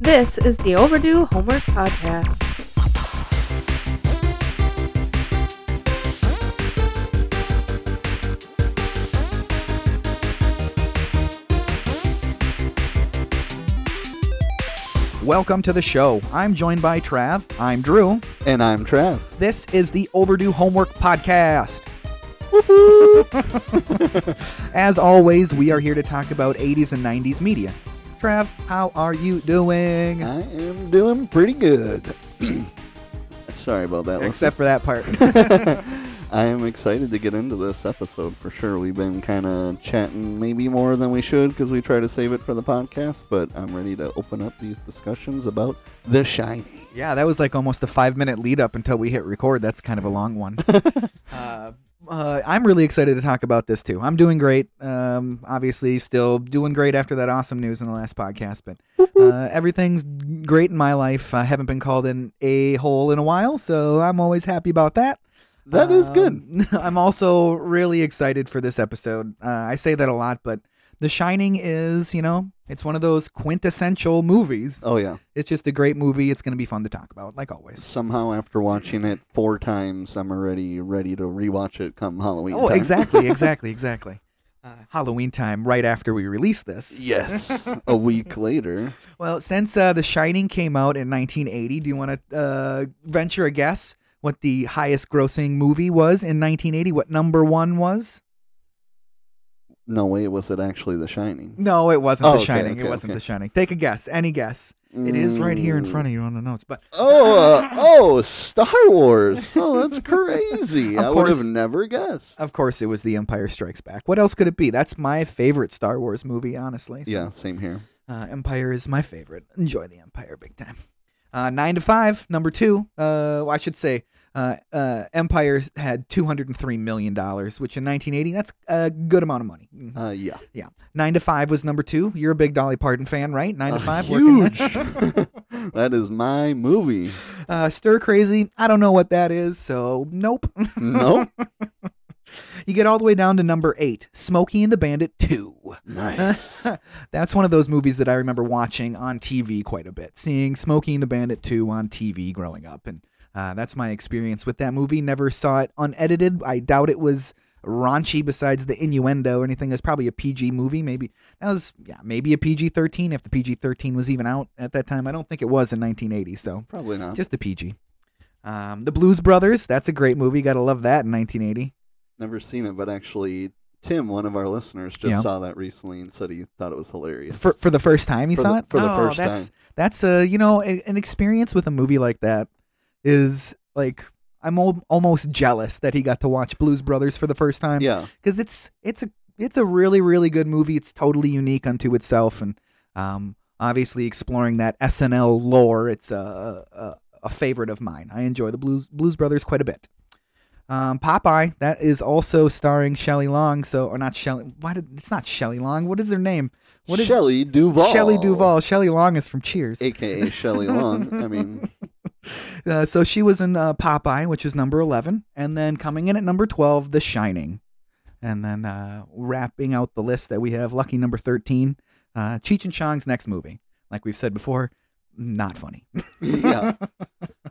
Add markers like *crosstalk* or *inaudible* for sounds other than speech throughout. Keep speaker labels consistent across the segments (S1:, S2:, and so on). S1: This is the Overdue Homework Podcast.
S2: Welcome to the show. I'm joined by Trav. I'm Drew.
S3: And I'm Trav.
S2: This is the Overdue Homework Podcast. *laughs* As always, we are here to talk about 80s and 90s media. Trav, how are you doing?
S3: I am doing pretty good. *clears throat* Sorry about that.
S2: Except for
S3: listeners.
S2: that part.
S3: I am excited to get into this episode for sure. We've been kind of chatting maybe more than we should because we try to save it for the podcast, but I'm ready to open up these discussions about The Shining.
S2: yeah, that was like almost a five minute lead up until we hit record. That's kind of a long
S3: *laughs*
S2: one. uh, uh, I'm really excited to talk about this too. I'm doing great. Um, obviously, still doing great after that awesome news in the last podcast, but
S3: *laughs*
S2: uh, everything's great in my life. I haven't been called an a hole in a while, so I'm always happy about that.
S3: That is good.
S2: Um, *laughs* I'm also really excited for this episode. Uh, I say that a lot, but The Shining is, you know, it's one of those quintessential movies.
S3: Oh, yeah.
S2: It's just a great movie. It's going to be fun to talk about, like always.
S3: Somehow, after watching it four times, I'm already ready to rewatch it come Halloween.
S2: Oh,
S3: time. *laughs*
S2: exactly, exactly, exactly. Uh, Halloween time, right after we release this.
S3: Yes. a week later.
S2: Well, since uh, The Shining came out in 1980, do you want to uh, venture a guess what the highest grossing movie was in 1980? What number one was?
S3: No way was it actually The Shining.
S2: No, it wasn't
S3: Oh,
S2: The
S3: okay,
S2: Shining. it
S3: okay,
S2: wasn't
S3: okay.
S2: The Shining. Take a guess, any guess. It is right here in
S3: Mm.
S2: front of you on the notes, but *laughs*
S3: Oh, uh, oh, Star Wars. Oh, that's crazy.
S2: Of
S3: I would
S2: course.
S3: have never guessed.
S2: of course it was The Empire Strikes Back. What else could it be? That's my favorite Star Wars movie, honestly. so,
S3: Yeah, same here.
S2: Uh, Empire is my favorite. Enjoy The Empire big time. Uh, nine to five, number two. Uh, well, I should say, uh, uh, Empire had two hundred and three million dollars, which in 1980, that's a good amount of money. Mhm.
S3: Uh, yeah.
S2: yeah, nine to five was number two. You're a big Dolly Parton fan, right? Nine to
S3: Uh,
S2: five, working
S3: huge. *laughs* that is my movie.
S2: Uh, Stir Crazy, I don't know what that is, so nope. *laughs*
S3: Nope.
S2: you get all the way down to number eight, Smokey and the Bandit 2.
S3: Nice.
S2: *laughs* That's one of those movies that I remember watching on TV quite a bit, seeing Smokey and the Bandit 2 on TV growing up. And uh, that's my experience with that movie. Never saw it unedited. I doubt it was raunchy besides the innuendo or anything. It's probably a PG movie. Maybe that was, yeah, maybe a PG 13 if the PG 13 was even out at that time. I don't think it was in 1980. So
S3: Probably not.
S2: just the PG. Um, the Blues Brothers, that's a great movie. Gotta love that in 1980.
S3: Never seen it, but actually, Tim, one of our listeners, just
S2: Yeah.
S3: saw that recently and said he thought it was hilarious.
S2: For for the first time you
S3: For
S2: saw
S3: the-
S2: it.
S3: for the
S2: Oh,
S3: first
S2: that's,
S3: time.
S2: That's a you know a- an experience with a movie like that is like I'm al- almost jealous that he got to watch Blues Brothers for the first time.
S3: yeah.
S2: because it's it's a it's a really really good movie. It's totally unique unto itself, and um, obviously exploring that SNL lore. It's a, a a favorite of mine. I enjoy the Blues Blues Brothers quite a bit. Um, Popeye that is also starring Shelley Long. So or not Shelley? Why did it's not Shelley Long? What is their name? What is
S3: Shelley Duvall.
S2: Shelley Duvall? Shelley Long is from Cheers.
S3: AKA Shelley Long. I mean,
S2: Uh, so she was in uh, Popeye, which is number 11. And then coming in at number 12, The Shining. And then uh, wrapping out the list that we have, lucky number 13, uh, Cheech and Chong's next movie. Like we've said before, not funny. *laughs*
S3: yeah.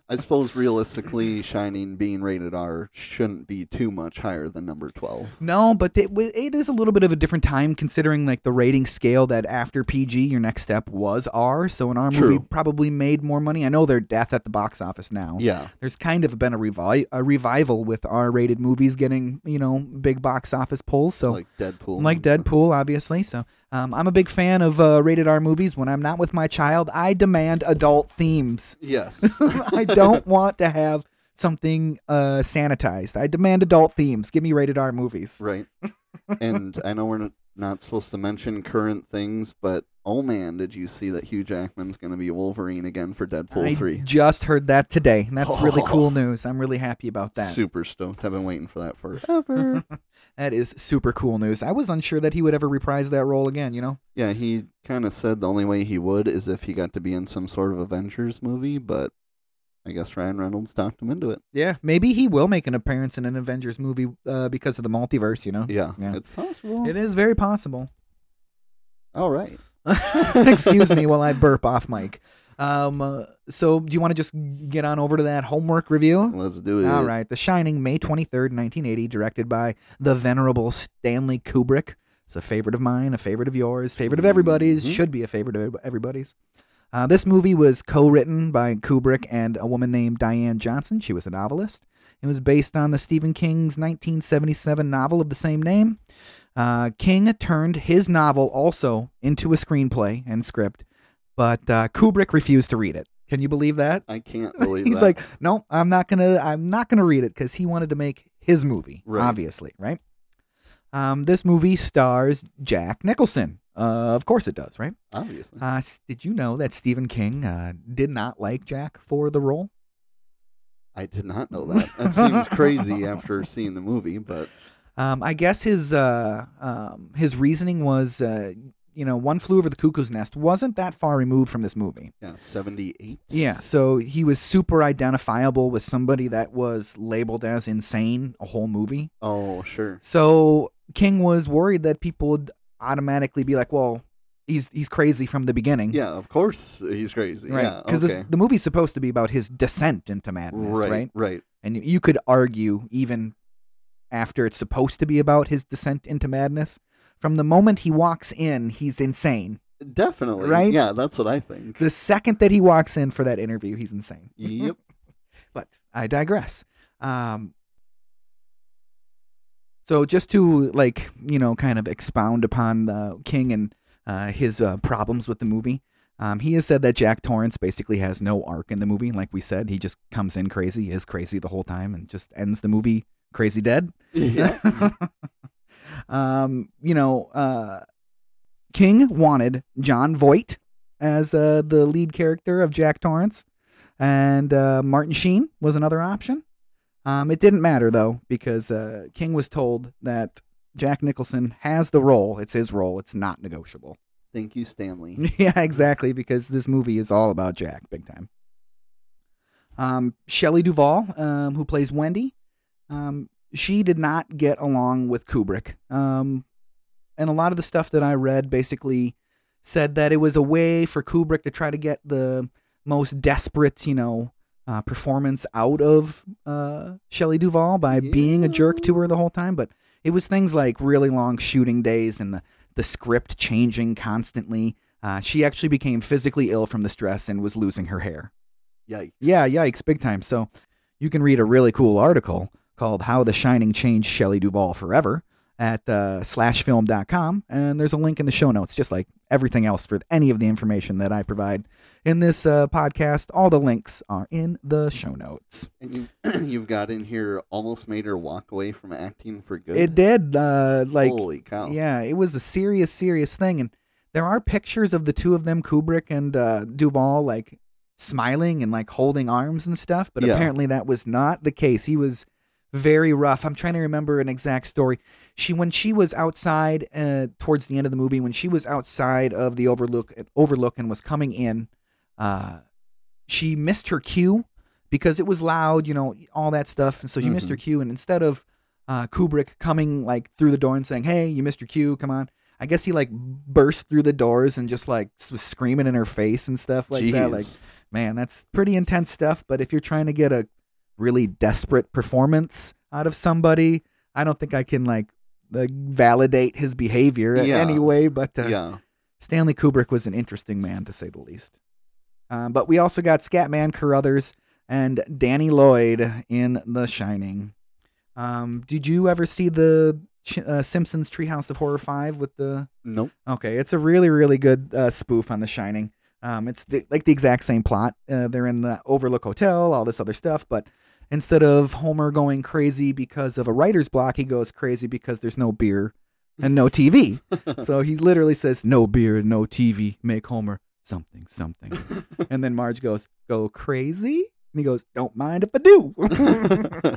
S3: I suppose realistically, Shining being rated R shouldn't be too much higher than number 12.
S2: no, but it, wa- it is a little bit of a different time considering like the rating scale that after PG, your next step was R. So an R
S3: True.
S2: movie probably made more money. I know they're death at the box office now.
S3: Yeah.
S2: there's kind of been a, revi- a revival with R-rated movies getting, you know, big box office pulls. So
S3: like Deadpool.
S2: like Deadpool, obviously. So um, I'm a big fan of uh, rated R movies. When I'm not with my child, I demand adult themes. *laughs*
S3: Yes.
S2: I
S3: *laughs*
S2: don't want to have something uh, sanitized. I demand adult themes. Give me rated R movies.
S3: right. And I know we're n- not supposed to mention current things, but oh man, did you see that Hugh Jackman's going to be Wolverine again for Deadpool
S2: I
S3: 3?
S2: just heard that today. and That's
S3: *laughs*
S2: really cool news. I'm really happy about that.
S3: Super stoked. I've been waiting for
S2: *laughs*
S3: that forever.
S2: That is super cool news. I was unsure that he would ever reprise that role again, you know?
S3: yeah, he kind of said the only way he would is if he got to be in some sort of Avengers movie, but I guess Ryan Reynolds talked him into it.
S2: Yeah. Maybe he will make an appearance in an Avengers movie uh, because of the multiverse, you know?
S3: Yeah,
S2: Yeah. *laughs*
S3: it's possible.
S2: It is very possible.
S3: *laughs* All right.
S2: *laughs* Excuse me while I burp off mic. Um, uh, so do you want to just get on over to that homework review?
S3: *laughs* Let's do it.
S2: All right, The Shining, May 23rd, 1980, directed by the venerable Stanley Kubrick. It's a favorite of mine, a favorite of yours, favorite of everybody's,
S3: Mhm.
S2: should be a favorite of everybody's. Uh, this movie was co written by Kubrick and a woman named Diane Johnson. She was a novelist. It was based on the Stephen King's 1977 novel of the same name. Uh, King turned his novel also into a screenplay and script, but uh, Kubrick refused to read it. Can you believe that? *laughs*
S3: I can't believe
S2: he's
S3: that.
S2: like no i'm not gonna i'm not gonna read it because he wanted to make his movie
S3: Right.
S2: obviously right um, this movie stars jack nicholson uh, of course it does right
S3: obviously.
S2: uh, s- did you know that stephen king uh, did not like jack for the role
S3: I did not know that. That seems crazy after seeing the movie, but
S2: um, i guess his uh, um, his reasoning was uh, you know one flew over the cuckoo's nest wasn't that far removed from this movie
S3: yeah, 78.
S2: Yeah, so he was super identifiable with somebody that was labeled as insane a whole movie.
S3: Oh, sure.
S2: So King was worried that people would automatically be like, "Well, he's he's crazy from the beginning."
S3: Yeah, of course he's crazy.
S2: Mm. Right,
S3: Yeah,
S2: because
S3: okay.
S2: the movie's supposed to be about his descent into madness,
S3: right,
S2: right?
S3: right,
S2: And you- you could argue even after it's supposed to be about his descent into madness, from the moment he walks in, he's insane.
S3: Definitely.
S2: Right?
S3: Yeah, that's what I think.
S2: *laughs* The second that he walks in for that interview, he's insane. *laughs*
S3: yep.
S2: But I digress. Um, so just to like you know kind of expound upon the King and uh, his uh, problems with the movie, um, he has said that Jack Torrance basically has no arc in the movie. Like we said, he just comes in crazy, is crazy the whole time, and just ends the movie crazy dead.
S3: Yeah.
S2: um, you know, uh, King wanted John Voight as uh, the lead character of Jack Torrance, and uh, Martin Sheen was another option. Um, it didn't matter though because uh, King was told that Jack Nicholson has the role; it's his role; it's not negotiable. *laughs*
S3: Thank you, Stanley.
S2: yeah, exactly, because this movie is all about Jack, big time. Um, Shelley Duvall, um, who plays Wendy, um, she did not get along with Kubrick. Um, and a lot of the stuff that I read basically said that it was a way for Kubrick to try to get the most desperate, you know, uh, performance out of uh, Shelley Duvall by being a jerk to her the whole time. But it was things like really long shooting days and the, the script changing constantly. Uh, she actually became physically ill from the stress and was losing her hair.
S3: Yikes.
S2: Yeah, yikes, big time. So you can read a really cool article called How the Shining Changed Shelley Duvall Forever at uh, slashfilm.com. And there's a link in the show notes, just like everything else for any of the information that I provide in this uh, podcast. All the links are in the show notes.
S3: And you, *clears throat* you've got in here almost made her walk away from acting for good.
S2: It did, uh, like,
S3: Holy cow.
S2: yeah, it was a serious, serious thing. And there are pictures of the two of them, Kubrick and uh, Duvall, like smiling and like holding arms and stuff. But
S3: Yeah.
S2: apparently that was not the case. He was very rough. I'm trying to remember an exact story. She, when she was outside uh, towards the end of the movie, when she was outside of the overlook, uh, overlook, and was coming in, uh, she missed her cue because it was loud, you know, all that stuff. And so she missed
S3: Mm-hmm.
S2: her cue. And instead of uh, Kubrick coming like through the door and saying, "Hey, you missed your cue. Come on." I guess he like burst through the doors and just like s- was screaming in her face and stuff like that. Like,
S3: Jeez.
S2: man, that's pretty intense stuff. But if you're trying to get a really desperate performance out of somebody, I don't think I can like uh, validate his behavior in
S3: Yeah.
S2: any way. But uh,
S3: yeah.
S2: Stanley Kubrick was an interesting man, to say the least. Um, but we also got Scatman Carruthers and Danny Lloyd in The Shining. Um, did you ever see the Ch- uh, Simpsons Treehouse of Horror 5 with the.
S3: Nope.
S2: Okay, it's a really, really good uh, spoof on The Shining. Um, it's the, like the exact same plot. Uh, they're in the Overlook Hotel, all this other stuff, but instead of Homer going crazy because of a writer's block, he goes crazy because there's no beer and no TV so he literally says, "No beer, no TV, make Homer something, something." and then Marge goes, "Go crazy," and he goes, "Don't mind if I do."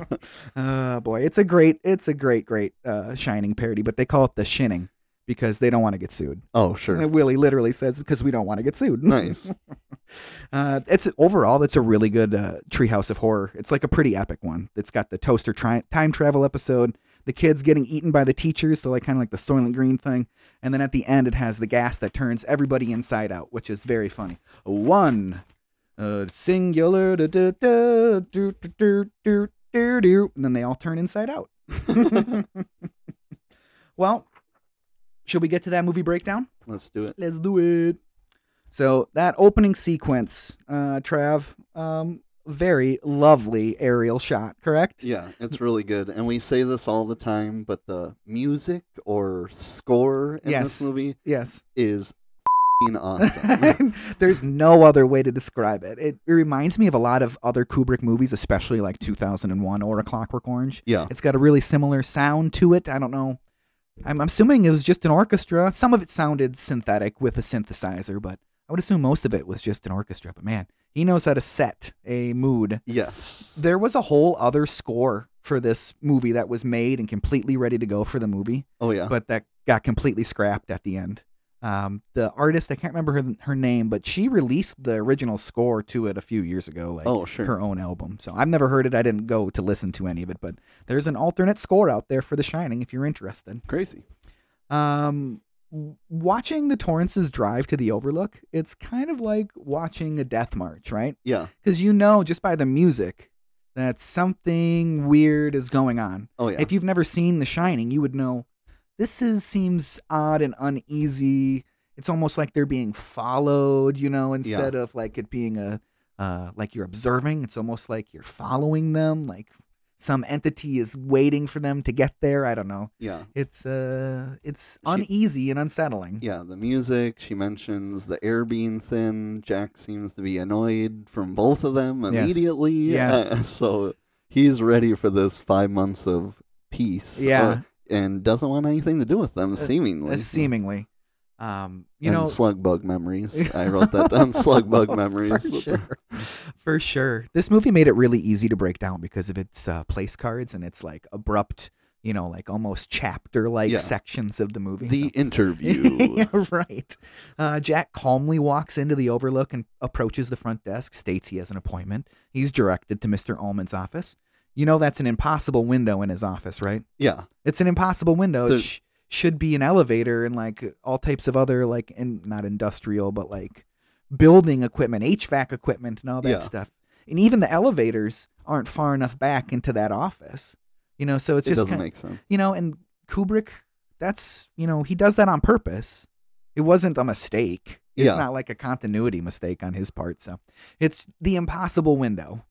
S2: uh, boy, it's a great, it's a great, great uh, Shining parody, but they call it the Shinning because they don't want to get sued.
S3: *laughs* oh, sure.
S2: And Willie literally says, "Because we don't want to get sued."
S3: nice.
S2: *laughs* Uh, it's overall that's a really good uh, Treehouse of Horror. It's like a pretty epic one. It's got the toaster tri- time travel episode. the kids getting eaten by the teachers, so like kind of like the Soylent Green thing. And then at the end, it has the gas that turns everybody inside out, which is very funny. One, uh, singular, da, da, da, do, do, do, do, do, do, and then they all turn inside
S3: *laughs*
S2: out. *laughs* well, should we get to that movie breakdown?
S3: Let's do
S2: *laughs*
S3: it.
S2: Let's do it. So that opening sequence, uh, Trav, um, very lovely aerial shot, correct?
S3: Yeah, it's really good. And we say this all the time, but the music or score in
S2: Yes.
S3: this movie
S2: Yes. *laughs*
S3: is fing awesome.
S2: There's no other way to describe it. it. It reminds me of a lot of other Kubrick movies, especially like 2001 or A Clockwork Orange.
S3: yeah.
S2: It's got a really similar sound to it. I don't know. I'm, I'm assuming it was just an orchestra. Some of it sounded synthetic with a synthesizer, but I would assume most of it was just an orchestra. But man, he knows how to set a mood.
S3: Yes.
S2: There was a whole other score for this movie that was made and completely ready to go for the movie,
S3: Oh yeah.
S2: but that got completely scrapped at the end. Um, the artist, I can't remember her, her name, but she released the original score to it a few years ago. Like,
S3: oh sure.
S2: her own album. So I've never heard it. I didn't go to listen to any of it, but there's an alternate score out there for The Shining if you're interested.
S3: Crazy.
S2: Um, w- watching the Torrances drive to the Overlook, it's kind of like watching a death march, right?
S3: Yeah.
S2: Because you know just by the music that something weird is going on.
S3: Oh yeah.
S2: If you've never seen The Shining, you would know this is seems odd and uneasy. It's almost like they're being followed, you know, instead of like it being a uh, like you're observing. It's almost like you're following them, like some entity is waiting for them to get there. I don't know.
S3: yeah.
S2: It's uh, it's
S3: She-
S2: uneasy and unsettling.
S3: Yeah, the music, she mentions the air being thin. Jack seems to be annoyed from both of them
S2: Yes.
S3: immediately.
S2: Yes.
S3: Uh, *laughs* so he's ready for this five months of peace.
S2: Yeah.
S3: uh, and doesn't want anything to do with them, seemingly.
S2: Uh, seemingly, um, you
S3: and
S2: know,
S3: slug bug
S2: *laughs*
S3: memories. I wrote that down. Slug bug memories.
S2: For sure. For sure. This movie made it really easy to break down because of its uh, place cards and its like abrupt, you know, like almost chapter like
S3: Yeah.
S2: sections of the movie.
S3: The
S2: So- *laughs*
S3: interview.
S2: Yeah, right. Uh, Jack calmly walks into the Overlook and approaches the front desk, states he has an appointment. He's directed to Mr. Ullman's office. You know, that's an impossible window in his office, right?
S3: yeah,
S2: It's an impossible window. It
S3: There's-
S2: sh- should be an elevator and like all types of other like in not industrial but like building equipment, HVAC equipment, and all that
S3: Yeah.
S2: stuff. And even the elevators aren't far enough back into that office. You know, so it's
S3: it
S2: just
S3: doesn't
S2: kinda-
S3: make sense.
S2: you know, and Kubrick, that's you know, he does that on purpose. It wasn't a mistake. It's
S3: Yeah.
S2: not like a continuity mistake on his part. So it's the impossible window.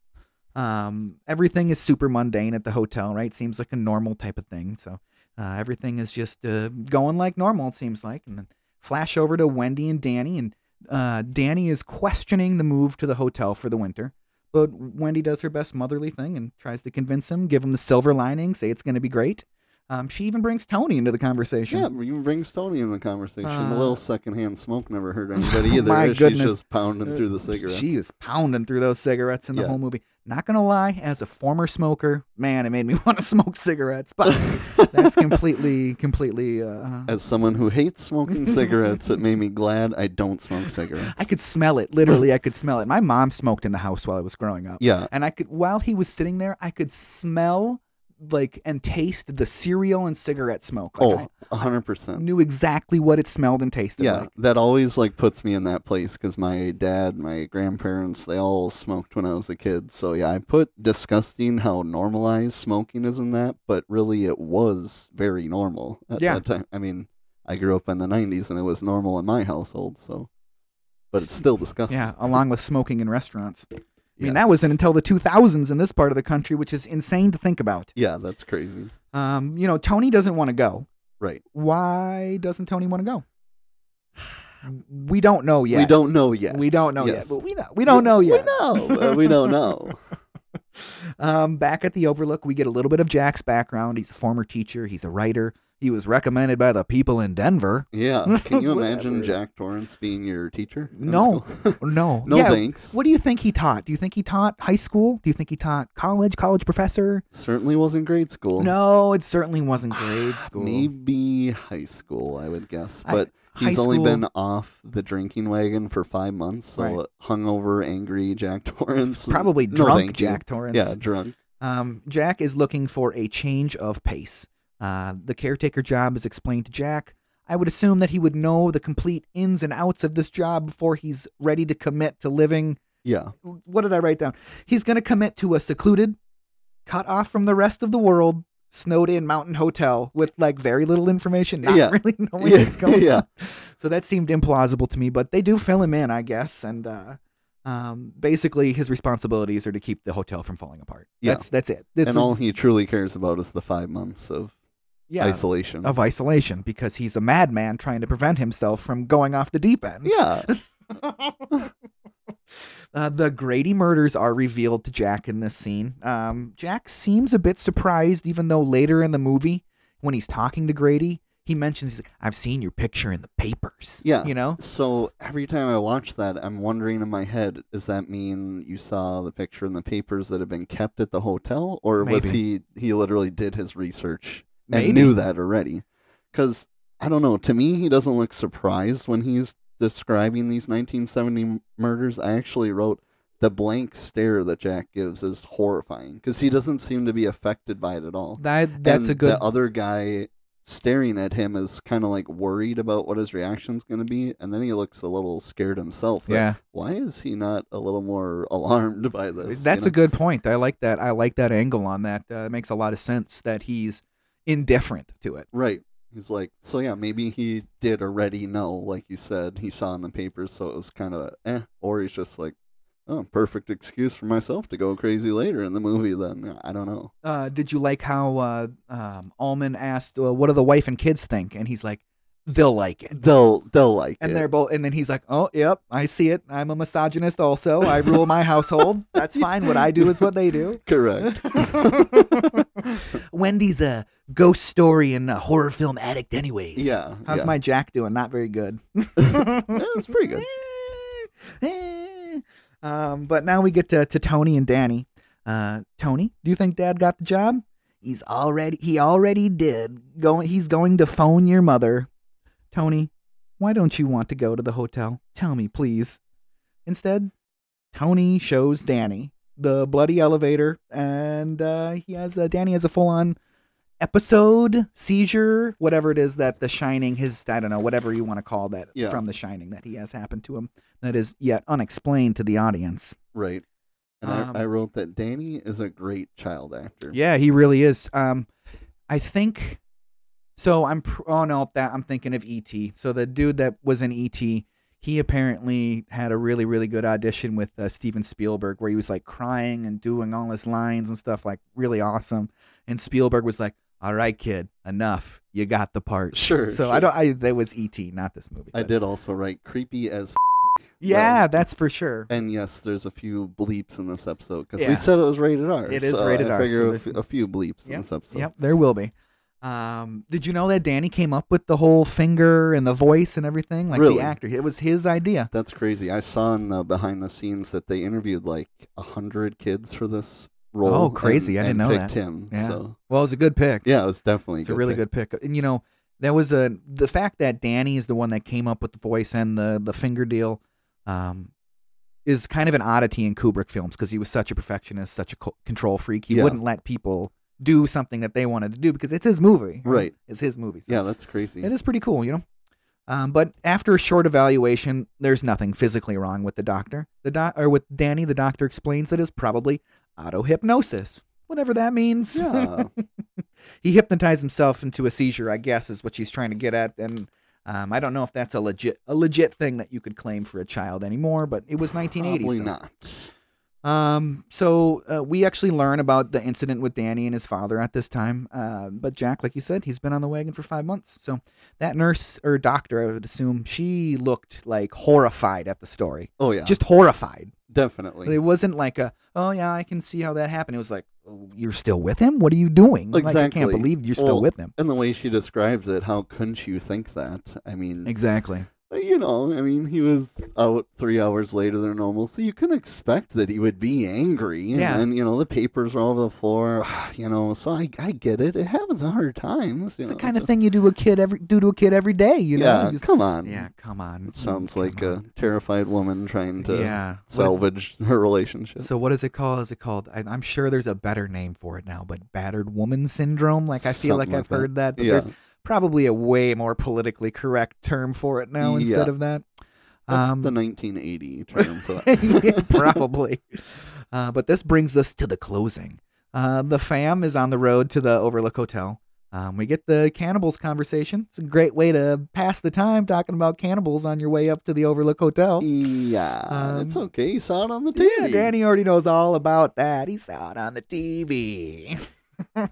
S2: Um, everything is super mundane at the hotel, right? Seems like a normal type of thing. So uh, everything is just uh, going like normal. It seems like, and then flash over to Wendy and Danny, and uh, Danny is questioning the move to the hotel for the winter. But Wendy does her best motherly thing and tries to convince him, give him the silver lining, say it's going to be great. Um, she even brings Tony into the conversation.
S3: Yeah, you bring Stony in the conversation.
S2: Uh,
S3: a little secondhand smoke
S2: *laughs*
S3: never hurt anybody either.
S2: My
S3: She's
S2: goodness.
S3: just pounding
S2: Uh,
S3: through the cigarette.
S2: She is pounding through those cigarettes in the
S3: Yeah.
S2: whole movie. Not gonna lie, as a former smoker, man, it made me *laughs* want to smoke cigarettes.
S3: *laughs*
S2: But that's completely, completely. Uh,
S3: As someone who hates
S2: *laughs*
S3: smoking cigarettes, it made me glad I don't smoke cigarettes.
S2: I could smell it. Literally, I could smell it. My mom smoked in the house while I was growing up,
S3: yeah,
S2: and I could while he was sitting there, I could smell like and taste the cereal and cigarette smoke. Like,
S3: oh, a hundred
S2: I
S3: percent.
S2: knew exactly what it smelled and tasted
S3: Yeah,
S2: like.
S3: that always like puts me in that place because my dad, my grandparents, they all smoked when I was a kid. So yeah, I put disgusting how normalized smoking is in that, but really it was very normal at
S2: Yeah.
S3: that time. I mean, I grew up in the '90s and it was normal in my household, so. But it's still disgusting.
S2: Yeah, along with smoking in restaurants. I mean, that
S3: Yes.
S2: wasn't until the 2000s in this part of the country, which is insane to think about.
S3: Yeah, that's crazy.
S2: Um, you know, Tony doesn't want to go.
S3: Right.
S2: Why doesn't Tony want to go? We don't know yet.
S3: We don't know yet.
S2: We don't know yet.
S3: Yes.
S2: But we know. We don't know yet.
S3: We know, but we
S2: *laughs*
S3: don't know.
S2: Um, back at the Overlook, we get a little bit of Jack's background. He's a former teacher. He's a writer. He was recommended by the people in Denver.
S3: Yeah.
S2: *laughs*
S3: Can you
S2: Whatever.
S3: imagine Jack Torrance being your teacher? in
S2: No.
S3: school?
S2: *laughs* No.
S3: *laughs* no
S2: yeah,
S3: thanks.
S2: What do you think he taught? Do you think he taught high school? Do you think he taught college? College professor?
S3: Certainly wasn't grade school.
S2: No, it certainly
S3: Ah,
S2: wasn't grade school.
S3: Maybe high school, I would guess.
S2: I-
S3: But
S2: high
S3: he's only
S2: school-
S3: been off the drinking wagon for five months. So
S2: Right.
S3: hungover, angry Jack *laughs* Torrance.
S2: Probably
S3: No,
S2: drunk
S3: thank you.
S2: Jack Torrance.
S3: Yeah, drunk.
S2: Um, Jack is looking for a change of pace. Uh, the caretaker job is explained to Jack. I would assume that he would know the complete ins and outs of this job before he's ready to commit to living.
S3: Yeah.
S2: What did I write down? He's going to commit to a secluded, cut off from the rest of the world, snowed in mountain hotel with like very little information, not
S3: Yeah.
S2: really *laughs* knowing
S3: yeah. *laughs*
S2: what's going
S3: yeah.
S2: so that seemed implausible to me, but they do fill him in, I guess. And uh, um, basically, his responsibilities are to keep the hotel from falling apart.
S3: Yeah.
S2: That's that's it. That's
S3: and all he truly cares about is the five months of
S2: yeah,
S3: isolation.
S2: of isolation because he's a madman trying to prevent himself from going off the deep end.
S3: *laughs* yeah.
S2: *laughs* Uh, the Grady murders are revealed to Jack in this scene. Um, Jack seems a bit surprised, even though later in the movie, when he's talking to Grady, he mentions, he's like, I've seen your picture in the papers.
S3: Yeah.
S2: You know?
S3: So every time I watch that, I'm wondering in my head, does that mean you saw the picture in the papers that have been kept at the hotel, or was he he literally did his research and
S2: Maybe.
S3: knew that already? Because I don't know. To me, he doesn't look surprised when he's describing these 1970 m- murders. I actually wrote the blank stare that Jack gives is horrifying because he doesn't seem to be affected by it at all
S2: That, that's
S3: and
S2: a good.
S3: The other guy staring at him is kind of like worried about what his reaction's going to be, and then he looks a little scared himself. like,
S2: yeah.
S3: Why is he not a little more *laughs* alarmed by this?
S2: That's a good point. I like that. I like that angle on that. Uh, it makes a lot of sense that he's indifferent to it.
S3: right. He's like, so yeah, maybe he did already know, like you said, he saw in the papers, so it was kind of eh. Or he's just like, oh, perfect excuse for myself to go crazy later in the movie. Then I don't know.
S2: Uh, did you like how uh, um, Alman asked, uh, "What do the wife and kids think?" And he's like, "They'll like it."
S3: They'll they'll like
S2: And
S3: it.
S2: they're both, and then he's like, "Oh, yep, I see it. I'm a misogynist. Also, I rule my household. *laughs* That's fine. What I do is what they do." *laughs*
S3: correct.
S2: Wendy's a ghost story and a horror film addict, anyways.
S3: Yeah.
S2: How's
S3: yeah.
S2: my Jack doing? Not very good.
S3: Yeah, it's pretty good.
S2: um, but now we get to, to Tony and Danny. Uh, Tony, do you think Dad got the job? He's already he already did. Going he's going to phone your mother. Tony, why don't you want to go to the hotel? Tell me, please. Instead, Tony shows Danny the bloody elevator, and uh, he has uh, Danny has a full on episode seizure, whatever it is that The Shining, his I don't know, whatever you want to call that
S3: Yeah.
S2: from The Shining that he has happened to him that is yet unexplained to the audience.
S3: Right. And
S2: Um,
S3: I, I wrote that Danny is a great child actor.
S2: Yeah, he really is. Um, I think so. I'm pr- oh no, that I'm thinking of E.T. So the dude that was in E.T. He apparently had a really, really good audition with uh, Steven Spielberg, where he was like crying and doing all his lines and stuff, like really awesome. And Spielberg was like, "All right, kid, enough. You got the part."
S3: Sure,
S2: So
S3: sure.
S2: I don't. I that was E.T., not this movie.
S3: I
S2: but-
S3: did um, also write creepy as f-
S2: Yeah, that's for sure.
S3: and yes, there's a few bleeps in this episode because
S2: Yeah.
S3: we said it was rated R.
S2: It is
S3: so
S2: rated
S3: I
S2: R,
S3: Figure
S2: so
S3: a
S2: this-
S3: f- a few bleeps in this episode.
S2: Yep, there will be. Um, did you know that Danny came up with the whole finger and the voice and everything? Like
S3: Really?
S2: the actor, it was his idea.
S3: That's crazy. I saw in the behind the scenes that they interviewed like a hundred kids for this role.
S2: Oh, crazy. I didn't
S3: and-
S2: know
S3: and picked
S2: that.
S3: him.
S2: Yeah.
S3: So
S2: Well, it was a good pick.
S3: yeah, it was definitely
S2: it's a really good pick. And you know, that was a the fact that Danny is the one that came up with the voice and the the finger deal, um, is kind of an oddity in Kubrick films because he was such a perfectionist, such a co- control freak. He
S3: Yeah.
S2: wouldn't let people do something that they wanted to do because it's his movie.
S3: Right.
S2: It's his movie. so-
S3: Yeah, that's crazy.
S2: It is pretty cool, you know. Um, but after a short evaluation, there's nothing physically wrong with the doctor. The doc or with Danny, the doctor explains that it's probably autohypnosis, whatever that means.
S3: *laughs* Yeah.
S2: *laughs* he hypnotized himself into a seizure, I guess, is what she's trying to get at. And um, I don't know if that's a legit a legit thing that you could claim for a child anymore, but it was 1980s.
S3: Probably
S2: so-
S3: not.
S2: um, so uh, we actually learn about the incident with Danny and his father at this time. Uh, but Jack, like you said, he's been on the wagon for five months. So that nurse or doctor, I would assume, she looked like horrified at the story,
S3: Oh yeah,
S2: just horrified.
S3: definitely.
S2: It wasn't like a, oh yeah, I can see how that happened. It was like, "Oh, you're still with him? What are you doing? Like, I can't
S3: Exactly.
S2: believe you're still
S3: Well,
S2: with him.
S3: And the way she describes it, how couldn't you think that? I mean,
S2: Exactly.
S3: But, you know, I mean, he was out three hours later than normal, so you can expect that he would be angry. And,
S2: Yeah.
S3: you know, the papers are all over the floor, *sighs* you know, so I, I get it. It happens a hard times. You
S2: It's the
S3: know,
S2: kind of
S3: just-
S2: thing you do a kid every do to a kid every day. You know.
S3: yeah,
S2: You just-
S3: come on.
S2: yeah. Come on.
S3: It sounds
S2: Come
S3: like
S2: on.
S3: a terrified woman trying to
S2: yeah. What is-
S3: salvage her relationship.
S2: so what is it called? Is it called? I, I'm sure there's a better name for it now, but battered woman syndrome. Like I feel like,
S3: Something like
S2: I've heard that, but
S3: yeah.
S2: there's probably a way more politically correct term for it now instead
S3: Yeah.
S2: of that. Um,
S3: That's the
S2: *laughs*
S3: 1980 term for that.
S2: Yeah, probably. Uh, but this brings us to the closing. Uh, the fam is on the road to the Overlook Hotel. Um, we get the cannibals conversation. It's a great way to pass the time talking about cannibals on your way up to the Overlook Hotel.
S3: yeah, it's
S2: Um,
S3: okay. You saw it on the TV.
S2: Yeah, Danny already knows all about that. He saw it on the TV. *laughs*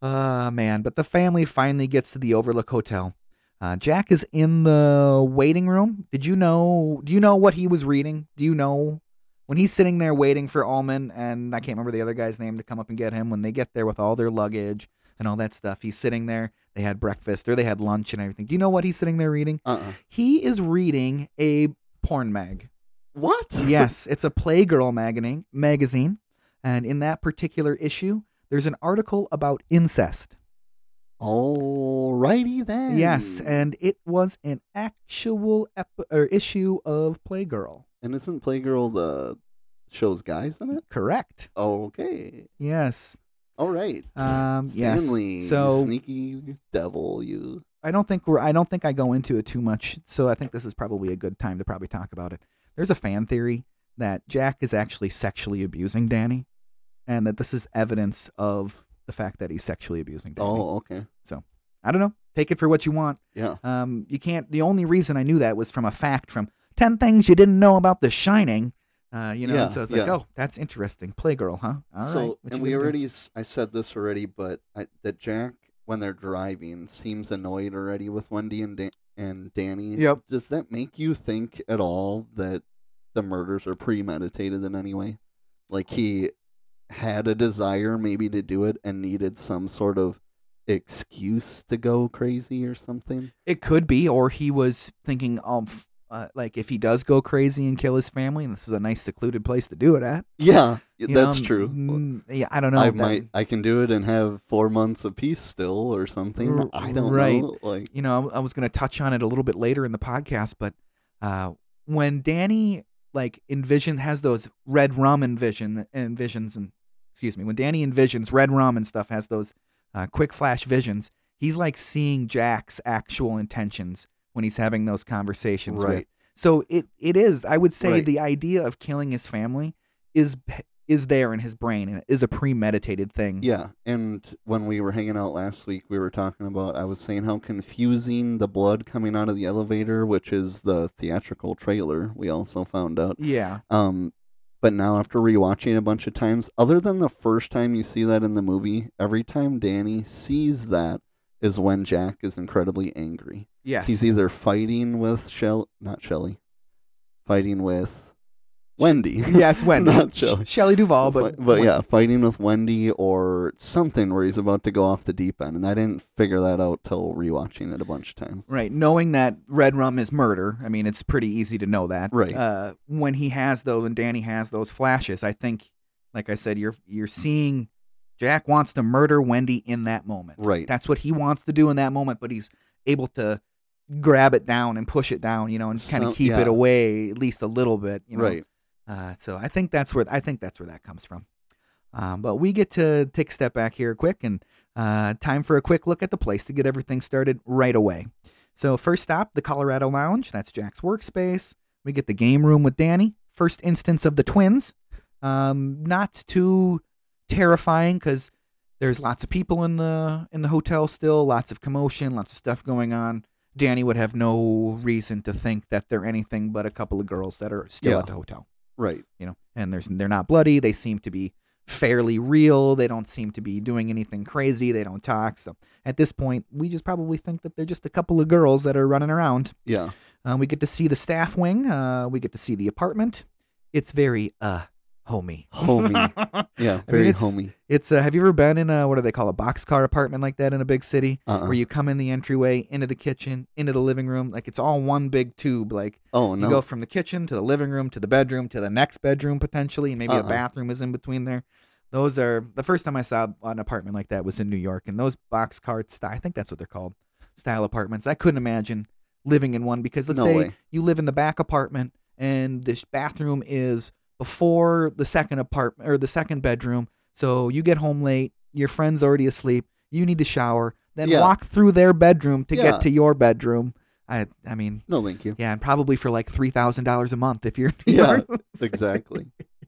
S2: Ah, man. But the family finally gets to the Overlook Hotel. Uh, Jack is in the waiting room. Did you know? Do you know what he was reading? Do you know? When he's sitting there waiting for Allman and I can't remember the other guy's name to come up and get him, when they get there with all their luggage and all that stuff, he's sitting there. They had breakfast or they had lunch and everything. Do you know what he's sitting there reading?
S3: Uh-uh.
S2: He is reading a porn mag
S3: What?
S2: yes, it's a Playgirl magazine, magazine, and in that particular issue, there's an article about incest.
S3: Alrighty then.
S2: Yes,
S3: Hmm.
S2: and it was an actual ep- or issue of Playgirl.
S3: And isn't Playgirl the show's guys in it?
S2: Correct.
S3: Okay.
S2: Yes.
S3: All right.
S2: Um, yes.
S3: Stanley, you
S2: So
S3: sneaky devil, you.
S2: I don't think we're. I don't think I go into it too much. So I think this is probably a good time to probably talk about it. There's a fan theory that Jack is actually sexually abusing Danny, and that this is evidence of the fact that he's sexually abusing Danny.
S3: Oh, okay.
S2: I don't know. Take it for what you want.
S3: Yeah.
S2: Um, you can't. The only reason I knew that was from a fact from ten things you didn't know about The Shining. Uh, you know,
S3: Yeah,
S2: and so I was like,
S3: yeah.
S2: oh, that's interesting. Playgirl, huh? All right.
S3: so,
S2: what
S3: and
S2: you
S3: we
S2: gonna do?
S3: already, s- I said this already, but I, that Jack, when they're driving, seems annoyed already with Wendy and, Dan- and Danny.
S2: Yep.
S3: Does that make you think at all that the murders are premeditated in any way? Like he had a desire maybe to do it and needed some sort of excuse to go crazy or something?
S2: It could be, or he was thinking, um, f- uh, like if he does go crazy and kill his family, and this is a nice secluded place to do it at.
S3: Yeah,
S2: you
S3: that's
S2: know,
S3: true.
S2: mm, yeah, I don't know.
S3: I
S2: that-
S3: might I can do it and have four months of peace still or something.
S2: R-
S3: I don't
S2: right.
S3: know. Like
S2: you know, I, I was going to touch on it a little bit later in the podcast, but uh, when Danny like envision has those red ramen vision envisions and excuse me, when Danny envisions red ramen stuff has those uh, quick flash visions, he's like seeing Jack's actual intentions when he's having those conversations. With.
S3: Right.
S2: So it it is. I would say
S3: Right.
S2: the idea of killing his family is is there in his brain and it is a premeditated thing.
S3: Yeah, and when we were hanging out last week, we were talking about I was saying how confusing the blood coming out of the elevator, which is the theatrical trailer. We also found out.
S2: Yeah.
S3: Um, but now after rewatching a bunch of times, other than the first time you see that in the movie, every time Danny sees that is when Jack is incredibly angry.
S2: Yes.
S3: He's either fighting with Shell, not Shelly, fighting with Wendy.
S2: yes, Wendy.
S3: *laughs* Not Shelley.
S2: Sh- Shelley Duvall,
S3: Fi-
S2: but Wen-
S3: yeah, fighting with Wendy or something where he's about to go off the deep end, and I didn't figure that out till rewatching it a bunch of times.
S2: Right, knowing that red rum is murder, I mean, it's pretty easy to know that.
S3: Right.
S2: Uh, when he has those, and Danny has those flashes, I think, like I said, you're you're seeing Jack wants to murder Wendy in that moment.
S3: Right.
S2: That's what he wants to do in that moment, but he's able to grab it down and push it down, you know, and kind of
S3: So-
S2: keep
S3: yeah.
S2: it away at least a little bit. You know?
S3: Right.
S2: Uh, so I think that's where I think that's where that comes from. Um, but we get to take a step back here quick and uh, time for a quick look at the place to get everything started right away. So first stop, the Colorado Lounge. That's Jack's workspace. We get the game room with Danny. First instance of the twins. Um, not too terrifying because there's lots of people in the in the hotel still. Lots of commotion. Lots of stuff going on. Danny would have no reason to think that they're anything but a couple of girls that are still
S3: Yeah.
S2: at the hotel
S3: Right.
S2: you know and there's they're not bloody they seem to be fairly real they don't seem to be doing anything crazy they don't talk so at this point we just probably think that they're just a couple of girls that are running around *laughs*
S3: Yeah.
S2: uh, we get to see the staff wing uh, we get to see the apartment it's very uh homey.
S3: Homey. yeah, very
S2: it's-
S3: homey.
S2: It's uh, have you ever been in a what do they call a boxcar apartment like that in a big city
S3: Uh-uh.
S2: where you come in the entryway into the kitchen into the living room like it's all one big tube like
S3: oh
S2: you
S3: no.
S2: go from the kitchen to the living room to the bedroom to the next bedroom potentially and maybe a
S3: Uh-uh.
S2: bathroom is in between there. Those are the first time I saw an apartment like that was in New York and those boxcar style I think that's what they're called style apartments. I couldn't imagine living in one because let's
S3: No
S2: say
S3: way.
S2: you live in the back apartment and this bathroom is before the second apartment or the second bedroom. So you get home late, your friend's already asleep, you need to shower, then
S3: Yeah.
S2: walk through their bedroom to
S3: Yeah.
S2: get to your bedroom. I I mean,
S3: no,
S2: *laughs*
S3: thank you.
S2: yeah, and probably for like three thousand dollars a month if you're *laughs* in New
S3: Yeah,
S2: York. *laughs*
S3: Exactly. *laughs*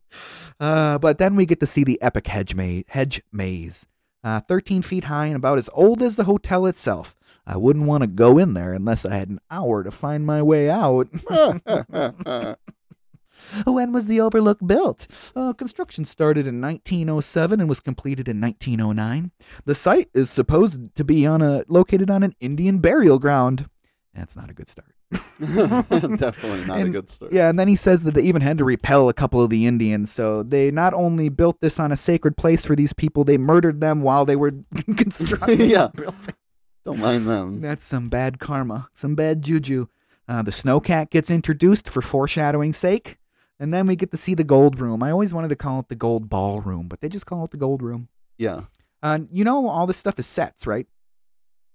S2: Uh, but then we get to see the epic hedge maze, hedge maze, uh, thirteen feet high and about as old as the hotel itself. I wouldn't want to go in there unless I had an hour to find my way out. *laughs* when was the Overlook built? Uh, construction started in 1907 and was completed in 1909. The site is supposed to be on a located on an Indian burial ground. That's not a good start.
S3: Definitely not a
S2: And-
S3: good story. *laughs*
S2: Yeah, and then he says that they even had to repel a couple of the Indians. So they not only built this on a sacred place for these people, they murdered them while they were *laughs* constructing.
S3: Yeah.
S2: the building.
S3: Don't mind them.
S2: That's some bad karma, some bad juju. Uh, the snowcat gets introduced for foreshadowing sake. And then we get to see the gold room. I always wanted to call it the gold ballroom, but they just call it the gold room.
S3: Yeah.
S2: Uh, you know, all this stuff is sets, right?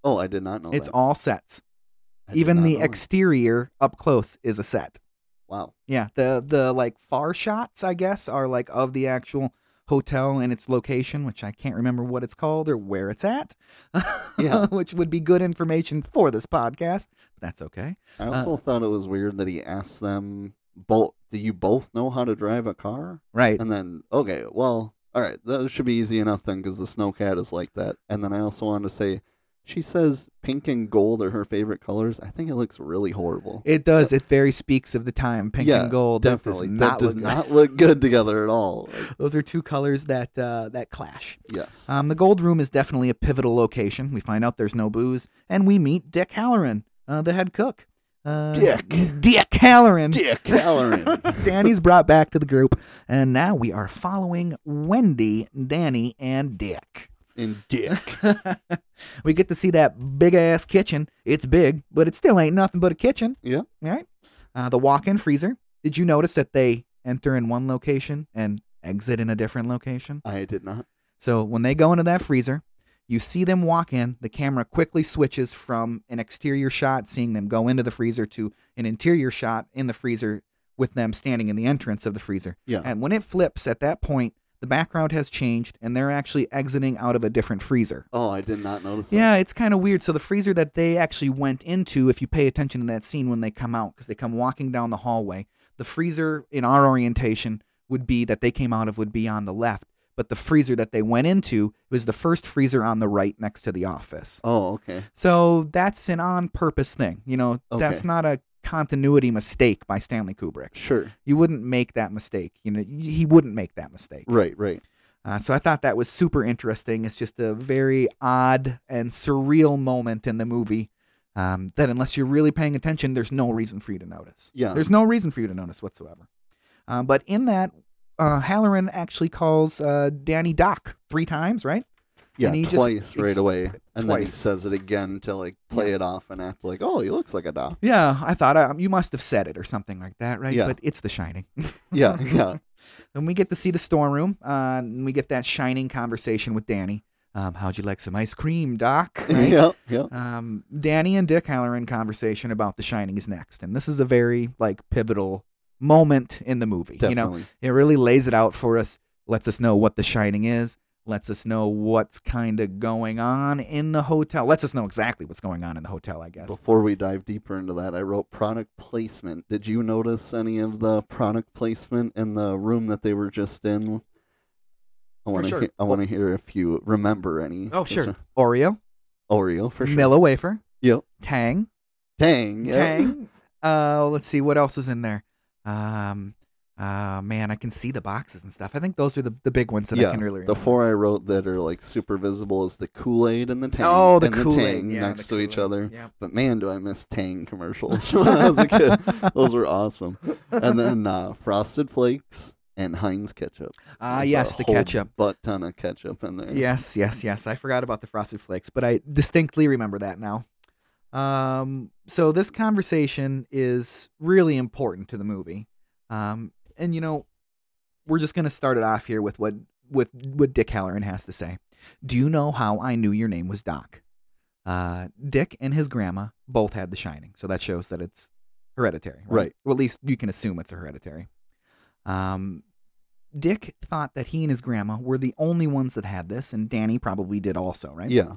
S3: Oh, I did not know
S2: It's
S3: that.
S2: all sets.
S3: I did
S2: Even
S3: not
S2: the
S3: know that.
S2: exterior up close is a set.
S3: Wow.
S2: Yeah, the the like far shots, I guess, are like of the actual hotel and its location, which I can't remember what it's called or where it's at.
S3: Yeah.
S2: *laughs* which would be good information for this podcast. That's okay.
S3: I also thought it was weird that he asked them both do you both know how to drive a car?
S2: Right.
S3: And then okay, well, all right, that should be easy enough then cuz the snowcat is like that. And then I also wanted to say she says pink and gold are her favorite colors. I think it looks really horrible.
S2: It does. It very speaks of the time. Pink
S3: Yeah,
S2: and gold. That does
S3: Definitely.
S2: not
S3: that does
S2: look-
S3: not look good together at all.
S2: *laughs*
S3: Like,
S2: Those are two colors that uh, that clash.
S3: yes.
S2: Um, the Gold Room is definitely a pivotal location. We find out there's no booze, and we meet Dick Halloran, uh, the head cook. Uh,
S3: Dick.
S2: Dick Halloran.
S3: Dick Halloran.
S2: *laughs* Danny's brought back to the group, and now we are following Wendy, Danny, and Dick.
S3: and
S2: *laughs*
S3: Dick.
S2: we get to see that big ass kitchen. It's big, but it still ain't nothing but a kitchen.
S3: Yeah.
S2: Right? Uh, the walk in freezer. Did you notice that they enter in one location and exit in a different location?
S3: I did not.
S2: So when they go into that freezer, you see them walk in. The camera quickly switches from an exterior shot, seeing them go into the freezer, to an interior shot in the freezer with them standing in the entrance of the freezer.
S3: Yeah.
S2: And when it flips at that point, the background has changed and they're actually exiting out of a different freezer.
S3: Oh, I did not notice that.
S2: Yeah, it's kind of weird. So the freezer that they actually went into, if you pay attention to that scene when they come out, because they come walking down the hallway, the freezer in our orientation would be that they came out of would be on the left, but the freezer that they went into was the first freezer on the right next to the office.
S3: Oh, okay.
S2: So that's an on-purpose thing. You know, that's
S3: Okay.
S2: not a continuity mistake by Stanley Kubrick.
S3: Sure.
S2: You wouldn't make that mistake. You know, he wouldn't make that mistake.
S3: Right, right.
S2: Uh, so I thought that was super interesting. It's just a very odd and surreal moment in the movie um, that, unless you're really paying attention, there's no reason for you to notice.
S3: Yeah.
S2: There's no reason for you to notice whatsoever. Um, but in that, uh, Halloran actually calls uh, Danny Doc three times, right?
S3: Yeah,
S2: And he just
S3: twice right
S2: ex-
S3: away, and then he
S2: twice.
S3: says it again to like play it off and act like, "Oh, he looks like a
S2: *laughs*
S3: dog."
S2: Yeah, I thought um, you must have said it or something like that, right?
S3: Yeah.
S2: But it's The Shining. *laughs*
S3: Yeah, yeah,
S2: And we get to see the storeroom, uh, and we get that shining conversation with Danny. Um, how'd you like some ice cream,
S3: *laughs*
S2: Doc? Right?
S3: yeah, yeah.
S2: um, Danny and Dick Halloran conversation about The Shining is next, and this is a very like pivotal moment in the movie.
S3: Definitely.
S2: You know, it really lays it out for us, lets us know what The Shining is, lets us know what's kind of going on in the hotel, lets us know exactly what's going on in the hotel, I guess.
S3: Before we dive deeper into that, I wrote product placement. Did you notice any of the product placement in the room that they were just in? I want to.
S2: sure.
S3: I want to hear if you remember any.
S2: Oh,
S3: Is
S2: sure.
S3: there-
S2: Oreo,
S3: Oreo for sure.
S2: Milla wafer,
S3: Yep.
S2: Tang,
S3: Tang. yeah.
S2: Tang. Uh, let's see what else is in there. Um, uh, man, I can see the boxes and stuff. I think those are the, the big ones that
S3: Yeah,
S2: I can really remember.
S3: The four I wrote that are like super visible is the Kool Aid and the Tang.
S2: oh, the
S3: and
S2: Kool
S3: the Tang
S2: Aid yeah, the
S3: next to each
S2: Kool-Aid.
S3: other. *laughs*
S2: Yeah.
S3: But man, do I miss Tang
S2: *laughs*
S3: commercials when I was a kid. Those were awesome. And then uh, Frosted Flakes, and Heinz ketchup.
S2: Ah,
S3: There's a *laughs*
S2: yes, the
S3: whole
S2: ketchup.
S3: butt ton of ketchup in there.
S2: Yes, yes, yes. I forgot about the frosted flakes, but I distinctly remember that now. Um, so this conversation is really important to the movie. Um, and you know, we're just gonna start it off here with what with what Dick Halloran has to say. Do you know how I knew your name was Doc? Uh, Dick and his grandma both had The Shining, so that shows that it's hereditary,
S3: Right.
S2: Or at least you can assume it's hereditary. Um, Dick thought that he and his grandma were the only ones that had this, and Danny probably did also, right?
S3: Yeah.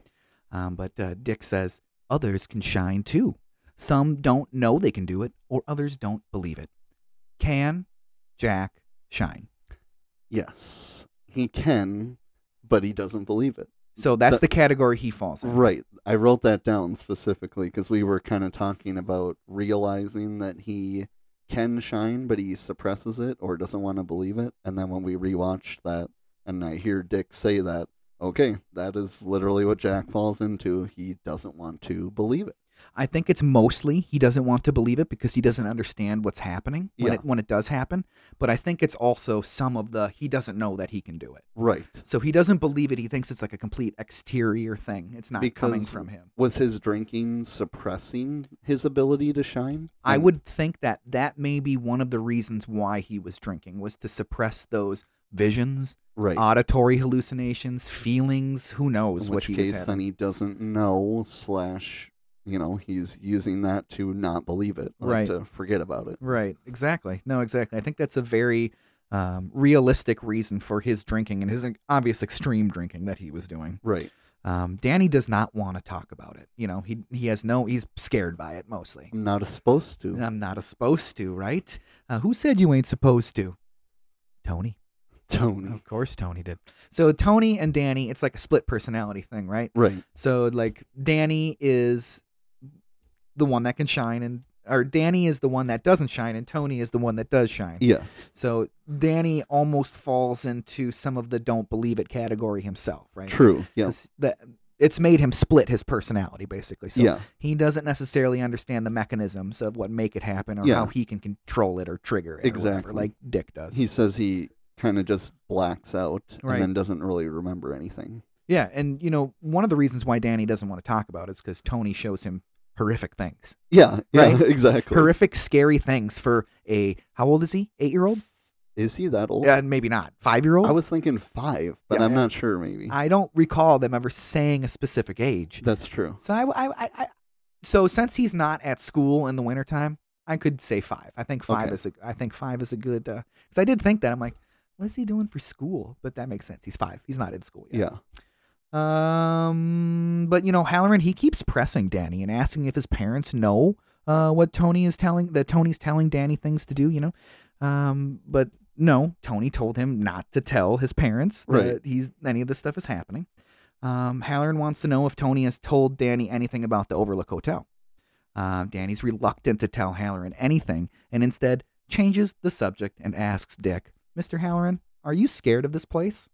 S2: Um, but uh, Dick says others can shine too. Some don't know they can do it, or others don't believe it. Can Jack shine?
S3: Yes. He can, but he doesn't believe it.
S2: So that's
S3: That-
S2: the category he falls in.
S3: Right. I wrote that down specifically because we were kind of talking about realizing that he can shine, but he suppresses it or doesn't want to believe it. And then when we rewatched that and I hear Dick say that, okay, that is literally what Jack falls into. He doesn't want to believe it.
S2: I think it's mostly he doesn't want to believe it because he doesn't understand what's happening when
S3: Yeah.
S2: it when it does happen. But I think it's also some of the he doesn't know that he can do it.
S3: Right.
S2: So he doesn't believe it. He thinks it's like a complete exterior thing. It's not coming
S3: Because-
S2: from him.
S3: Was his drinking suppressing his ability to shine?
S2: I
S3: And-
S2: would think that that may be one of the reasons why he was drinking was to suppress those visions,
S3: Right.
S2: auditory hallucinations, feelings. Who
S3: In
S2: knows what
S3: which
S2: he was
S3: case,
S2: having.
S3: then he doesn't know slash, you know, he's using that to not believe it, like,
S2: Right.
S3: To forget about it.
S2: Right. Exactly. No. Exactly. I think that's a very um, realistic reason for his drinking and his obvious extreme drinking that he was doing.
S3: Right.
S2: Um, Danny does not want to talk about it. You know, he he has no. He's scared by it mostly.
S3: I'm not supposed to.
S2: I'm not a supposed to, right? Uh, who said you ain't supposed to? Tony.
S3: Tony.
S2: Of course, Tony did. So Tony and Danny, it's like a split personality thing, right?
S3: Right.
S2: So like Danny is the one that can shine, and or Danny is the one that doesn't shine, and Tony is the one that does shine.
S3: Yes.
S2: So Danny almost falls into some of the don't believe it category himself, right?
S3: True. Yeah.
S2: 'Cause that- it's made him split his personality basically. So
S3: yeah.
S2: he doesn't necessarily understand the mechanisms of what make it happen or
S3: Yeah.
S2: how he can control it or trigger it, or whatever,
S3: Exactly.
S2: like Dick does.
S3: He says he kind of just blacks out
S2: Right.
S3: and then doesn't really remember anything.
S2: Yeah, and you know, one of the reasons why Danny doesn't want to talk about it is because Tony shows him horrific things,
S3: Yeah. Yeah.
S2: Right.
S3: *laughs* Exactly.
S2: horrific, scary things for a how old is he? Eight year old?
S3: Is he that old?
S2: Uh, maybe not. Five year
S3: I
S2: old.
S3: was thinking five, but
S2: Yeah,
S3: I'm
S2: yeah.
S3: not sure. Maybe
S2: I don't recall them ever saying a specific age.
S3: that's true.
S2: So I, I, I, I- so since he's not at school in the wintertime, I could say five. I think five
S3: Okay.
S2: is a, I think five is a good because I did think that I'm like, what is he doing for school? But that makes sense. He's five. He's not in school yet.
S3: Yeah.
S2: Um, but you know, Halloran he keeps pressing Danny and asking if his parents know uh what Tony is telling that Tony's telling Danny things to do. You know, um, but no, Tony told him not to tell his parents that
S3: Right.
S2: he's any of this stuff is happening. Um, Halloran wants to know if Tony has told Danny anything about the Overlook Hotel. Uh, Danny's reluctant to tell Halloran anything, and instead changes the subject and asks Dick, "Mr. Halloran, are you scared of this place?"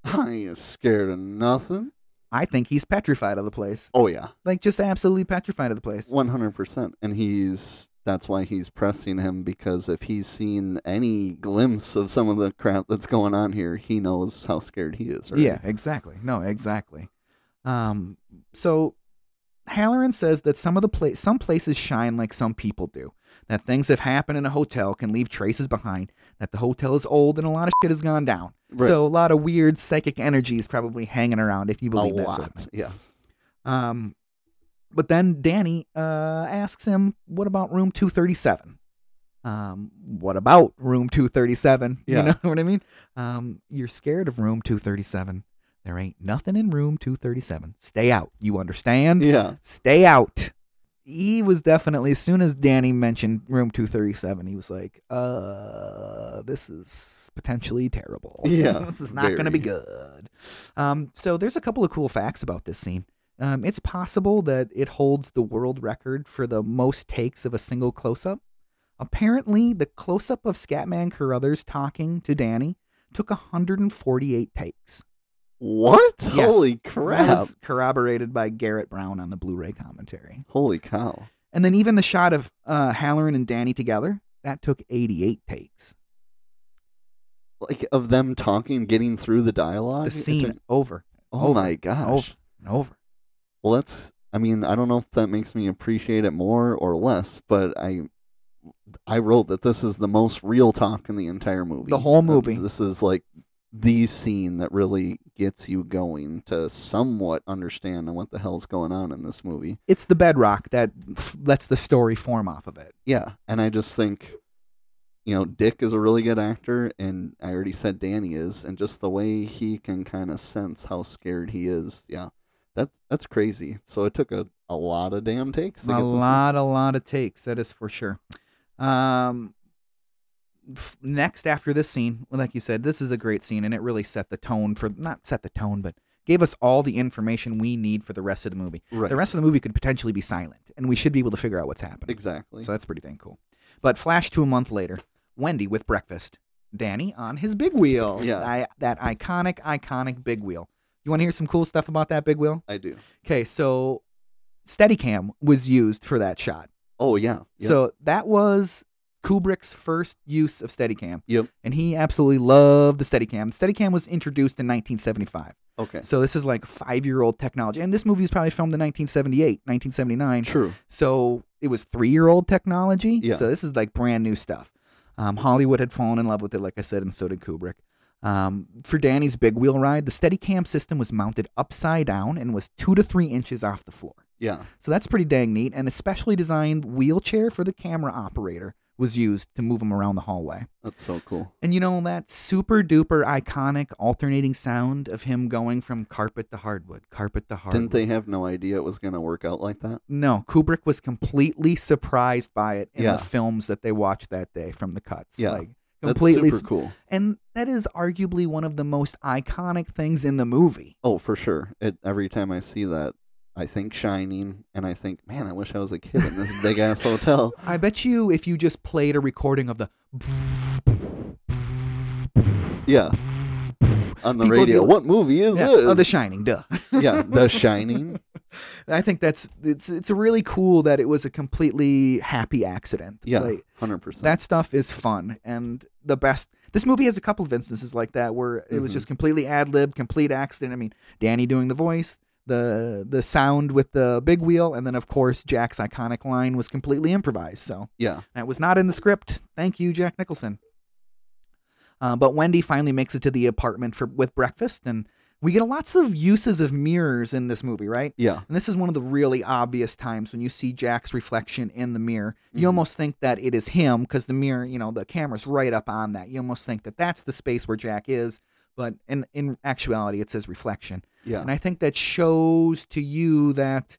S3: *laughs* I ain't scared of nothing.
S2: I think he's petrified of the place.
S3: Oh yeah.
S2: like just absolutely petrified of the place.
S3: One hundred percent, and he's that's why he's pressing him because if he's seen any glimpse of some of the crap that's going on here, he knows how scared he is. Right?
S2: Yeah, exactly. No, exactly. Um, so Halloran says that some of the pla- some places shine like some people do. That things that happen in a hotel can leave traces behind. That the hotel is old and a lot of shit has gone down.
S3: Right.
S2: So a lot of weird psychic energy is probably hanging around if you
S3: a
S2: believe that sort of thing.
S3: lot. Yes,
S2: Um, but then Danny uh, asks him, "What about room 237?" Um, what about room 237?
S3: Yeah.
S2: You know *laughs* what I mean? Um, you're scared of room 237. There ain't nothing in room 237. Stay out. You understand?
S3: yeah,
S2: Stay out. He was definitely as soon as Danny mentioned room 237, he was like, "Uh, this is potentially terrible.
S3: *laughs* Yeah,
S2: *laughs* this is not going to be good." Um, so there's a couple of cool facts about this scene. Um, it's possible that it holds the world record for the most takes of a single close-up. Apparently, the close-up of Scatman Carruthers talking to Danny took 148 takes.
S3: What?
S2: Yes.
S3: Holy
S2: That
S3: crap!
S2: was corroborated by Garrett Brown on the Blu-ray commentary.
S3: Holy cow!
S2: And then even the shot of uh, Halloran and Danny together, that took 88 takes.
S3: like of them talking, getting through the dialogue.
S2: The
S3: Oh, It
S2: scene
S3: took-
S2: over
S3: oh
S2: over
S3: my gosh.
S2: over and over.
S3: Well, that's. I mean, I don't know if that makes me appreciate it more or less, but I, I wrote that this is the most real talk in the entire movie.
S2: The whole
S3: Um,
S2: movie.
S3: This is like the scene that really gets you going to somewhat understand what the hell's going on in this movie.
S2: It's the bedrock that f- lets the story form off of it.
S3: Yeah, and I just think, you know, Dick is a really good actor, and I already said Danny is, and just the way he can kind of sense how scared he is, yeah, that's that's crazy. So it took a, a lot of damn takes. To
S2: a
S3: get this
S2: lot, a lot of takes. That is for sure. Um, f- next after this scene, like you said, this is a great scene, and it really set the tone for not set the tone, but gave us all the information we need for the rest of the movie.
S3: done. right,
S2: The rest of the movie could potentially be silent, and we should be able to figure out what's happening.
S3: exactly.
S2: So that's pretty dang cool. But flash to a month later, Wendy with breakfast, Danny on his big wheel.
S3: Yeah.
S2: I, that iconic, iconic big wheel. You want to hear some cool stuff about that big wheel?
S3: I do.
S2: Okay, so Steadicam was used for that shot.
S3: Oh yeah. Yep.
S2: So that was Kubrick's first use of Steadicam.
S3: Yep.
S2: And he absolutely loved the Steadicam. Steadicam was introduced in 1975.
S3: okay,
S2: So this is like five year old technology. And this movie was probably filmed in 1978, 1979.
S3: true.
S2: So it was three year old technology.
S3: Yeah.
S2: So this is like brand new stuff. Um, Hollywood had fallen in love with it, like I said, and so did Kubrick. Um, for Danny's big wheel ride, the Steadicam system was mounted upside down and was two to three inches off the floor.
S3: Yeah,
S2: So that's pretty dang neat. And a specially designed wheelchair for the camera operator was used to move him around the hallway.
S3: that's so cool.
S2: And you know, that super duper iconic alternating sound of him going from carpet to hardwood, carpet to hardwood.
S3: Didn't they have no idea it was gonna work out like that?
S2: No, Kubrick was completely surprised by it in
S3: Yeah.
S2: the films that they watched that day from the cuts.
S3: Yeah.
S2: Like,
S3: That's
S2: completely.
S3: super cool.
S2: And that is arguably one of the most iconic things in the movie.
S3: Oh, for sure. It, every time I see that, I think Shining, and I think, man, I wish I was a kid in this big ass hotel.
S2: I bet you if you just played a recording of the
S3: Yeah. On the
S2: People
S3: radio.
S2: do-
S3: What movie is
S2: Yeah,
S3: this?
S2: oh, The Shining, duh. *laughs*
S3: yeah, The Shining.
S2: I think that's it's it's really cool that it was a completely happy accident.
S3: Yeah,
S2: Like,
S3: hundred percent.
S2: that stuff is fun and the best. This movie has a couple of instances like that where it was
S3: Mhm.
S2: just completely ad lib, complete accident. I mean, Danny doing the voice, the the sound with the big wheel, and then of course Jack's iconic line was completely improvised. So
S3: Yeah,
S2: that was not in the script. Thank you, Jack Nicholson. Uh, but Wendy finally makes it to the apartment for with breakfast, and we get lots of uses of mirrors in this movie, right?
S3: yeah,
S2: And this is one of the really obvious times when you see Jack's reflection in the mirror. You
S3: Mhm.
S2: almost think that it is him because the mirror, you know, the camera's right up on that. You almost think that that's the space where Jack is, but in in actuality, it's his reflection.
S3: yeah.
S2: And I think that shows to you that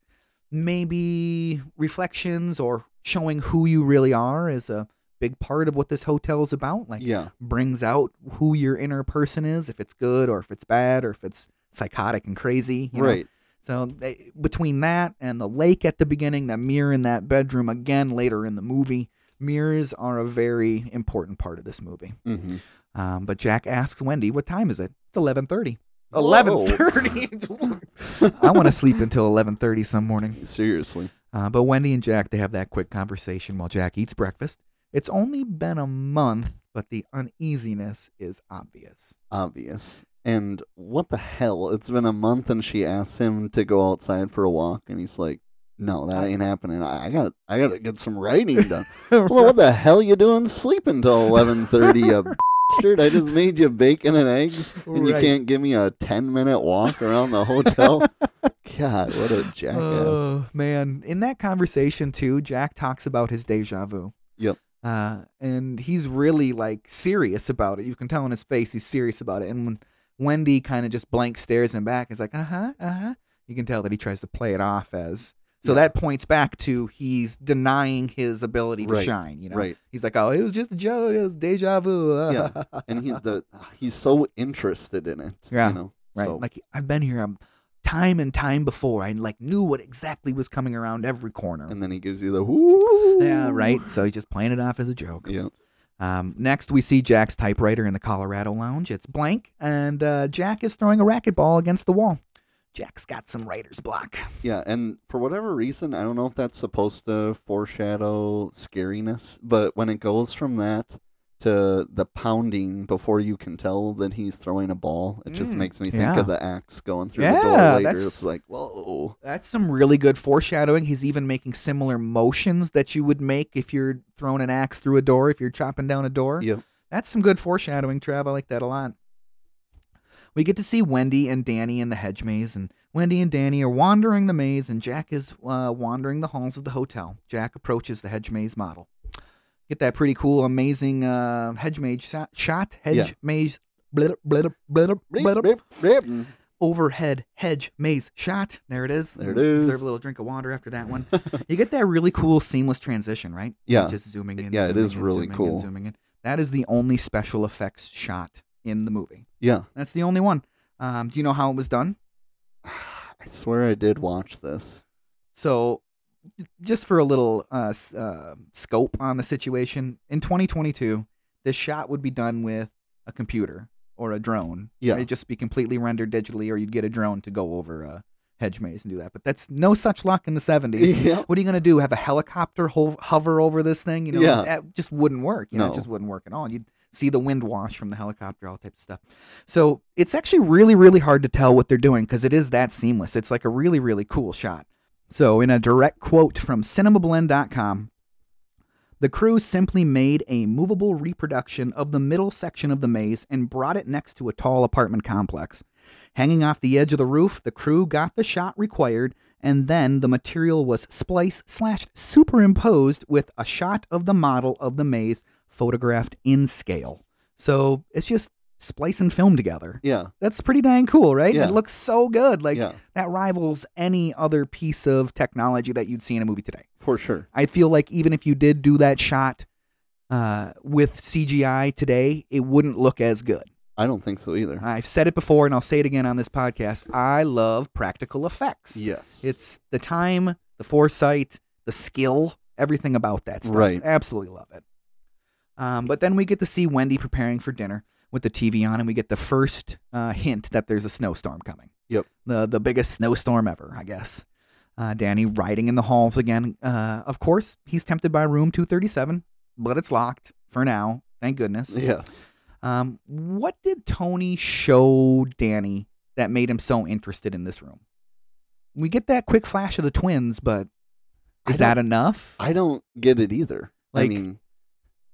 S2: maybe reflections or showing who you really are is a big part of what this hotel is about. Like
S3: yeah,
S2: brings out who your inner person is, if it's good or if it's bad or if it's psychotic and crazy. you know?
S3: right.
S2: So they, between that and the lake at the beginning, that mirror in that bedroom again later in the movie, mirrors are a very important part of this movie.
S3: hmm
S2: Um, but Jack asks Wendy, "What time is it?" It's eleven thirty.
S3: Whoa.
S2: Eleven thirty. *laughs* I want to sleep until eleven thirty some morning.
S3: Seriously.
S2: Uh, but Wendy and Jack they have that quick conversation while Jack eats breakfast. It's only been a month, but the uneasiness is obvious.
S3: Obvious. And what the hell? It's been a month and she asks him to go outside for a walk and he's like, No, that ain't happening. I, I got I gotta get some
S2: *laughs*
S3: writing done. well what the hell you doing sleeping till eleven
S2: *laughs*
S3: thirty, you bastard? I just made you bacon and eggs and you
S2: Right.
S3: can't give me a ten minute walk around
S2: *laughs*
S3: the hotel. God, what a jackass.
S2: Oh man! In that conversation too, Jack talks about his deja vu.
S3: Yep.
S2: Uh, and he's really like serious about it. You can tell in his face he's serious about it. And when Wendy kind of just blank stares him back, is like, uh huh, uh huh. You can tell that he tries to play it off as. So
S3: Yeah.
S2: that points back to he's denying his ability to
S3: Right.
S2: shine. You know,
S3: Right.
S2: he's like, "Oh, it was just a joke. It was deja vu."
S3: Yeah. And he the he's so interested in it.
S2: Yeah,
S3: You know?
S2: *laughs* right?
S3: So,
S2: Like I've been here, um time and time before. I like knew what exactly was coming around every corner.
S3: and then he gives you the whoo
S2: Yeah, right. So he's just playing it off as a joke.
S3: *laughs* Yeah.
S2: Um, next, we see Jack's typewriter in the Colorado Lounge. It's blank, and uh, Jack is throwing a racquetball against the wall. Jack's got some writer's block.
S3: Yeah, and for whatever reason, I don't know if that's supposed to foreshadow scariness, but when it goes from that to the pounding before you can tell that he's throwing a ball. It just
S2: Mm,
S3: makes me think
S2: yeah.
S3: of the axe going through the
S2: Yeah,
S3: door later.
S2: that's-
S3: It's like, whoa.
S2: That's some really good foreshadowing. He's even making similar motions that you would make if you're throwing an axe through a door, if you're chopping down a door.
S3: Yep.
S2: That's some good foreshadowing, Trav. I like that a lot. We get to see Wendy and Danny in the hedge maze, and Wendy and Danny are wandering the maze, and Jack is uh, wandering the halls of the hotel. Jack approaches the hedge maze model. Get that pretty cool, amazing uh, hedge maze shot. shot hedge
S3: Yeah.
S2: maze. Blip, blip, blip, blip,
S3: Rip, rip,
S2: Mm.
S3: rip.
S2: overhead hedge maze shot. There it is.
S3: There it is.
S2: Serve a little drink of water after that one. *laughs* you get that really cool seamless transition, right?
S3: Yeah.
S2: Just zooming in.
S3: Yeah, it
S2: zooming
S3: is
S2: in,
S3: really
S2: zooming in,
S3: cool.
S2: zooming in. That is the only special effects shot in the movie.
S3: Yeah. *sighs*
S2: That's the only one. Um, do you know how it was done?
S3: I swear I did watch this.
S2: So, j- just for a little uh, s- uh, scope on the situation, in 2022, this shot would be done with a computer or a drone.
S3: Yeah.
S2: It'd just be completely rendered digitally, or you'd get a drone to go over a hedge maze and do that. But that's no such luck in the
S3: *laughs*
S2: 70s.
S3: Yeah.
S2: What are you going to do? Have a helicopter ho- hover over this thing? You know,
S3: Yeah.
S2: that just wouldn't work. You know,
S3: No.
S2: it just wouldn't work at all. You'd see the wind wash from the helicopter, all types of stuff. So it's actually really, really hard to tell what they're doing because it is that seamless. It's like a really, really cool shot. So, in a direct quote from cinemablend.com, the crew simply made a movable reproduction of the middle section of the maze and brought it next to a tall apartment complex. Hanging off the edge of the roof, the crew got the shot required, and then the material was spliced slash superimposed with a shot of the model of the maze photographed in scale. So it's just splice and film together.
S3: Yeah.
S2: That's pretty dang cool, right?
S3: Yeah.
S2: It looks so good. Like
S3: yeah.
S2: that rivals any other piece of technology that you'd see in a movie today.
S3: For sure.
S2: I feel like even if you did do that shot uh, with CGI today, it wouldn't look as good.
S3: I don't think so either.
S2: I've said it before and I'll say it again on this podcast. I love practical effects.
S3: yes.
S2: It's the time, the foresight, the skill, everything about that stuff.
S3: Right.
S2: Absolutely love it. Um, but then we get to see Wendy preparing for dinner with the TV on, and we get the first uh, hint that there's a snowstorm coming.
S3: Yep.
S2: The the biggest snowstorm ever, I guess. Uh, Danny riding in the halls again. Uh, of course, he's tempted by room 237, but it's locked for now. Thank goodness.
S3: yes.
S2: Um, what did Tony show Danny that made him so interested in this room? We get that quick flash of the twins, but
S3: I
S2: is that enough?
S3: I don't get it either. I
S2: Like-
S3: mean,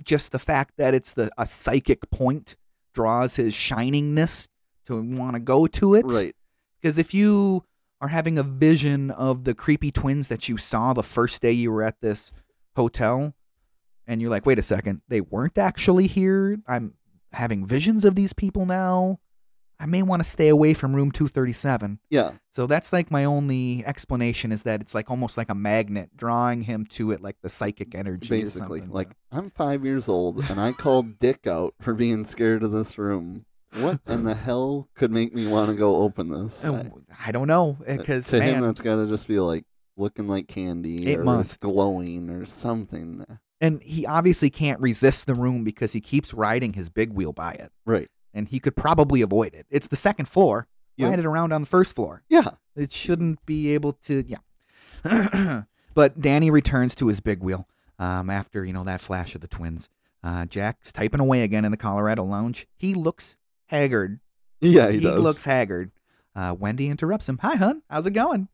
S2: Just the fact that it's the a psychic point draws his shiningness to want to go to it.
S3: right.
S2: Because if you are having a vision of the creepy twins that you saw the first day you were at this hotel, and you're like, wait a second, they weren't actually here. I'm having visions of these people now. I may want to stay away from room 237.
S3: Yeah.
S2: So that's like my only explanation is that it's like almost like a magnet drawing him to it, like the psychic energy. or
S3: basically.
S2: something.
S3: Like, I'm five years old and I called Dick out for being scared of this room. What in the hell could make me want to go open this?
S2: So-
S3: I-
S2: I don't know eh,
S3: uh,
S2: because
S3: to him, that's got to just be like looking like candy
S2: It
S3: or
S2: must.
S3: glowing or something.
S2: and he obviously can't resist the room because he keeps riding his big wheel by it.
S3: Right.
S2: and he could probably avoid it. It's the second floor.
S3: Yeah.
S2: Ride it around on the first floor.
S3: Yeah.
S2: It shouldn't be able to. Yeah. *clears throat* but Danny returns to his big wheel um, after you know that flash of the twins. Uh, Jack's typing away again in the Colorado Lounge. He looks haggard.
S3: Yeah, he, does.
S2: looks haggard. Uh, Wendy interrupts him. Hi, hun. How's it going?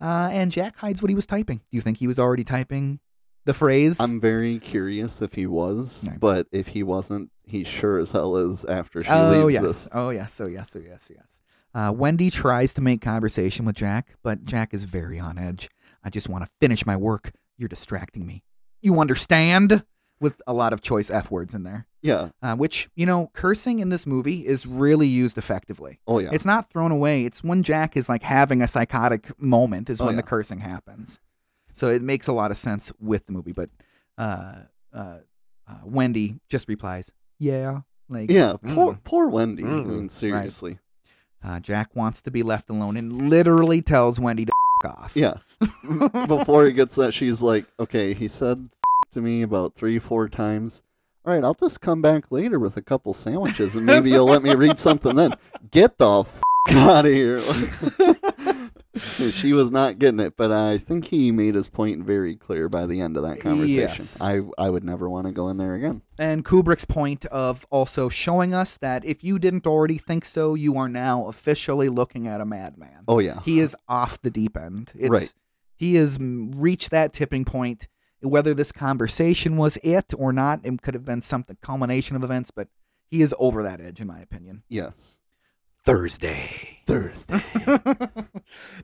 S2: Uh, and Jack hides what he was typing. Do you think he was already typing the phrase?
S3: I'm very curious if he was,
S2: Right.
S3: but if he wasn't, he sure as hell is after she
S2: oh
S3: leaves
S2: yes.
S3: us.
S2: Oh yes. Oh yes. Oh yes. Yes. Uh, Wendy tries to make conversation with Jack, but Jack is very on edge. I just want to finish my work. You're distracting me. You understand? With a lot of choice f words in there,
S3: Yeah.
S2: uh, which you know, cursing in this movie is really used effectively.
S3: Oh yeah.
S2: It's not thrown away. It's when Jack is like having a psychotic moment is
S3: Oh,
S2: when the
S3: yeah.
S2: cursing happens. So it makes a lot of sense with the movie. But uh, uh, uh, Wendy just replies, "Yeah." Like
S3: yeah. Poor,
S2: Mm.
S3: poor Wendy. I
S1: Mm.
S3: mean, seriously.
S2: Uh, Jack wants to be left alone and literally tells Wendy to f- off.
S3: Yeah. Before he gets that, she's like, okay, he said to me about three, four times. All right, I'll just come back later with a couple sandwiches and maybe you'll let me read something then. Get the f out of here. she was not getting it, but I think he made his point very clear by the end of that conversation.
S2: Yes.
S3: I, I would never want to go in there again.
S2: And Kubrick's point of also showing us that if you didn't already think so, you are now officially looking at a madman.
S3: Oh, yeah.
S2: He is off the deep end. It's,
S3: Right.
S2: He has m- reached that tipping point. Whether this conversation was it or not, it could have been something culmination of events, but he is over that edge, in my
S3: *laughs*
S2: opinion.
S3: yes.
S2: Thursday.
S3: Thursday.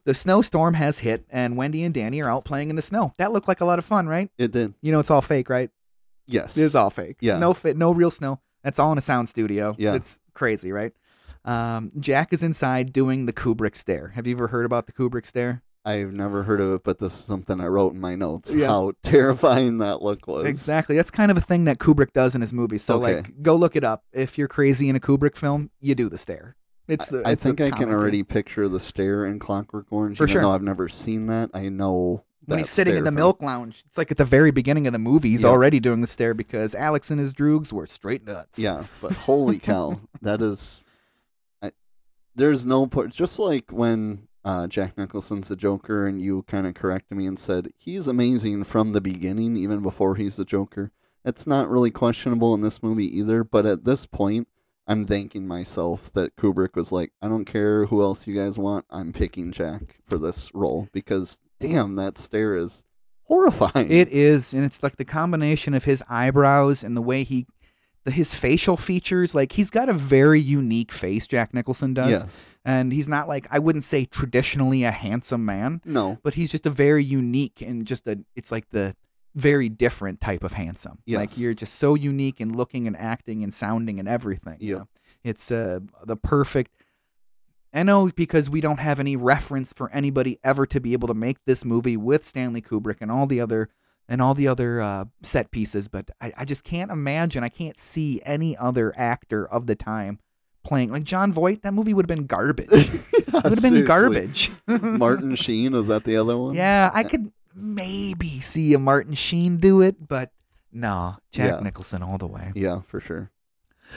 S2: the snowstorm has hit, and Wendy and Danny are out playing in the snow. That looked like a lot of fun, right?
S3: It did.
S2: You know, it's all fake, right?
S3: Yes.
S2: It is all fake.
S3: Yeah.
S2: No fit, no real snow. That's all in a sound studio.
S3: Yeah.
S2: It's crazy, right? Um, Jack is inside doing the Kubrick stare. Have you ever heard about the Kubrick stare?
S3: I've never heard of it, but this is something I wrote in my notes.
S2: Yeah.
S3: How *laughs* terrifying that look was.
S2: Exactly. That's kind of a thing that Kubrick does in his movies. So
S3: Okay.
S2: like go look it up. If you're crazy in a Kubrick film, you do the stare. It's the,
S3: I
S2: it's a
S3: think I
S2: common
S3: can
S2: thing.
S3: already picture the stare in Clockwork Orange.
S2: For
S3: even
S2: sure.
S3: though I've never seen that. I know
S2: when he's
S3: that
S2: sitting
S3: stare
S2: in the
S3: from-
S2: milk lounge, it's like at the very beginning of the movie, he's
S3: Yeah.
S2: already doing the stare because Alex and his droogs were straight nuts.
S3: Yeah, but
S2: *laughs*
S3: holy cow, that is. I, there's no part. Just like when uh, Jack Nicholson's the Joker, and you kind of corrected me and said he's amazing from the beginning, even before he's the Joker. It's not really questionable in this movie either. But at this point, I'm thanking myself that Kubrick was like, I don't care who else you guys want. I'm picking Jack for this role because damn, that stare is horrifying.
S2: It is, and it's like the combination of his eyebrows and the way he, the, his facial features. Like he's got a very unique face. Jack Nicholson does,
S3: Yes.
S2: and he's not like I wouldn't say traditionally a handsome man,
S3: No.
S2: but he's just a very unique and just a. It's like the very different type of handsome. Like
S3: Yes.
S2: you're just so unique in looking and acting and sounding and everything. you
S3: Yeah.
S2: know? it's uh, the perfect. I know because we don't have any reference for anybody ever to be able to make this movie with Stanley Kubrick and all the other and all the other uh, set pieces, but I, I just can't imagine. I can't see any other actor of the time playing like John Voight. That movie would have been
S3: *laughs*
S2: garbage. *laughs* it would have been garbage. *laughs*
S3: Martin Sheen is that the other one?
S2: Yeah, I could maybe see a Martin Sheen do it, but no, Jack
S3: Yeah.
S2: Nicholson all the way.
S3: Yeah, for sure.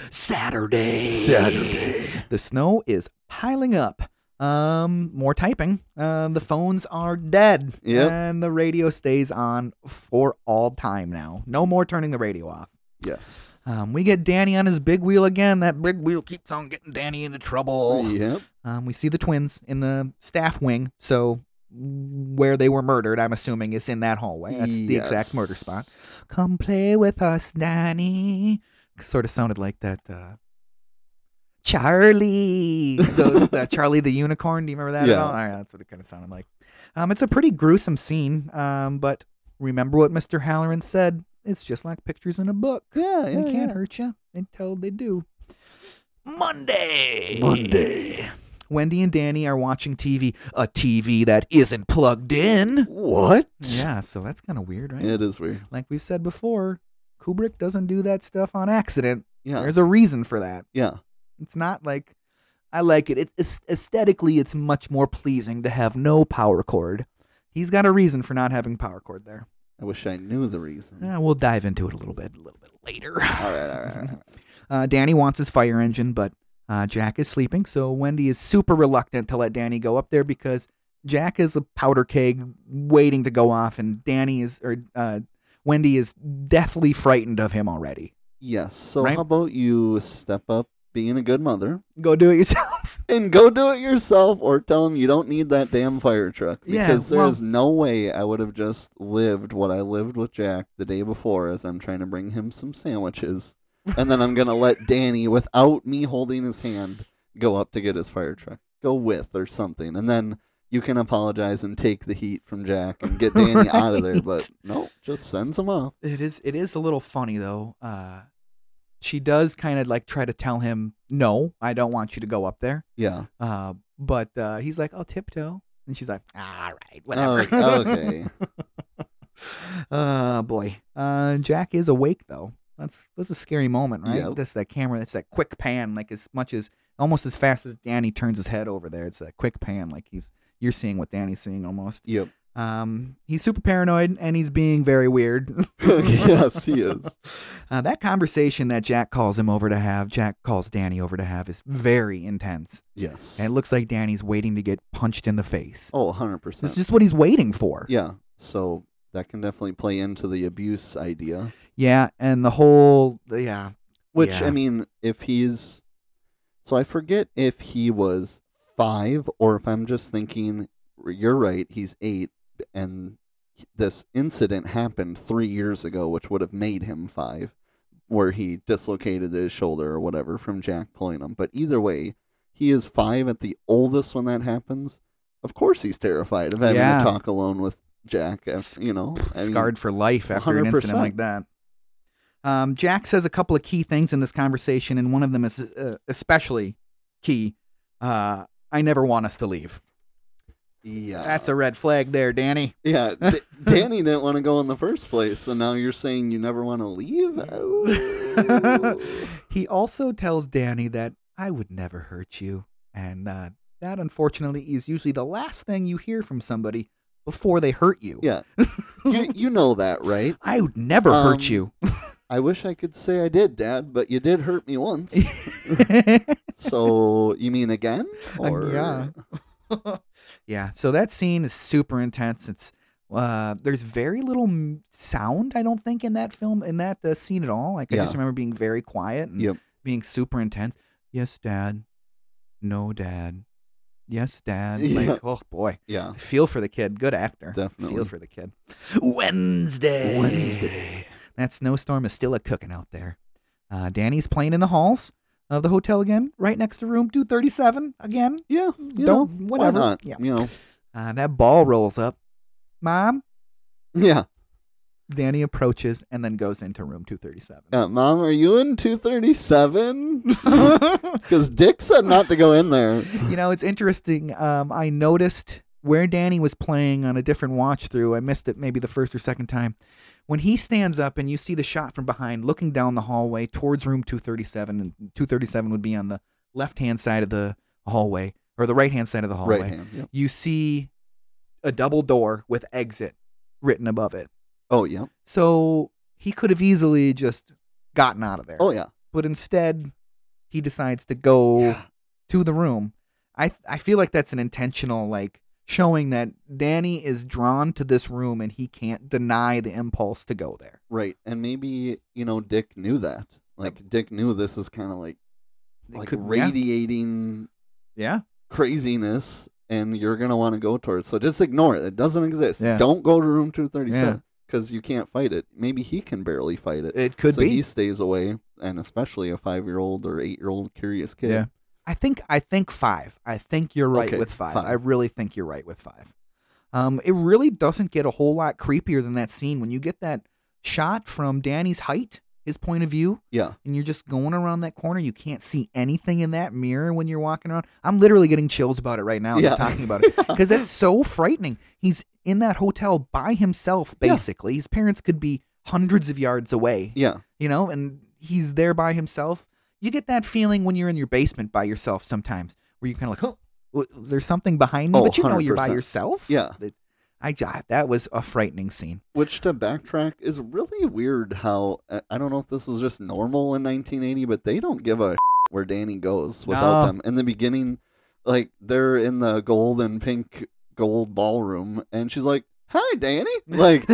S2: Saturday. The snow is piling up. Um, more typing. Uh, the phones are dead.
S3: Yep.
S2: And the radio stays on for all time now. No more turning the radio off.
S3: Yes.
S2: Um, we get Danny on his big wheel again. That big wheel keeps on getting Danny into trouble.
S3: Yep.
S2: Um, we see the twins in the staff wing. So where they were murdered, I'm assuming, is in that hallway. That's the exact
S3: Yes.
S2: murder spot. Come play with us, Danny. Sort of sounded like that. Uh,
S3: *laughs*
S2: Charlie, Those, the Charlie the Unicorn. Do you remember that at
S3: Yeah.
S2: all? All right, that's what it kind of sounded like. Um, it's a pretty gruesome scene. Um, but remember what Mr. Halloran said. It's just like pictures in a book.
S3: Yeah,
S2: They can't hurt you until they do. Monday.
S3: Monday.
S2: Wendy and Danny are watching TV, a TV that isn't plugged in.
S3: What?
S2: Yeah, so that's kind of weird, right?
S3: It is weird.
S2: Like we've said before, Kubrick doesn't do that stuff on accident.
S3: Yeah.
S2: There's a reason for that.
S3: yeah.
S2: It's not like I like it. It it's- aesthetically it's much more pleasing to have no power cord. He's got a reason for not having power cord there.
S3: I wish I knew the reason.
S2: Yeah, we'll dive into it a little bit a little bit later.
S3: All right, all right, all right.
S2: *laughs* Uh, Danny wants his fire engine, but uh, Jack is sleeping, so Wendy is super reluctant to let Danny go up there because Jack is a powder keg waiting to go off, and Danny is or uh, Wendy is deathly frightened of him already.
S3: Yes. So
S2: Right?
S3: how about you step up being a good mother
S2: Go do it yourself. *laughs*
S3: and go do it yourself or tell him you don't need that damn fire truck
S2: Yeah,
S3: because there
S2: well-
S3: is no way I would have just lived what I lived with Jack the day before as I'm trying to bring him some sandwiches and then I'm
S2: *laughs*
S3: going to let Danny without me holding his hand go up to get his fire truck go with or something and then you can apologize and take the heat from Jack and get
S2: *laughs*
S3: Danny out of there
S2: Right.
S3: but no just sends him off
S2: it is it is a little funny though. Uh, she does kind of like try to tell him, "No, I don't want you to go up there."
S3: yeah
S2: Uh, but uh, he's like, "I'll tiptoe," and she's like, "All right,
S3: Oh,
S2: whatever."
S3: okay
S2: Oh boy. Uh, Jack is awake though. That's that's a scary moment, right?
S3: Yep.
S2: That's that camera. That's that quick pan, like as much as almost *laughs* as fast as Danny turns his head over there. It's that quick pan, like he's you're seeing what Danny's seeing almost.
S3: yep *laughs*
S2: Um, he's super paranoid and he's being very weird. *laughs*
S3: yes, he is.
S2: Uh, that conversation that Jack calls him over to have, Jack calls Danny over to have, is very intense.
S3: Yes.
S2: And it looks like Danny's waiting to get punched in the face.
S3: oh, 100%.
S2: It's just what he's waiting for.
S3: yeah. So that can definitely play into the abuse idea.
S2: Yeah, and the whole yeah,
S3: Which,
S2: Yeah.
S3: I mean, if he's. So I forget if he was five or if I'm just thinking, you're right, he's eight, and this incident happened three years ago, which would have made him five, where he dislocated his shoulder or whatever from Jack pulling him. But either way, he is five at the oldest when that happens. Of course, he's terrified of having
S2: Yeah.
S3: to talk alone with Jack. af-
S2: S-
S3: You know, I mean,
S2: scarred for life after an incident
S3: 100%.
S2: like that. Um, Jack says a couple of key things in this conversation, and one of them is uh, especially key. Uh, I never want us to leave.
S3: yeah,
S2: That's a red flag there, Danny. *laughs*
S3: yeah. D- Danny didn't want to go in the first place, so now you're saying you never want
S2: *laughs*
S3: to leave. Oh.
S2: he also tells Danny that I would never hurt you, and uh, that unfortunately is usually the last thing you hear from somebody before they hurt you.
S3: yeah, you you know that, right?
S2: I would never hurt
S3: Um,
S2: you.
S3: I wish I could say I did, Dad, but you did hurt
S2: *laughs*
S3: me once. *laughs* so you mean again?
S2: Like,
S3: Or
S2: Uh, yeah. *laughs* yeah. So that scene is super intense. It's uh, there's very little m- sound, I don't think, in that film, in that uh, scene at all. Like I just
S3: Yeah.
S2: remember being very quiet and
S3: Yep.
S2: being super intense. Yes, Dad. No, Dad. Yes, Dad.
S3: *laughs* Yeah.
S2: Like, oh boy,
S3: yeah,
S2: I feel for the kid. Good actor.
S3: definitely.
S2: Feel for the kid. Wednesday.
S3: Wednesday.
S2: That snowstorm is still a cooking out there. Uh, Danny's playing in the halls of the hotel again, right next to room 237 again.
S3: Yeah, you know,
S2: Don't-
S3: why
S2: whatever.
S3: not?
S2: Yeah.
S3: You know,
S2: Uh, that ball rolls up. Mom,
S3: yeah.
S2: Danny approaches and then goes into room 237.
S3: Uh, Mom, are you in two
S2: *laughs*
S3: thirty *laughs* seven? Because Dick said not to go in there.
S2: you know, it's interesting. Um, I noticed where Danny was playing on a different watch through. I missed it maybe the first or second time. When he stands up and you see the shot from behind looking down the hallway towards room 237, and 237 would be on the left hand side of the hallway or the right hand side of the hallway.
S3: Right hand. Yep.
S2: You see a double door with exit written above it.
S3: Oh yeah.
S2: So he could have easily just gotten out of there.
S3: Oh yeah.
S2: But instead, he decides to go
S3: Yeah.
S2: to the room. I I feel like that's an intentional like showing that Danny is drawn to this room and he can't deny the impulse to go there.
S3: Right. And maybe you know Dick knew that. Like Dick knew this is kind of like
S2: It
S3: like
S2: could-
S3: radiating
S2: Yeah.
S3: craziness, and you're gonna want to go towards. So just ignore it. It doesn't exist.
S2: Yeah.
S3: Don't go to room two thirty
S2: Yeah.
S3: seven because you can't fight it. Maybe he can barely fight it.
S2: yeah. It could
S3: so
S2: be.
S3: he stays away, and especially a five year old or eight year old curious kid.
S2: Yeah. I think I think 5. I think you're right
S3: Okay,
S2: with 5.
S3: five.
S2: I really think you're right with 5. Um it really doesn't get a whole lot creepier than that scene when you get that shot from Danny's height, his point of view,
S3: Yeah.
S2: and you're just going around that corner. You can't see anything in that mirror when you're walking around. I'm literally getting chills about it right now.
S3: Yeah.
S2: Just talking about
S3: *laughs*
S2: it because that's so frightening. He's in that hotel by himself,
S3: Yeah.
S2: basically. His parents could be hundreds of yards away,
S3: Yeah.
S2: you know, and he's there by himself. You get that feeling when you're in your basement by yourself sometimes, where you're kind of like, oh, w- is there something behind me?
S3: Oh,
S2: but you know, you're by
S3: 100%.
S2: yourself.
S3: Yeah.
S2: It- I j- that was a frightening scene.
S3: Which to backtrack is really weird. How I- I don't know if this was just normal in 1980, but they don't give a *laughs* where Danny goes without
S2: No.
S3: them. In the beginning, like they're in the gold and pink gold ballroom, and she's like, "Hi, Danny!"
S2: *laughs*
S3: Like,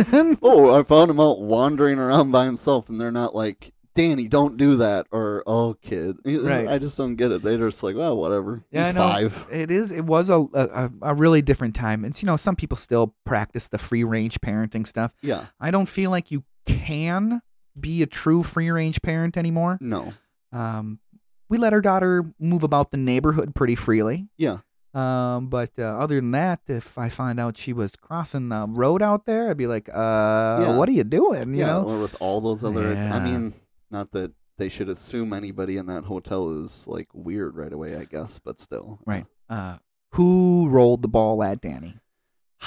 S3: oh, I found him out wandering around by himself, and they're not like, "Danny, don't do that," or "Oh, kid." *laughs*
S2: Right.
S3: I just don't get it. They're just like, "Well, whatever."
S2: Yeah, I
S3: He's
S2: know.
S3: five.
S2: It is. It was a, a a really different time. It's you know some people still practice the free range parenting stuff.
S3: Yeah.
S2: I don't feel like you can be a true free range parent anymore.
S3: No.
S2: Um, we let our daughter move about the neighborhood pretty freely.
S3: Yeah.
S2: Um, but uh, other than that, if I find out she was crossing the road out there, I'd be like, uh, what are you doing? You
S3: yeah,
S2: know.
S3: or with all those other. I
S2: Yeah.
S3: mean, not that they should assume anybody in that hotel is like weird right away, I guess, but still.
S2: Right. Uh, who rolled the ball at Danny?
S3: *sighs*
S2: *sighs*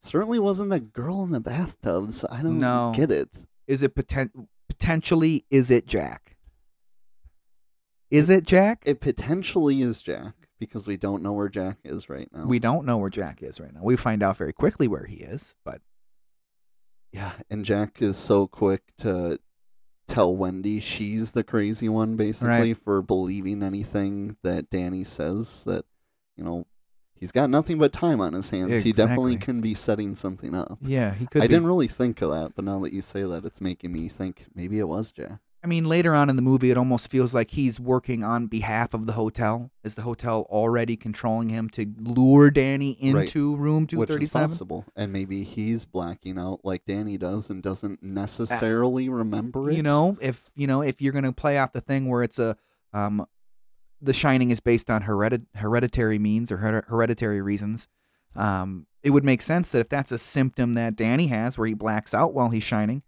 S3: Certainly wasn't the girl in the bathtub, so I don't
S2: No.
S3: get it.
S2: Is it poten- potentially? Is it Jack? Is it Jack?
S3: It potentially is Jack because we don't know where Jack is right now.
S2: We don't know where Jack is right now. We find out very quickly where he is, but
S3: yeah, and Jack is so quick to tell Wendy she's the crazy one basically for believing anything that Danny says that you know he's got nothing but time on his hands. He
S2: Exactly.
S3: definitely can be setting something up.
S2: yeah, he could.
S3: I
S2: be.
S3: didn't really think of that, but now that you say that, it's making me think maybe it was Jack.
S2: I mean, later on in the movie, it almost feels like he's working on behalf of the hotel. Is the hotel already controlling him to lure Danny
S3: Right.
S2: into room
S3: Which is
S2: 237?
S3: possible, and maybe he's blacking out like Danny does, and doesn't necessarily remember it.
S2: Ah. You know, if you know if you're gonna play off the thing where it's a, um, The Shining is based on heredit- hereditary means or her- hereditary reasons. Um, it would make sense that if that's a symptom that Danny has, where he blacks out while he's shining,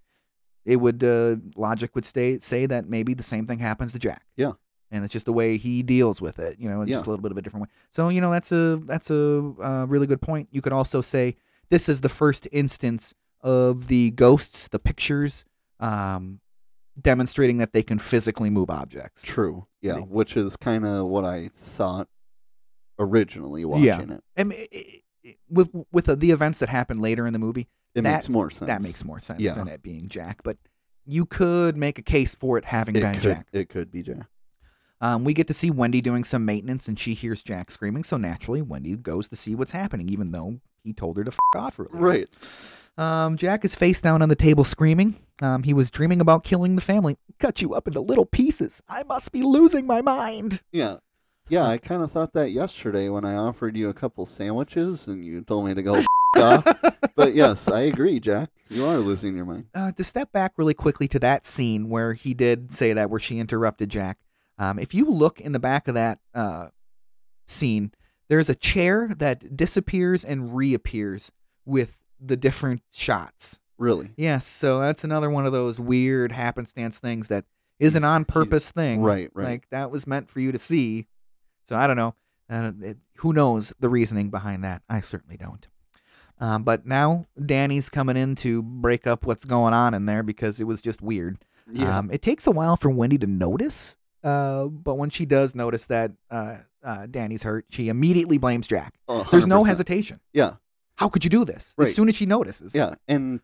S2: it would uh, logic would stay say that maybe the same thing happens to Jack.
S3: Yeah.
S2: And it's just the way he deals with it, you know, it's just a
S3: Yeah.
S2: little bit of a different way. So you know that's a that's a uh, really good point. You could also say this is the first instance of the ghosts, the pictures, um, demonstrating that they can physically move objects.
S3: True. Yeah,
S2: They-
S3: which is kind of what I thought originally watching
S2: Yeah.
S3: it.
S2: And it- it- it- with with uh, the events that happened later in the movie,
S3: It
S2: That-
S3: makes more sense.
S2: that makes more sense
S3: Yeah.
S2: than it being Jack. But you could make a case for it having
S3: it
S2: been
S3: could,
S2: Jack.
S3: It could be Jack.
S2: Um, we get to see Wendy doing some maintenance, and she hears Jack screaming. So naturally, Wendy goes to see what's happening, even though he told her to f- off earlier.
S3: Right.
S2: Um, Jack is face down on the table screaming. Um, he was dreaming about killing the family. Cut you up into little pieces. I must be losing my mind.
S3: Yeah. Yeah, I kind of thought that yesterday when I offered you a couple sandwiches and you told me to go f-
S2: *laughs*
S3: off. But yes, I agree, Jack. You are losing your mind.
S2: uh, to step back really quickly to that scene where he did say that, where she interrupted Jack. Um, if you look in the back of that uh, scene, there's a chair that disappears and reappears with the different shots.
S3: Really.
S2: Yes, so that's another one of those weird happenstance things that is an
S3: He's-
S2: on purpose thing.
S3: Right, right.
S2: Like that was meant for you to see. So I don't know. Uh, it- who knows the reasoning behind that? I certainly don't. Um, but now Danny's coming in to break up what's going on in there because it was just weird.
S3: yeah.
S2: Um, it takes a while for Wendy to notice, uh, but when she does notice that uh, uh, Danny's hurt, she immediately blames Jack.
S3: Oh,
S2: There's no
S3: 100%.
S2: hesitation.
S3: Yeah.
S2: How could you do this?
S3: Right.
S2: As soon as she notices.
S3: Yeah, and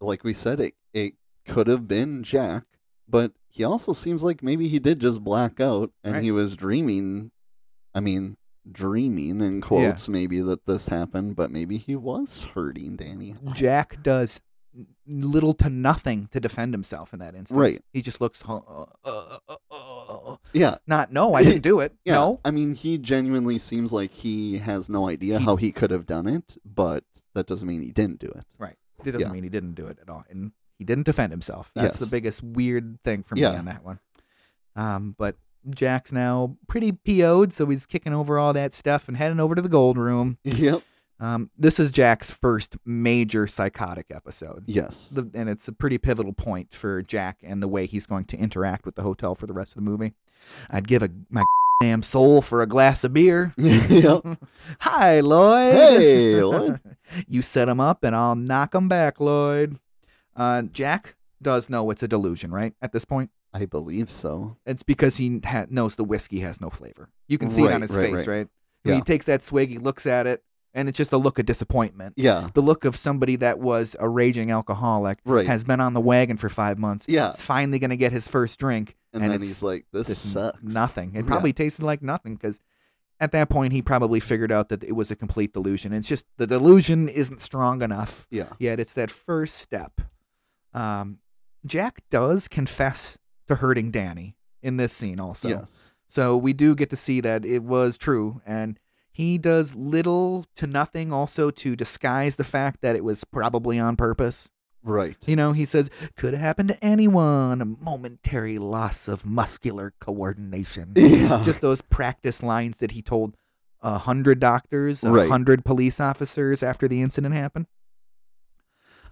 S3: like we said, it it could have been Jack, but he also seems like maybe he did just black out and
S2: Right.
S3: he was dreaming. I mean, dreaming in quotes, maybe that this happened, but maybe he was hurting Danny.
S2: Jack does n- little to nothing to defend himself in that instance.
S3: Right.
S2: He just looks, uh, uh, uh, uh,
S3: Yeah,
S2: not, no, I didn't do it.
S3: *laughs* yeah.
S2: No.
S3: I mean, he genuinely seems like he has no idea how he could have done it, but that doesn't mean he didn't do
S2: *laughs*
S3: it.
S2: It doesn't
S3: Yeah.
S2: mean he didn't do it at all. And he didn't defend himself. That's the
S3: Yes.
S2: biggest weird thing for me
S3: Yeah.
S2: on that one. Um, but Jack's now pretty PO'd, so he's kicking over all that stuff and heading over to the gold room.
S3: Yep.
S2: Um, this is Jack's first major psychotic episode.
S3: Yes.
S2: the, and it's a pretty pivotal point for Jack and the way he's going to interact with the hotel for the rest of the movie. I'd give a my *laughs* damn soul for a glass of beer.
S3: *laughs* yep.
S2: *laughs* Hi, Lloyd. *laughs*
S3: Hey, Lloyd.
S2: you set him up, and I'll knock him back, Lloyd. Uh, Jack does know it's a delusion, right? At this point,
S3: I believe so.
S2: it's because he ha- knows the whiskey has no flavor. You can see it on
S3: Right,
S2: his
S3: right,
S2: face, right?
S3: right.
S2: When
S3: Yeah.
S2: he takes that swig, he looks at it, and it's just a look of disappointment.
S3: Yeah.
S2: The look of somebody that was a raging alcoholic
S3: Right.
S2: has been on the wagon for five months.
S3: Yeah.
S2: He's finally going to get his first drink.
S3: and, then
S2: it's
S3: he's like, "This
S2: just
S3: sucks."
S2: Nothing. It
S3: Yeah.
S2: probably tasted like nothing because at that point he probably figured out that it was a complete delusion. It's just the delusion isn't strong enough
S3: Yeah,
S2: yet. It's that first step. Um, Jack does confess to hurting Danny in this scene also.
S3: yes,
S2: So we do get to see that it was true. And he does little to nothing also to disguise the fact that it was probably on purpose.
S3: right.
S2: You know, he says, could have happened to anyone. A momentary loss of muscular coordination.
S3: *laughs* Yeah,
S2: Just those practice lines that he told a hundred doctors, a
S3: Right.
S2: hundred police officers after the incident happened.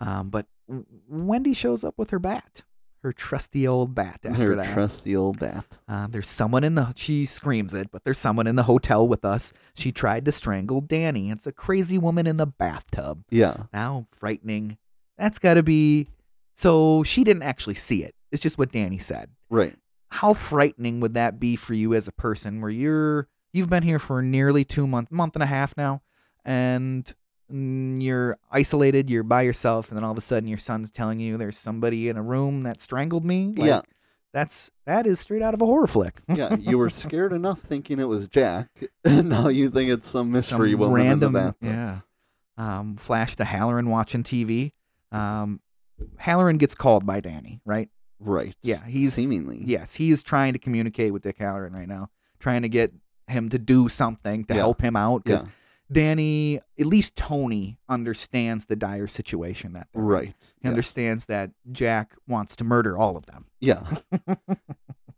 S2: Um, but W- Wendy shows up with her bat, her trusty old bat. After
S3: her
S2: that,
S3: trusty old bat.
S2: um, there's someone in the. She screams it, but there's someone in the hotel with us. She tried to strangle Danny. It's a crazy woman in the bathtub
S3: Yeah,
S2: now frightening. That's got to be. So she didn't actually see it. It's just what Danny said.
S3: right.
S2: How frightening would that be for you as a person where you're You've been here for nearly two month, month and a half now, and mm, you're isolated. You're by yourself, and then all of a sudden, your son's telling you there's somebody in a room that strangled me. Like, *laughs*
S3: yeah,
S2: that's that is straight out of a horror flick.
S3: yeah. You were scared enough thinking it was Jack, *laughs* and now you think it's some mystery
S2: Some
S3: woman
S2: random,
S3: in the bathroom.
S2: yeah. Um, flash to Halloran watching TV. Um, Halloran gets called by Danny, right?
S3: Right.
S2: Yeah, he's-
S3: seemingly.
S2: Yes, he is trying to communicate with Dick Halloran right now, trying to get him to do something to
S3: Yeah.
S2: help him out
S3: Yeah.
S2: because Danny, at least Tony, understands the dire situation that they're in.
S3: Right.
S2: He
S3: yeah.
S2: understands that Jack wants to murder all of them. *laughs*
S3: Yeah.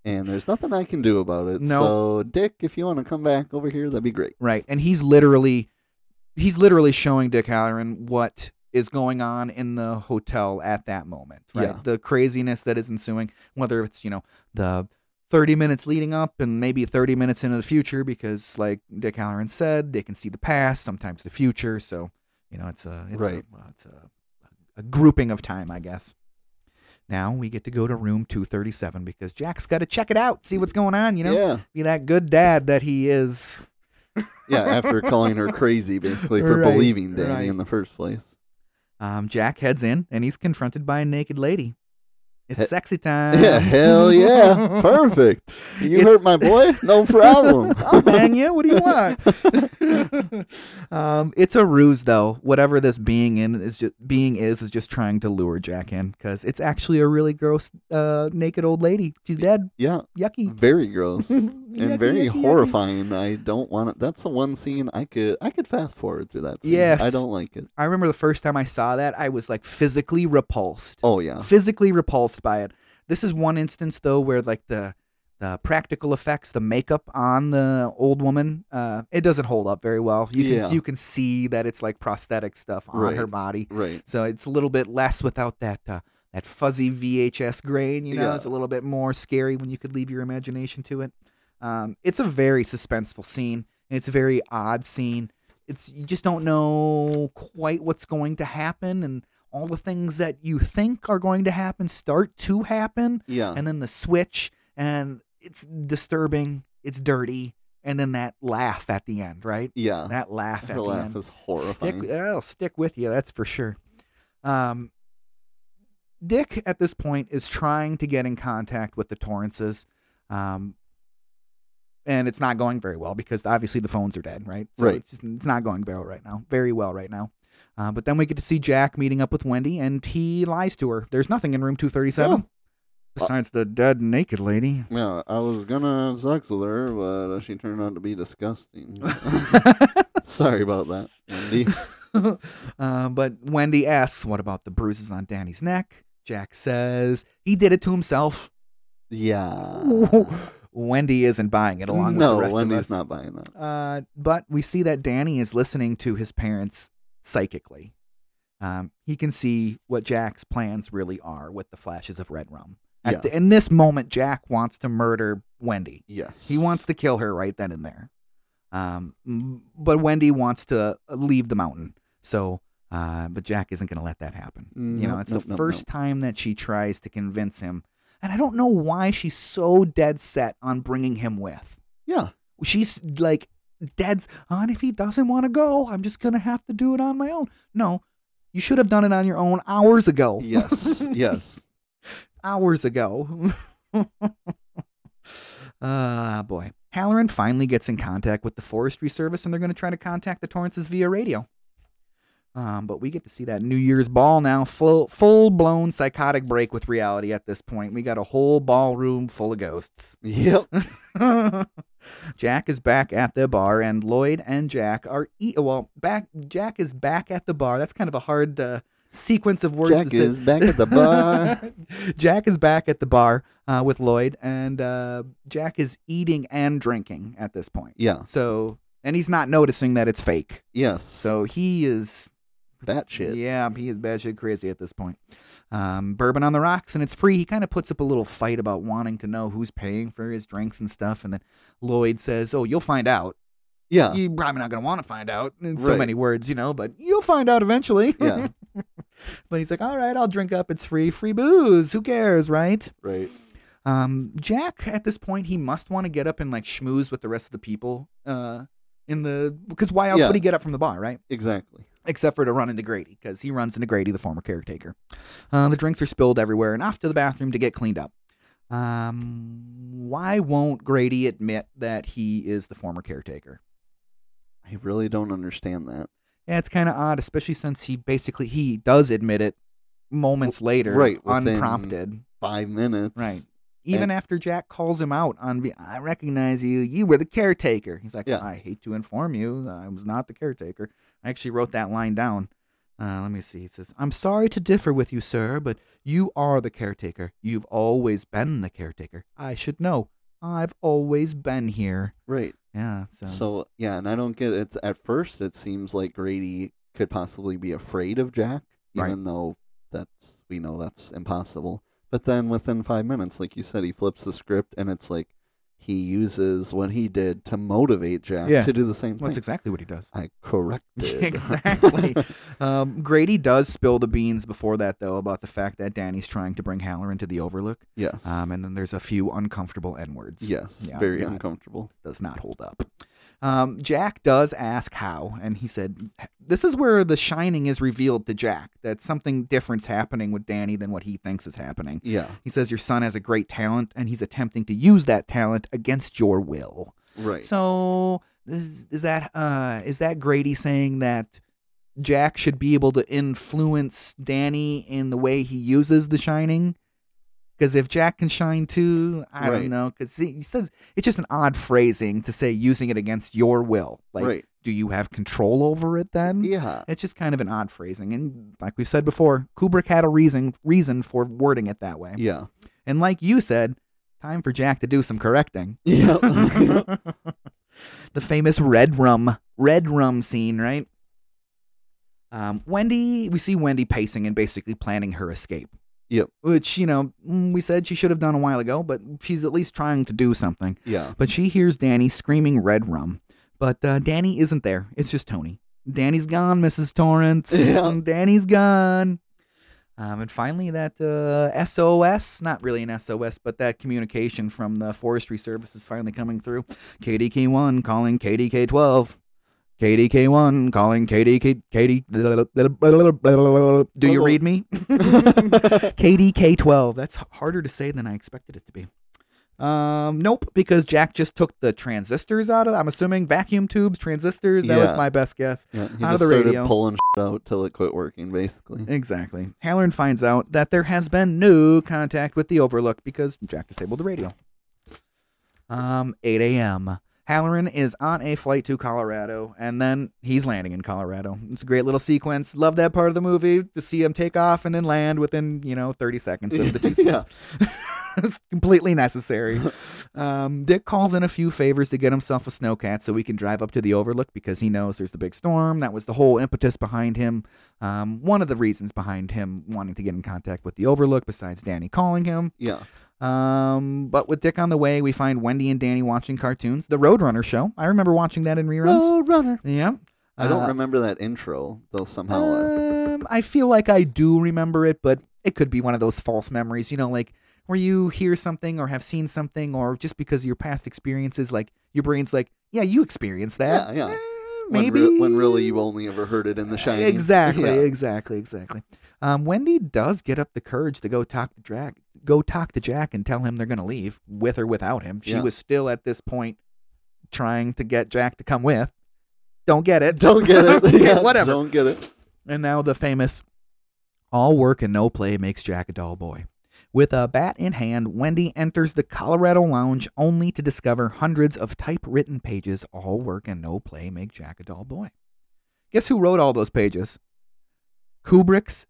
S3: and there's nothing I can do about it.
S2: No.
S3: So, Dick, if you want to come back over here, that'd be great.
S2: Right. And he's literally he's literally showing Dick Halloran what is going on in the hotel at that moment. Right.
S3: Yeah.
S2: The craziness that is ensuing, whether it's, you know, the thirty minutes leading up and maybe thirty minutes into the future, because like Dick Halloran said, they can see the past, sometimes the future. So, you know, it's a it's
S3: Right.
S2: a it's a, a grouping of time, I guess. Now we get to go to room two thirty seven because Jack's gotta check it out, see what's going on, you know?
S3: Yeah.
S2: Be that good dad that he is.
S3: Yeah. After calling her crazy, basically,
S2: *laughs*
S3: for
S2: Right,
S3: believing Danny
S2: right.
S3: in the first place.
S2: Um, Jack heads in and he's confronted by a naked lady. It's
S3: He-
S2: sexy time.
S3: *laughs* Yeah.
S2: *laughs*
S3: Hell yeah. Perfect. You
S2: Uh. It's-
S3: hurt my boy?
S2: *laughs*
S3: No problem.
S2: I'll bang you. Oh, What do you
S3: *laughs*
S2: want? um, it's a ruse, though. Whatever this being in is just being is is just trying to lure Jack in because it's actually a really gross, uh, naked old lady. She's dead.
S3: yeah.
S2: Yucky.
S3: Very
S2: *laughs*
S3: gross. And
S2: Yucky,
S3: very
S2: yucky, yucky.
S3: horrifying. I don't want it. That's the one scene I could I could fast forward through that scene.
S2: Yes.
S3: I don't like it.
S2: I remember the first time I saw that, I was like physically repulsed.
S3: Oh yeah.
S2: physically repulsed by it. This is one instance though where like the the practical effects, the makeup on the old woman, uh, it doesn't hold up very well. You can
S3: Yeah.
S2: you can see that it's like prosthetic stuff on her
S3: Right.
S2: body,
S3: Right.
S2: so it's a little bit less without that uh, that fuzzy VHS grain. You know,
S3: Yeah.
S2: it's a little bit more scary when you could leave your imagination to it. Um, it's a very suspenseful scene, and it's a very odd scene. It's you just don't know quite what's going to happen, and all the things that you think are going to happen start to happen,
S3: Yeah.
S2: and then the switch, and it's disturbing. It's dirty, and then that laugh at the end, right?
S3: yeah.
S2: That laugh at the
S3: Her
S2: end.
S3: laugh is horrifying.
S2: Stick, that'll stick with you, that's for sure. Um, Dick at this point is trying to get in contact with the Torrances, um, and it's not going very well because obviously the phones are dead, right?
S3: Right.
S2: It's, just, it's not going very well right now. Very well right now. Uh, but then we get to see Jack meeting up with Wendy, and he lies to her. There's nothing in room 237
S3: Oh.
S2: besides the dead naked
S3: *laughs*
S2: lady.
S3: Yeah, I was gonna have sex with her, but uh, she turned out to
S2: *laughs*
S3: be disgusting. *laughs* Sorry about that, Wendy.
S2: uh, but Wendy asks, What about the bruises on Danny's neck? Jack says, He did it to himself.
S3: Yeah.
S2: *laughs* Wendy isn't buying it along with
S3: no,
S2: the rest
S3: Wendy's
S2: of us.
S3: not buying that.
S2: Uh, but we see that Danny is listening to his parents psychically. Um, he can see what Jack's plans really are with the flashes of red rum. At
S3: Yeah.
S2: the- in this moment, Jack wants to murder Wendy.
S3: Yes.
S2: He wants to kill her right then and there. Um, m- but Wendy wants to leave the mountain. So, uh, but Jack isn't going to let that happen. you know,
S3: Nope,
S2: it's
S3: nope,
S2: the
S3: nope,
S2: first time that she tries to convince him. And I don't know why she's so dead set on bringing him with. *laughs*
S3: Yeah.
S2: She's like dead s- on if he doesn't want to go, I'm just going to have to do it on my own. No, you should have done it on your own hours ago
S3: Yes. yes.
S2: hours ago. *laughs* Ah, boy. Halloran finally gets in contact with the Forestry Service, and they're going to try to contact the Torrances via radio. Um, but we get to see that New Year's ball now, full full blown psychotic break with reality. At this point, we got a whole ballroom full of ghosts. *laughs*
S3: Yep.
S2: Jack is back at the bar, and Lloyd and Jack are e- well back. Jack is back at the bar. That's kind of a hard uh, sequence of words.
S3: Jack
S2: to say.
S3: is back at
S2: *laughs*
S3: the bar.
S2: Jack is back at the bar uh, with Lloyd, and uh, Jack is eating and drinking at this point.
S3: yeah.
S2: So, and he's not noticing that it's fake.
S3: Yes.
S2: So he is,
S3: that shit.
S2: yeah, he is batshit crazy at this point. Um, bourbon on the rocks, and it's free. He kind of puts up a little fight about wanting to know who's paying for his drinks and stuff, and then Lloyd says, "Oh, you'll find out.
S3: Yeah.
S2: You're probably not gonna want to find out in so
S3: Uh. Right.
S2: many words, you know, but you'll find out eventually." *laughs*
S3: Yeah.
S2: but he's like, "All right, I'll drink up. It's free, free booze. Who cares, right?"
S3: Right.
S2: Um, Jack, at this point, he must want to get up and like schmooze with the rest of the people. Uh, in the because why else
S3: Yeah.
S2: would he get up from the bar, right?
S3: Exactly.
S2: Except for to run into Grady, because he runs into Grady, the former caretaker. Uh, the drinks are spilled everywhere, and off to the bathroom to get cleaned up. Um, why won't Grady admit that he is the former caretaker?
S3: I really don't understand that.
S2: Yeah, it's kind of odd, especially since he basically he does admit it moments later,
S3: right, within-
S2: unprompted.
S3: Five minutes.
S2: Right. Even
S3: And-
S2: after Jack calls him out on, be- I recognize you. You were the caretaker. He's like,
S3: Yeah.
S2: I hate to inform you, I was not the caretaker. I actually wrote that line down. Uh, let me see. He says, I'm sorry to differ with you, sir, but you are the caretaker. You've always been the caretaker. I should know. I've always been here.
S3: Right.
S2: Yeah. So,
S3: So yeah, and I don't get it. At first, it seems like Grady could possibly be afraid of Jack,
S2: Right.
S3: even though that's we know that's impossible. But then within five minutes, like you said, he flips the script, and it's like he uses what he did to motivate Jack
S2: Yeah.
S3: to do the same
S2: that's
S3: thing.
S2: exactly what he does.
S3: I corrected
S2: *laughs*
S3: *laughs*
S2: Exactly. Um, Grady does spill the beans before that, though, about the fact that Danny's trying to bring Halloran to the Overlook.
S3: yes.
S2: Um, and then there's a few uncomfortable N words.
S3: yes.
S2: yeah,
S3: very
S2: yeah.
S3: uncomfortable.
S2: Does not hold up. Um, Jack does ask how, and he said, This is where the shining is revealed to Jack that something different's happening with Danny than what he thinks is happening.
S3: Yeah.
S2: He says, Your son has a great talent, and he's attempting to use that talent against your will.
S3: Right.
S2: So. Is, is that uh is that Grady saying that Jack should be able to influence Danny in the way he uses the shining. Because if Jack can shine too, I
S3: Right.
S2: don't know. Because he he says it's just an odd phrasing to say using it against your will. Like,
S3: right.
S2: do you have control over it then?
S3: Yeah.
S2: It's just kind of an odd phrasing. And like we've said before, Kubrick had a reason reason for wording it that way.
S3: Yeah. *laughs*
S2: And like you said, time for Jack to do some correcting. *laughs*
S3: Yeah.
S2: the famous red rum, red rum scene, right? Um, Wendy, we see Wendy pacing and basically planning her escape.
S3: Yep.
S2: Which, you know, mm, we said she should have done a while ago, but she's at least trying to do something.
S3: yeah.
S2: But she hears Danny screaming red rum. But uh, Danny isn't there. It's just Tony. Danny's gone, Mrs. Torrance.
S3: *laughs* Yeah.
S2: Danny's gone. Um, and finally, that uh, SOS, not really an SOS, but that communication from the Forestry Service is finally coming through. KDK1 calling KDK12. KDK1 calling KDK. *laughs* KD, do you read me? KDK12. That's h- harder to say than I expected it to be. Um, nope, because Jack just took the transistors out of. I'm assuming vacuum tubes, transistors. That was
S3: Yeah.
S2: my best guess.
S3: *laughs* Yeah, he
S2: Out of
S3: just
S2: the
S3: started
S2: radio.
S3: pulling shit out till it quit
S2: *laughs*
S3: working, basically.
S2: Exactly. Halloran finds out that there has been no contact with the Overlook because Jack disabled the radio. Um, 8 a.m. Halloran is on a flight to Colorado, and then he's landing in Colorado. It's a great little sequence. Love that part of the movie to see him take off and then land within, you know, 30 seconds of the two
S3: *laughs* Yeah.
S2: scenes. *laughs* it's completely
S3: *laughs*
S2: necessary. Um, Dick calls in a few favors to get himself a snowcat so we can drive up to the Overlook because he knows there's the big storm. That was the whole impetus behind him. Um, one of the reasons behind him wanting to get in contact with the Overlook, besides Danny calling him.
S3: Yeah.
S2: Um, but with Dick on the way, we find Wendy and Danny watching cartoons. The Roadrunner show. I remember watching that in reruns.
S3: runner.
S2: Yeah.
S3: I don't
S2: Uh,
S3: remember that intro though. Somehow, uh,
S2: um, I feel like I do remember it, but it could be one of those false memories, you know, like where you hear something or have seen something, or just because of your past experiences, like your brain's like, yeah, you experienced that.
S3: Yeah, yeah.
S2: Eh,
S3: when,
S2: maybe.
S3: re- when really you only ever heard it in The Shining.
S2: Exactly,
S3: Yeah.
S2: exactly, exactly. Um, Wendy does get up the courage to go talk to Jack, go talk to Jack, and tell him they're going to leave with or without him. She
S3: Yeah.
S2: was still at this point trying to get Jack to come with. *laughs* Don't get it.
S3: Don't get it.
S2: Okay,
S3: Yeah,
S2: whatever.
S3: Don't get it.
S2: And now the famous All work and no play makes Jack a dull boy. With a bat in hand, Wendy enters the Colorado Lounge only to discover hundreds of typewritten pages. All work and no play make Jack a dull boy. Guess who wrote all those pages? Kubrick's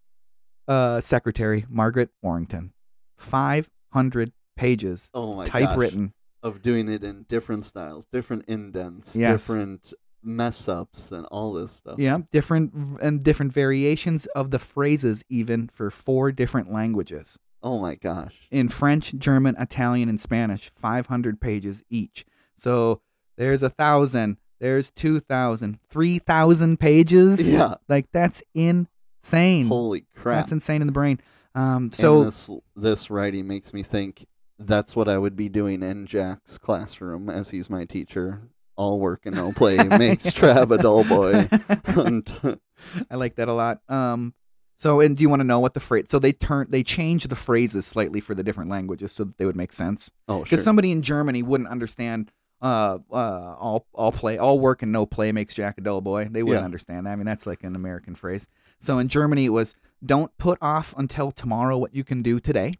S2: uh, secretary, Margaret Warrington. 500 pages
S3: Oh my gosh.
S2: typewritten.
S3: Of doing it in different styles, different indents,
S2: Yes.
S3: different mess ups, and all this stuff.
S2: Yeah, different and different variations of the phrases, even for four different languages.
S3: Oh my gosh.
S2: in French, German, Italian, and Spanish, 500 pages each. So there's a thousand, there's 2,000, 3,000 pages.
S3: Yeah.
S2: Like that's insane.
S3: Holy crap.
S2: That's insane in the brain. Um,
S3: so
S2: so
S3: this this writing makes me think that's what I would be doing in Jack's classroom as he's my teacher. All work and no play
S2: *laughs*
S3: makes Trav a dull boy. *laughs* uh, Unt-
S2: I like that a lot. Um, so and do you want to know what the phrase? So they turn they change the phrases slightly for the different languages so that they would make sense.
S3: oh, sure.
S2: Because somebody in Germany wouldn't understand. Uh, uh, all all play, all work and no play makes Jack a dull boy. They wouldn't
S3: Yeah.
S2: understand that. I mean, that's like an American phrase. So in Germany, it was "Don't put off until tomorrow what you can do today."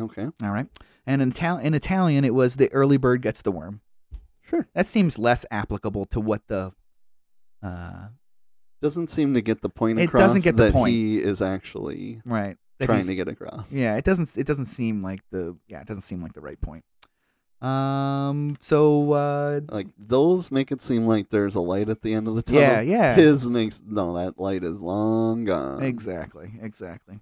S3: okay,
S2: All right, and in, Ital- in Italian, it was "The early bird gets the worm."
S3: sure.
S2: That seems less applicable to what the uh,
S3: Doesn't seem to get the point
S2: It
S3: across
S2: doesn't get the
S3: that
S2: point.
S3: he is actually
S2: right that
S3: trying
S2: he's-
S3: to get across.
S2: Yeah, it doesn't. It doesn't seem like the. Yeah, it doesn't seem like the right point. Um. So. Uh.
S3: Like those make it seem like there's a light at the end of the tunnel.
S2: Yeah. Yeah.
S3: His makes no that light is long gone.
S2: Exactly. Exactly.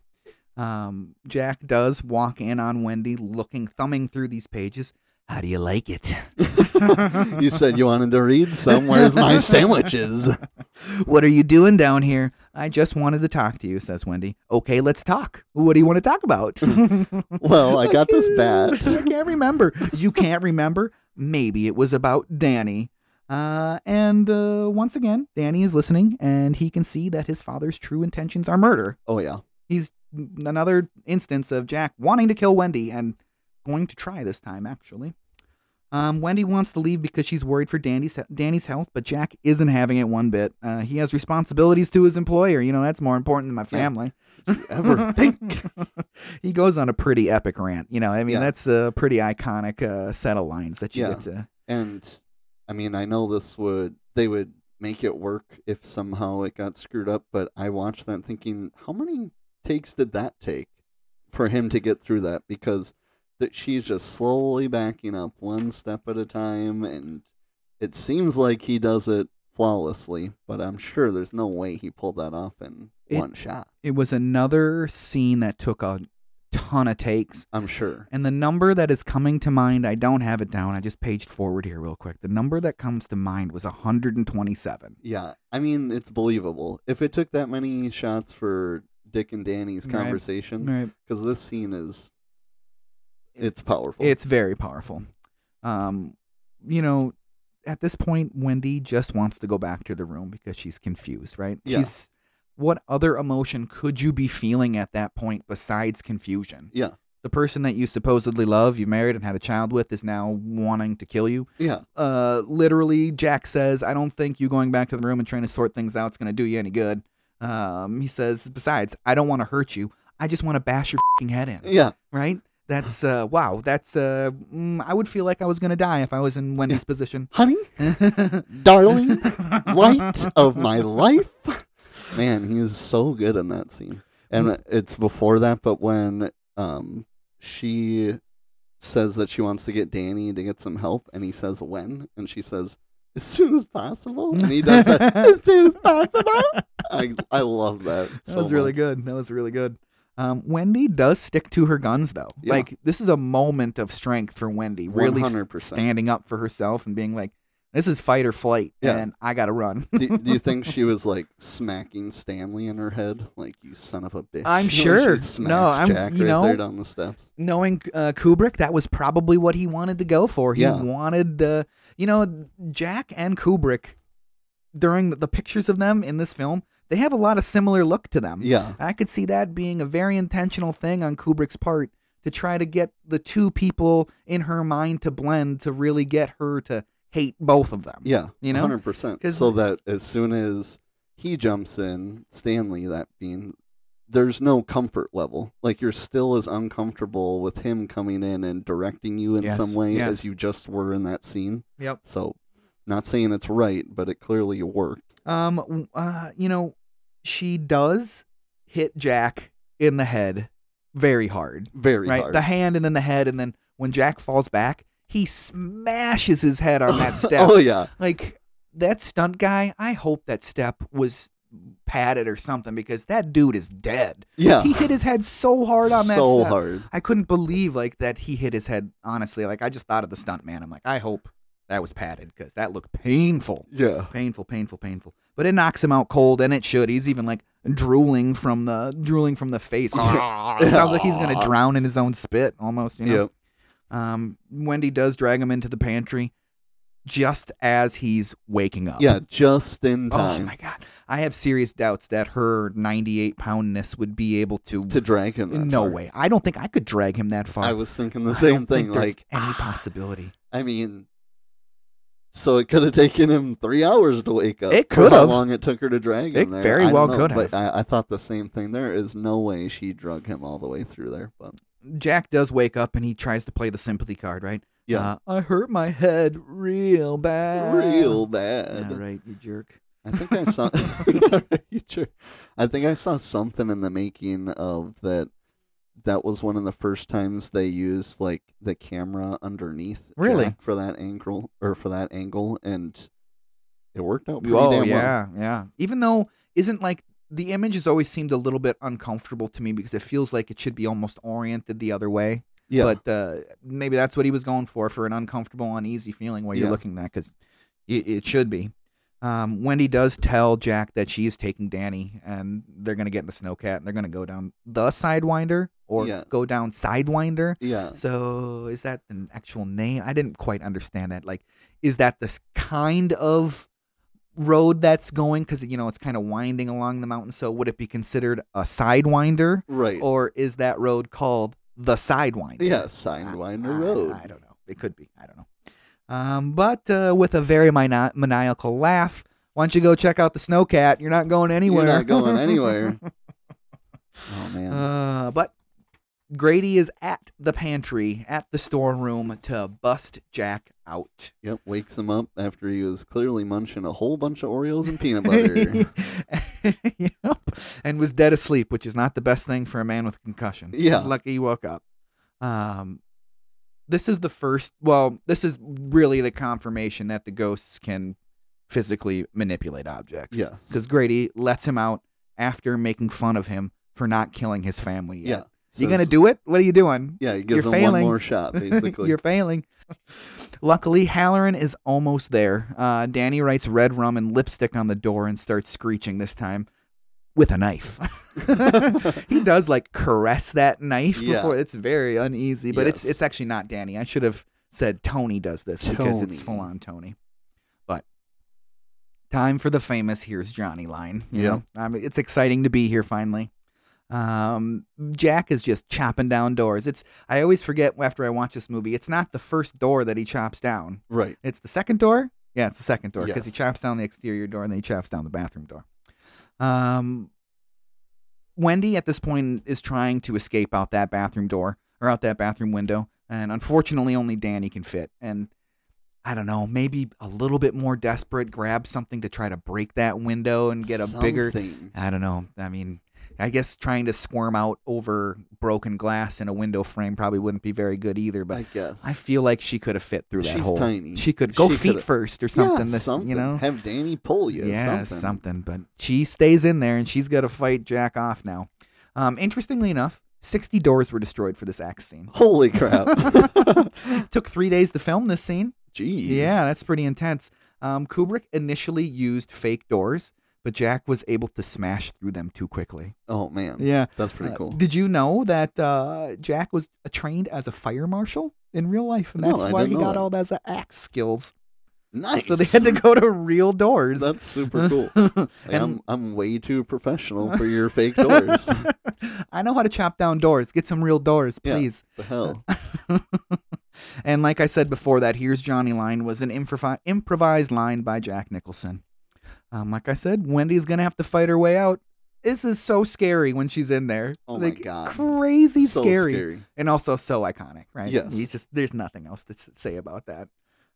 S2: Um. Jack does walk in on Wendy, looking, thumbing through these pages. How do you like it? *laughs*
S3: you said you wanted to read some.
S2: *laughs*
S3: Where's my sandwiches?
S2: What are you doing down here? I just wanted to talk to you, says Wendy. Okay, let's talk. What do you want to talk
S3: *laughs*
S2: about?
S3: Well, Oh, I got this
S2: bat. *laughs* I
S3: bat.
S2: can't remember. You can't remember? Maybe it was about Danny. Uh, and uh, once again, Danny is listening, and he can see that his father's true intentions are murder.
S3: Oh yeah.
S2: N- Another instance of Jack wanting to kill Wendy and going to try this time, actually. Um, Wendy wants to leave because she's worried for Danny's, Danny's health, but Jack isn't having it one bit. Uh, he has responsibilities to his employer. You know, that's more important than my
S3: Yeah. *laughs*
S2: family. *laughs*
S3: Ever think?
S2: he goes on a pretty epic rant. You know, I mean,
S3: Yeah.
S2: that's a pretty iconic uh, set of lines that you
S3: Yeah.
S2: get to.
S3: And I mean, I know this would they would make it work if somehow it got screwed up, but I watched that thinking, how many takes did that take for him to get through that? Because that she's just slowly backing up one step at a time, and it seems like he does it flawlessly. But I'm sure there's no way he pulled that off in
S2: It-
S3: one shot.
S2: It was another scene that took a ton of takes.
S3: I'm sure.
S2: And the number that is coming to mind, I don't have it down. I just paged forward here real quick. The number that comes to mind was 127.
S3: Yeah, I mean, it's believable. If it took that many shots for Dick and Danny's
S2: Right.
S3: conversation,
S2: Right.
S3: because this scene is it's powerful
S2: It's very powerful. Um, you know, at this point, Wendy just wants to go back to the room because she's confused, right?
S3: Yeah.
S2: She's what other emotion could you be feeling at that point besides confusion?
S3: yeah
S2: The person that you supposedly love, you married and had a child with, is now wanting to kill you.
S3: yeah
S2: Uh, literally, Jack says, "I don't think you going back to the room and trying to sort things out is going to do you any good." Um, he says, "Besides, I don't want to hurt you. I just want to bash your fing head in."
S3: yeah
S2: right? That's uh, wow. That's uh, mm, I would feel like I was gonna die if I was in Wendy's position. *laughs*
S3: honey darling light of my life man he is so good in that scene
S2: Mm.
S3: and it's before that but when um she says that she wants to get danny to get some help and he says when and she says as soon as possible and he
S2: *laughs*
S3: does that as soon as possible i, I love that
S2: that was really good. That was really good. Um, Wendy does stick to her guns though.
S3: Yeah.
S2: Like this is a moment of strength for Wendy, really s-
S3: 100%.
S2: standing up for herself and being like, "This is fight or flight,
S3: Yeah.
S2: and I gotta run." *laughs*
S3: do, do you think she was like smacking Stanley in her head, like you son of a bitch?
S2: I'm
S3: *laughs* When she
S2: sure.
S3: smacks
S2: No, I'm-
S3: Jack
S2: you
S3: right
S2: know-
S3: there down the steps.
S2: Knowing uh, Kubrick, that was probably what he wanted to go for. He
S3: Yeah.
S2: wanted the, you know, Jack and Kubrick during the, the pictures of them in this film, they have a lot of similar look to them.
S3: Yeah,
S2: I could see that being a very intentional thing on Kubrick's part to try to get the two people in her mind to blend to really get her to hate both of them.
S3: yeah,
S2: You know?
S3: hundred percent.
S2: 'Cause-
S3: So that as soon as he jumps in, Stanley, that being, there's no comfort level. Like you're still as uncomfortable with him coming in and directing you in
S2: Yes,
S3: some way
S2: yes.
S3: as you just were in that scene.
S2: Yep.
S3: So, not saying it's right, but it clearly worked.
S2: Um w- uh you know, she does hit Jack in the head very hard.
S3: Very
S2: right?
S3: hard.
S2: The hand and then the head and then when Jack falls back, he smashes his head on
S3: *laughs*
S2: that step.
S3: oh yeah,
S2: Like that stunt guy, I hope that step was padded or something because that dude is dead.
S3: yeah.
S2: he hit his head so hard on that
S3: so
S2: step.
S3: hard.
S2: I couldn't believe like that he hit his head. Honestly, like I just thought of the stunt man. I'm like, I hope that was padded because that looked painful,
S3: Yeah.
S2: painful, painful, painful. But it knocks him out cold, and it should. He's even like drooling from
S3: *laughs*
S2: the drooling from the face. it sounds like he's gonna drown in his own spit almost. You know?
S3: Yep.
S2: Um, Wendy does drag him into the pantry just as he's waking up.
S3: Yeah, just in
S2: Oh
S3: time
S2: my god. I have serious doubts that her 98 poundness would be able to.
S3: to drag him. that
S2: no
S3: far.
S2: way. I don't think I could drag him that far.
S3: I was thinking
S2: I
S3: the
S2: don't
S3: same
S2: think
S3: thing.
S2: there's
S3: Like
S2: any possibility.
S3: I mean, so it could have taken him three hours to wake up.
S2: It
S3: for
S2: could
S3: how
S2: have.
S3: long it took her to drag him
S2: It
S3: there.
S2: very
S3: I don't
S2: well
S3: know,
S2: could
S3: But
S2: have.
S3: I, I thought the same thing. There is no way she drug him all the way through there. But
S2: Jack does wake up and he tries to play the sympathy card, right?
S3: yeah,
S2: Uh, I hurt my head real bad.
S3: real
S2: Yeah,
S3: bad.
S2: right, you jerk.
S3: I think
S2: *laughs*
S3: I saw. *laughs* Yeah, right, sure. I think I saw something in the making of that. That was one of the first times they used like the camera underneath.
S2: Really?
S3: Jack for that angle or for that angle, and it worked out pretty
S2: Oh,
S3: damn well.
S2: yeah, yeah. Even though, isn't like the image has always seemed a little bit uncomfortable to me because it feels like it should be almost oriented the other way.
S3: Yeah,
S2: But uh, maybe that's what he was going for for an uncomfortable, uneasy feeling while you're
S3: Yeah.
S2: looking at because it, it should be. Um, Wendy does tell Jack that she is taking Danny and they're going to get in the snowcat and they're going to go down the Sidewinder or
S3: Yeah.
S2: go down Sidewinder.
S3: yeah.
S2: So is that an actual name? I didn't quite understand that. Like, is that this kind of road that's going? Because you know it's kind of winding along the mountain. So would it be considered a sidewinder,
S3: Right.
S2: or is that road called the sidewinder?
S3: yeah,
S2: I-
S3: Sidewinder
S2: I-
S3: Road.
S2: I, don't know. It could be. I don't know. Um, but uh, with a very mani- maniacal laugh, why don't you go check out the snowcat? You're not going anywhere.
S3: You're
S2: *laughs*
S3: not going anywhere. oh man.
S2: Uh, but Grady is at the pantry, at the storeroom to bust Jack out.
S3: yep. Wakes him up after he was clearly munching a whole bunch of Oreos
S2: *laughs*
S3: and peanut butter.
S2: yep. And was dead asleep, which is not the best thing for a man with a concussion.
S3: Yeah.
S2: He's lucky he woke up. Um, this is the first, well, this is really the confirmation that the ghosts can physically manipulate objects.
S3: Yes.
S2: Because Grady lets him out after making fun of him for not killing his family
S3: yeah.
S2: yet. You
S3: Says-
S2: gonna do it? What are you doing?
S3: Yeah, he gives
S2: You're
S3: him one
S2: failing. *laughs*
S3: more shot, basically.
S2: You're failing. Luckily, Halloran is almost there. Uh, Danny writes red rum and lipstick on the door and starts screeching this time with a knife. *laughs* he does like caress that knife
S3: Yeah.
S2: before. It's very uneasy, but it's
S3: Yes.
S2: it's actually not Danny. I should have said Tony does this because it's
S3: Tony.
S2: full on Tony. But time for the famous "Here's Johnny" line. You
S3: Yeah.
S2: know? I mean, it's exciting to be here finally. Um, Jack is just chopping down doors. It's I always forget after I watch this movie. It's not the first door that he chops down.
S3: right.
S2: It's the second door. Yeah, it's the second door because he
S3: Yes.
S2: chops down the exterior door and then he chops down the bathroom door. Um, Wendy at this point is trying to escape out that bathroom door or out that bathroom window, and unfortunately, only Danny can fit. And I don't know, maybe a little bit more desperate, grab something to try to break that window and get a bigger.
S3: Something.
S2: I don't know. I mean, I guess trying to squirm out over broken glass in a window frame probably wouldn't be very good either. But
S3: I guess.
S2: I feel like she could have fit through that
S3: She's
S2: hole.
S3: tiny.
S2: She could go
S3: She
S2: feet
S3: could've-
S2: first or something.
S3: Yeah,
S2: this,
S3: something.
S2: You know,
S3: have Danny pull you.
S2: yeah,
S3: something.
S2: something. But she stays in there and she's got to fight Jack off now. Um, interestingly enough, sixty doors were destroyed for this axe
S3: *gasps*
S2: scene. *laughs*
S3: Holy crap! *laughs*
S2: Took three days to film this scene.
S3: Jeez.
S2: Yeah, that's pretty intense. Um, Kubrick initially used fake doors, but Jack was able to smash through them too quickly.
S3: Oh man.
S2: Yeah,
S3: That's pretty
S2: Uh,
S3: cool.
S2: Did you know that uh, Jack was uh, trained as a fire marshal in real life, and
S3: No,
S2: that's
S3: I
S2: why he
S3: didn't know
S2: got
S3: that.
S2: all those uh, axe skills?
S3: nice.
S2: So they
S3: *laughs*
S2: had to go to real doors.
S3: That's super cool. Like,
S2: And-
S3: I'm I'm way too professional for your
S2: *laughs*
S3: fake doors.
S2: *laughs* I know how to chop down doors. Get some real doors,
S3: Yeah.
S2: please. *laughs*
S3: the hell.
S2: and like I said before, that "Here's Johnny" line was an improvi- improvised line by Jack Nicholson. Um, like I said, Wendy's gonna have to fight her way out. This is so scary when she's in there.
S3: Oh my
S2: like,
S3: God.
S2: crazy
S3: so
S2: scary. and also so iconic, right?
S3: Yes.
S2: You just there's nothing else to s- say about that.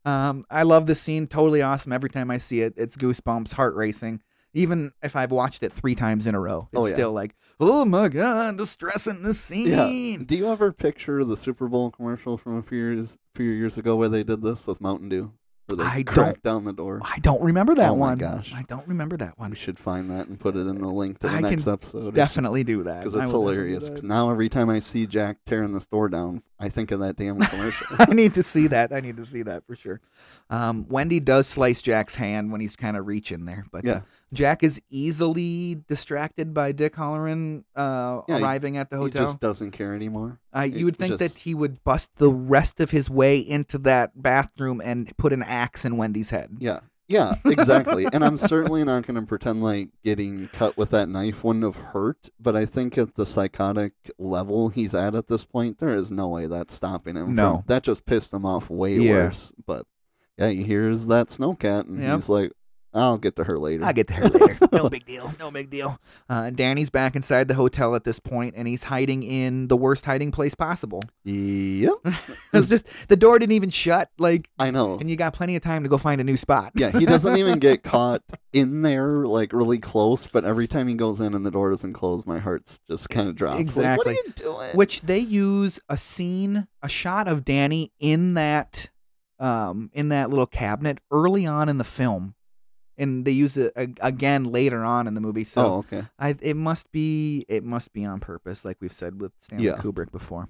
S2: Um, I love this scene. Totally awesome. Every time I see it, it's goosebumps, heart racing. Even if I've watched it three times in a row, it's
S3: Oh, yeah.
S2: still like, oh my god, distressing this
S3: Yeah.
S2: scene.
S3: Do you ever picture the Super Bowl commercial from a few years few years ago where they did this with Mountain Dew? Where they
S2: I
S3: cracked down the door.
S2: I don't remember that
S3: Oh
S2: one.
S3: my gosh.
S2: I don't remember that
S3: We
S2: one.
S3: should find that and put it in the link to the
S2: I
S3: next
S2: can
S3: episode.
S2: Definitely do that
S3: Because
S2: I
S3: it's
S2: will definitely do
S3: hilarious.
S2: that.
S3: 'Cause now every time I see Jack tearing this door down, I think of
S2: *laughs*
S3: that damn commercial.
S2: I need to see that. I need to see that for sure. Um, Wendy does slice Jack's hand when he's kind of reaching there, but uh,
S3: Yeah.
S2: Jack is easily distracted by Dick Halloran uh,
S3: Yeah, he-
S2: arriving at the
S3: He
S2: hotel.
S3: just doesn't care anymore.
S2: uh,
S3: he
S2: you would think
S3: just-
S2: that he would bust the rest of his way into that bathroom and put an axe in Wendy's head.
S3: Yeah. Yeah, exactly. and I'm certainly not going to pretend like getting cut with that knife wouldn't have hurt, but I think at the psychotic level he's at at this point, there is no way that's stopping him. from-
S2: No.
S3: that just pissed him off way
S2: Yeah.
S3: worse. But yeah, he hears that snowcat and
S2: Yep.
S3: he's like, I'll get to her later.
S2: I'll get to her
S3: *laughs*
S2: later. no big deal. No big deal. Uh, Danny's back inside the hotel at this point, and he's hiding in the worst hiding place
S3: *laughs*
S2: possible.
S3: yep.
S2: It's just the door didn't even shut. Like,
S3: I know.
S2: and you got plenty of time to go find a new spot.
S3: Yeah, he doesn't even get caught in there, like really close. But every time he goes in and the door doesn't close, my heart's just kind of drops. Like, what are
S2: Exactly.
S3: you doing?
S2: Which they use a scene, a shot of Danny in that, um, in that little cabinet early on in the film, and they use it a- again later on in the movie. So
S3: oh, okay.
S2: I it must be it must be on purpose, like we've said with Stanley
S3: Yeah.
S2: Kubrick before.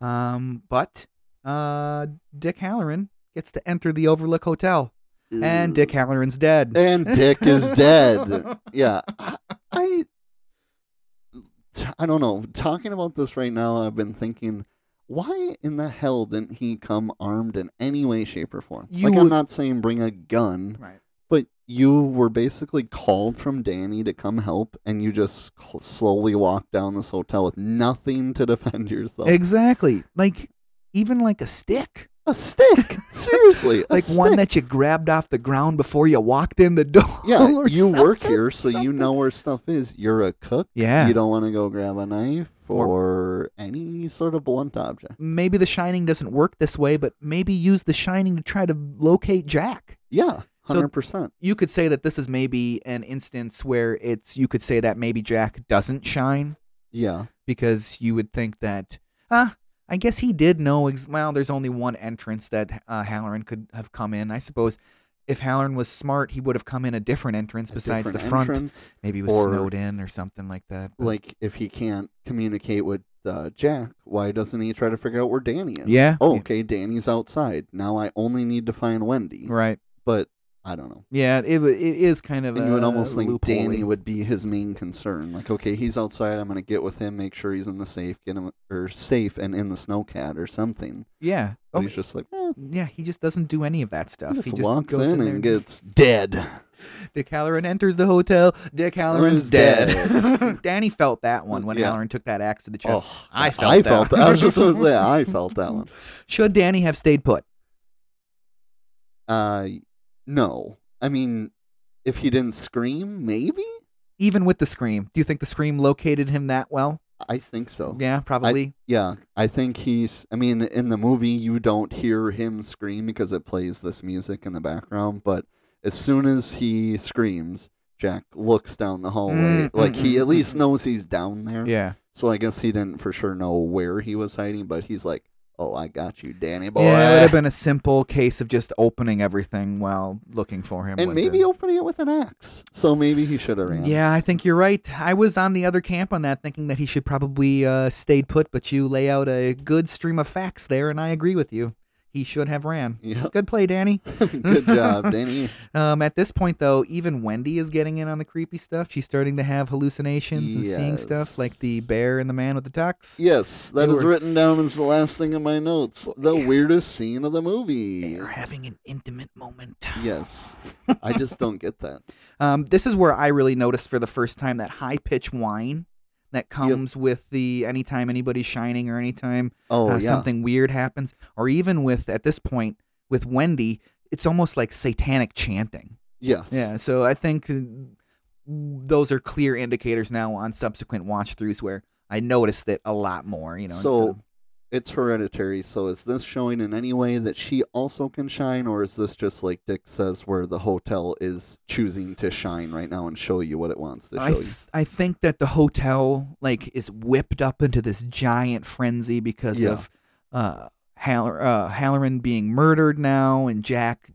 S2: Um, but uh, Dick Halloran gets to enter the Overlook Hotel, and Dick Halloran's dead.
S3: and Dick is dead. Yeah, I, I, I don't know. Talking about this right now, I've been thinking, why in the hell didn't he come armed in any way, shape, or form?
S2: You
S3: like, I'm
S2: would-
S3: not saying bring a gun,
S2: *laughs* Right.
S3: but you were basically called from Danny to come help, and you just cl- slowly walked down this hotel with nothing to *laughs* defend yourself.
S2: Exactly. Like even like a stick,
S3: a
S2: *laughs*
S3: stick, seriously, a
S2: like one
S3: stick.
S2: that you grabbed off the ground before you walked in the door.
S3: Yeah,
S2: *laughs* or
S3: you work
S2: something,
S3: here, so you
S2: something.
S3: know where stuff is. You're a cook.
S2: Yeah.
S3: You don't want to go grab a knife
S2: Or-
S3: or, any sort of blunt object.
S2: Maybe the shining doesn't work this way, but maybe use the shining to try to locate Jack.
S3: Yeah,
S2: So-
S3: hundred percent.
S2: you could say that this is maybe an instance where it's you could say that maybe Jack doesn't shine
S3: Yeah,
S2: because you would think that ah I guess he did know ex- well there's only one entrance that uh, Halloran could have come in I suppose if Halloran was smart he would have come in a different entrance
S3: A
S2: besides the
S3: different
S2: front
S3: entrance,
S2: maybe he was
S3: or-
S2: snowed in or something like that but-
S3: like if he can't communicate with uh, Jack, why doesn't he try to figure out where Danny is?
S2: yeah
S3: Oh, okay, Danny's outside. Now I only need to find Wendy.
S2: right
S3: But I don't know.
S2: yeah it wa- it is kind of
S3: And you would
S2: uh,
S3: almost think Danny
S2: loophole-y.
S3: would be his main concern. Like, okay, he's outside. I'm gonna get with him, make sure he's in the safe, get him or safe and in the snowcat or something.
S2: yeah
S3: But
S2: oh,
S3: he's just like, eh,
S2: yeah he just doesn't do any of that stuff
S3: just
S2: he just
S3: walks
S2: goes
S3: in,
S2: there
S3: and gets dead.
S2: Dick Halloran enters the hotel. Dick Halloran's
S3: Halloran's
S2: dead. *laughs* Danny felt that one when
S3: Yeah.
S2: Halloran took that axe to the chest.
S3: Oh,
S2: I felt
S3: I
S2: that.
S3: felt that.
S2: *laughs*
S3: I was just gonna say I felt that one.
S2: Should Danny have stayed put?
S3: Uh, no, I mean, if he didn't scream, maybe.
S2: Even with the scream, do you think the scream located him that well?
S3: I think so.
S2: Yeah, probably.
S3: Yeah, I think he's. I mean, in the movie, you don't hear him scream because it plays this music in the background. But as soon as he screams, Jack looks down the hallway.
S2: Mm,
S3: like
S2: mm,
S3: he
S2: mm,
S3: at least
S2: mm.
S3: knows he's down there.
S2: yeah.
S3: So I guess he didn't for sure know where he was hiding, but he's like, "Oh, I got you, Danny boy."
S2: Yeah, it would have been a simple case of just opening everything while looking for him.
S3: and
S2: wouldn't
S3: maybe
S2: it?
S3: opening it with an axe. So maybe he should have ran.
S2: Yeah, I think you're right. I was on the other camp on that, thinking that he should probably uh, stayed put, but you lay out a good stream of facts there, and I agree with you. He should have ran.
S3: *laughs* Yep. *laughs*
S2: Good play, Danny.
S3: Good job, Danny.
S2: Um, at this point, though, even Wendy is getting in on the creepy stuff. She's starting to have hallucinations and seeing stuff
S3: Yes.
S2: like the bear and the man with the tux.
S3: Yes, that
S2: They
S3: is
S2: were-
S3: written down as the last thing in my notes. The weirdest scene of the movie.
S2: They're having an intimate moment. *laughs*
S3: Yes. I just don't get that.
S2: Um, this is where I really noticed for the first time that high pitch whine that comes with the anytime anybody's shining or anytime
S3: Oh,
S2: uh,
S3: yeah.
S2: something weird happens, or even with at this point with Wendy, it's almost like satanic chanting.
S3: Yes.
S2: Yeah, so I think uh, those are clear indicators now on subsequent watch throughs where I noticed it a lot more. You know, instead
S3: So-
S2: of-
S3: It's hereditary. So is this showing in any way that she also can shine, or is this just like Dick says, where the hotel is choosing to shine right now and show you what it wants to show
S2: I
S3: you?
S2: th- I think that the hotel like is whipped up into this giant frenzy because
S3: Yeah.
S2: of uh, Haller, uh Halloran being murdered now and Jack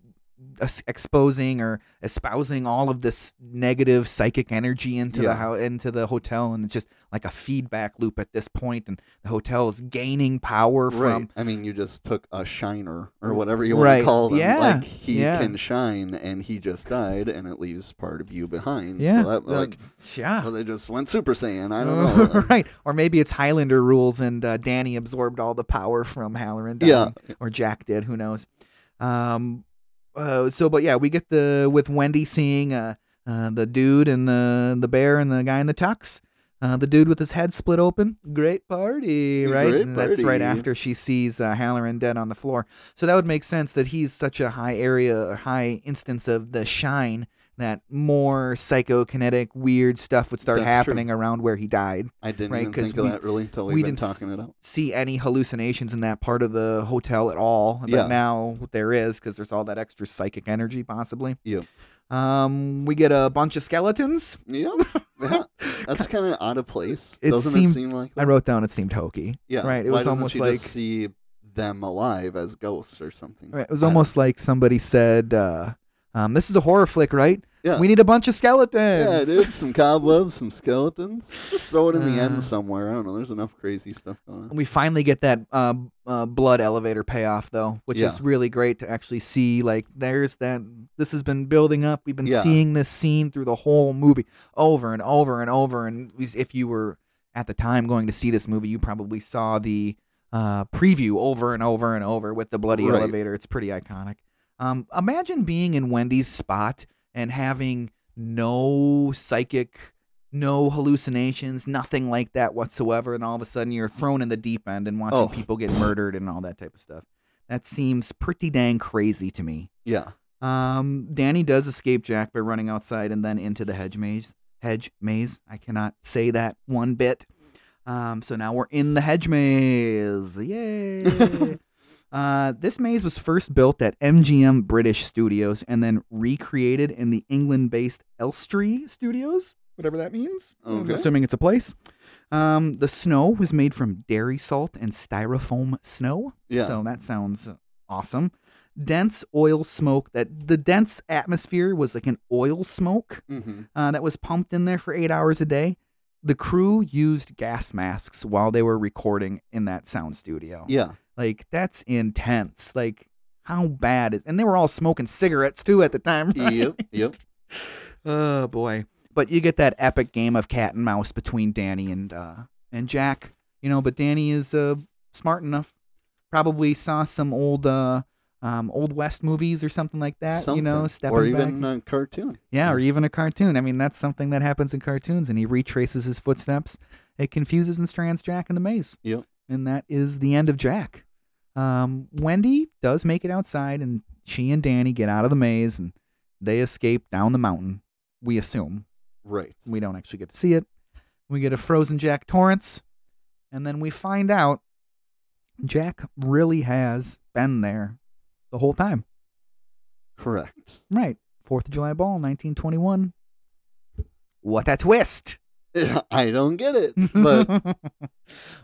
S2: es- exposing or espousing all of this negative psychic energy into the
S3: Yeah.
S2: house into the hotel, and it's just like a feedback loop at this point, and the hotel is gaining power from
S3: I mean, you just took a shiner or whatever you want
S2: Right.
S3: to call them.
S2: Yeah.
S3: Like he
S2: Yeah.
S3: can shine, and he just died, and it leaves part of you behind.
S2: Yeah.
S3: So that, like,
S2: yeah.
S3: *laughs* well, they just went Super Saiyan. I don't
S2: *laughs* Uh,
S3: know.
S2: right. Or maybe it's Highlander rules and uh, Danny absorbed all the power from Halloran.
S3: Yeah.
S2: Or Jack did. Who knows? Um, uh, so, but yeah, we get the with Wendy seeing uh, uh, the dude and the the bear and the guy in the tux. Uh, the dude with his head split open. Great party, right?
S3: Great
S2: And That's right
S3: party.
S2: after she sees uh, Halloran dead on the floor. So that would make sense that he's such a high area, or high instance of the shine that more psychokinetic, weird stuff would start
S3: That's true.
S2: happening around where he died
S3: I didn't
S2: Right,
S3: even
S2: 'cause
S3: think of
S2: we-
S3: that really until we've
S2: we
S3: been
S2: didn't s-
S3: talking it
S2: *laughs*
S3: out.
S2: see any hallucinations in that part of the hotel at all. But
S3: Yeah.
S2: now there is because there's all that extra psychic energy, possibly.
S3: Yep.
S2: Um, we get a bunch of skeletons.
S3: Yep. Yeah. That's kind of out of place.
S2: It
S3: Doesn't
S2: seemed-
S3: it seem like
S2: I wrote down it seemed hokey.
S3: Yeah.
S2: Right, it was
S3: Why doesn't
S2: almost
S3: she
S2: like-
S3: just see them alive as ghosts or something.
S2: Right, It was
S3: I don't-
S2: almost like somebody said, uh, um, "This is a horror flick, right?
S3: Yeah.
S2: We need a bunch of skeletons."
S3: *laughs* Yeah, dude. Some cobwebs, some skeletons. Just throw it in the
S2: Uh.
S3: end somewhere. I don't know. There's enough crazy stuff going on.
S2: We finally get that um, uh, blood elevator payoff though, which
S3: Yeah.
S2: is really great to actually see. Like, there's that. This has been building up. We've been
S3: Yeah.
S2: seeing this scene through the whole movie, over and over and over. And we- if you were at the time going to see this movie, you probably saw the uh, preview over and over and over with the bloody
S3: Right.
S2: elevator. It's pretty iconic. Um, imagine being in Wendy's spot and having no psychic no hallucinations, nothing like that whatsoever. And all of a sudden, you're thrown in the deep end and watching
S3: Oh.
S2: people get murdered and all that type of stuff. That seems pretty dang crazy to me.
S3: Yeah.
S2: Um, Danny does escape Jack by running outside and then into the hedge maze. Hedge maze. I cannot say that one bit. Um, so now we're in the hedge maze. Yay! uh, this maze was first built at MGM British Studios and then recreated in the England-based Elstree Studios, whatever that means. I'm
S3: Okay.
S2: assuming it's a place. Um, the snow was made from dairy salt and styrofoam snow.
S3: Yeah.
S2: So that sounds awesome. Dense oil smoke that the dense atmosphere was like an oil smoke
S3: hmm
S2: uh, that was pumped in there for eight hours a day. The crew used gas masks while they were recording in that sound studio.
S3: Yeah.
S2: Like that's intense. Like how bad is and they were all smoking cigarettes too at the time. right?
S3: Yep.
S2: *laughs*
S3: Yep.
S2: Oh boy! But you get that epic game of cat and mouse between Danny and uh, and Jack. You know, but Danny is uh, smart enough. Probably saw some old uh, um, old west movies or something like that. You know,
S3: Something.
S2: stepping
S3: or
S2: back.
S3: even a cartoon.
S2: yeah, or even a cartoon. I mean, that's something that happens in cartoons. And he retraces his footsteps. It confuses and strands Jack in the maze.
S3: Yep.
S2: And that is the end of Jack. Um, Wendy does make it outside, and she and Danny get out of the maze, and they escape down the mountain. We assume.
S3: Right.
S2: We don't actually get to see it. We get a frozen Jack Torrance, and then we find out Jack really has been there the whole time.
S3: Correct. *laughs*
S2: Right. Fourth of July Ball, 1921. What a twist!
S3: I don't get it, but
S2: *laughs*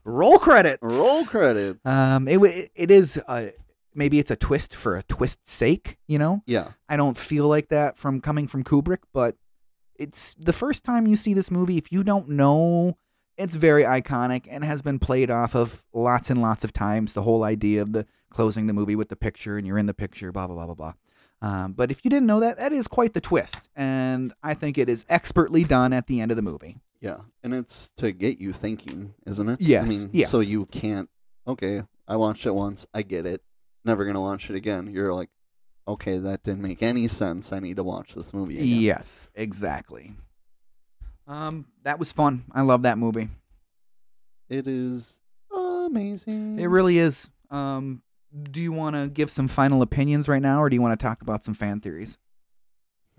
S2: roll credits.
S3: roll credits.
S2: Um, it w- it is uh maybe it's a twist for a twist's sake. You know,
S3: yeah.
S2: I don't feel like that from coming from Kubrick, but it's the first time you see this movie. If you don't know, it's very iconic and has been played off of lots and lots of times. The whole idea of the closing the movie with the picture and you're in the picture, blah blah blah blah blah. Um, but if you didn't know that, that is quite the twist, and I think it is expertly done at the end of the movie.
S3: Yeah, and it's to get you thinking, isn't it?
S2: Yes,
S3: I mean,
S2: yes.
S3: So you can't. Okay, I watched it once. I get it. Never gonna watch it again. You're like, okay, that didn't make any sense. I need to watch this movie again.
S2: Yes, exactly. Um, that was fun. I love that movie.
S3: It is amazing.
S2: It really is. Um, do you want to give some final opinions right now, or do you want to talk about some fan theories?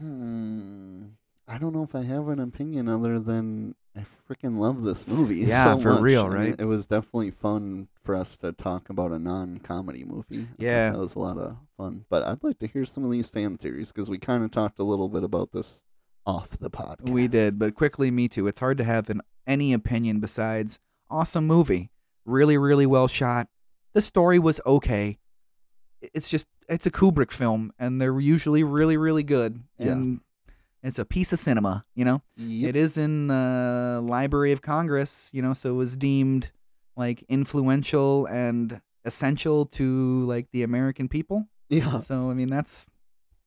S3: Hmm. I don't know if I have an opinion other than I freaking love this movie.
S2: Yeah,
S3: so
S2: for
S3: much.
S2: real,
S3: I mean,
S2: right?
S3: it was definitely fun for us to talk about a non-comedy movie. I think
S2: Yeah.
S3: that was a lot of fun. But I'd like to hear some of these fan theories because we kind of talked a little bit about this off the podcast.
S2: We did, but quickly, me too. It's hard to have an, any opinion besides awesome movie, really, really well shot. The story was okay. it- it's just it's a Kubrick film, and they're usually really really good.
S3: Yeah.
S2: And it's a piece of cinema, you know. *laughs*
S3: Yep.
S2: It is in the Library of Congress, you know, so it was deemed like influential and essential to like the American people.
S3: yeah.
S2: So I mean that's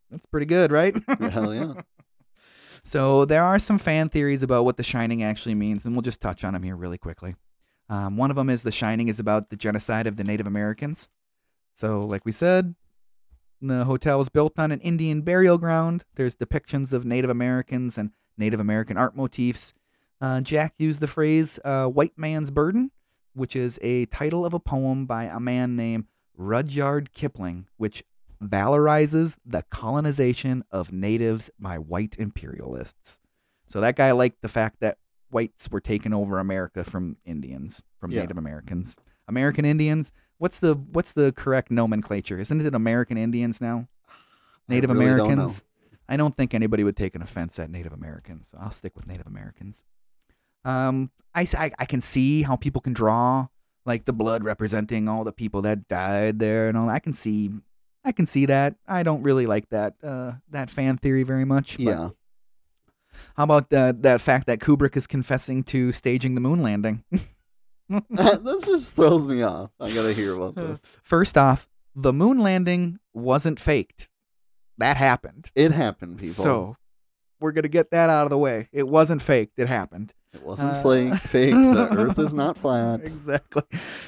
S2: that's pretty good, right? *laughs*
S3: Hell yeah. *laughs*
S2: So there are some fan theories about what The Shining actually means, and we'll just touch on them here really quickly. Um, one of them is The Shining is about the genocide of the Native Americans. So, like we said, the hotel was built on an Indian burial ground. There's depictions of Native Americans and Native American art motifs. Uh, Jack used the phrase uh, "white man's burden," which is a title of a poem by a man named Rudyard Kipling, which valorizes the colonization of natives by white imperialists. So that guy liked the fact that whites were taking over America from Indians, from
S3: Yeah.
S2: Native Americans, American Indians. What's the what's the correct nomenclature? Isn't it American Indians now?
S3: I
S2: Native
S3: really don't know.
S2: Americans. I don't think anybody would take an offense at Native Americans. So I'll stick with Native Americans. Um, I, s- I- I can see how people can draw like the blood representing all the people that died there and all. I can see, I can see that. I don't really like that uh, that fan theory very much. but
S3: Yeah.
S2: How about that that fact that Kubrick is confessing to staging the moon landing?
S3: *laughs*
S2: *laughs*
S3: this just throws me off. I gotta hear
S2: *laughs*
S3: about this.
S2: First off, the moon landing wasn't faked. That happened.
S3: It happened, people.
S2: So we're gonna get that out of the way. It wasn't faked. It
S3: *laughs*
S2: happened.
S3: it wasn't
S2: uh,
S3: flake, fake. The Earth
S2: *laughs*
S3: is not flat.
S2: Exactly.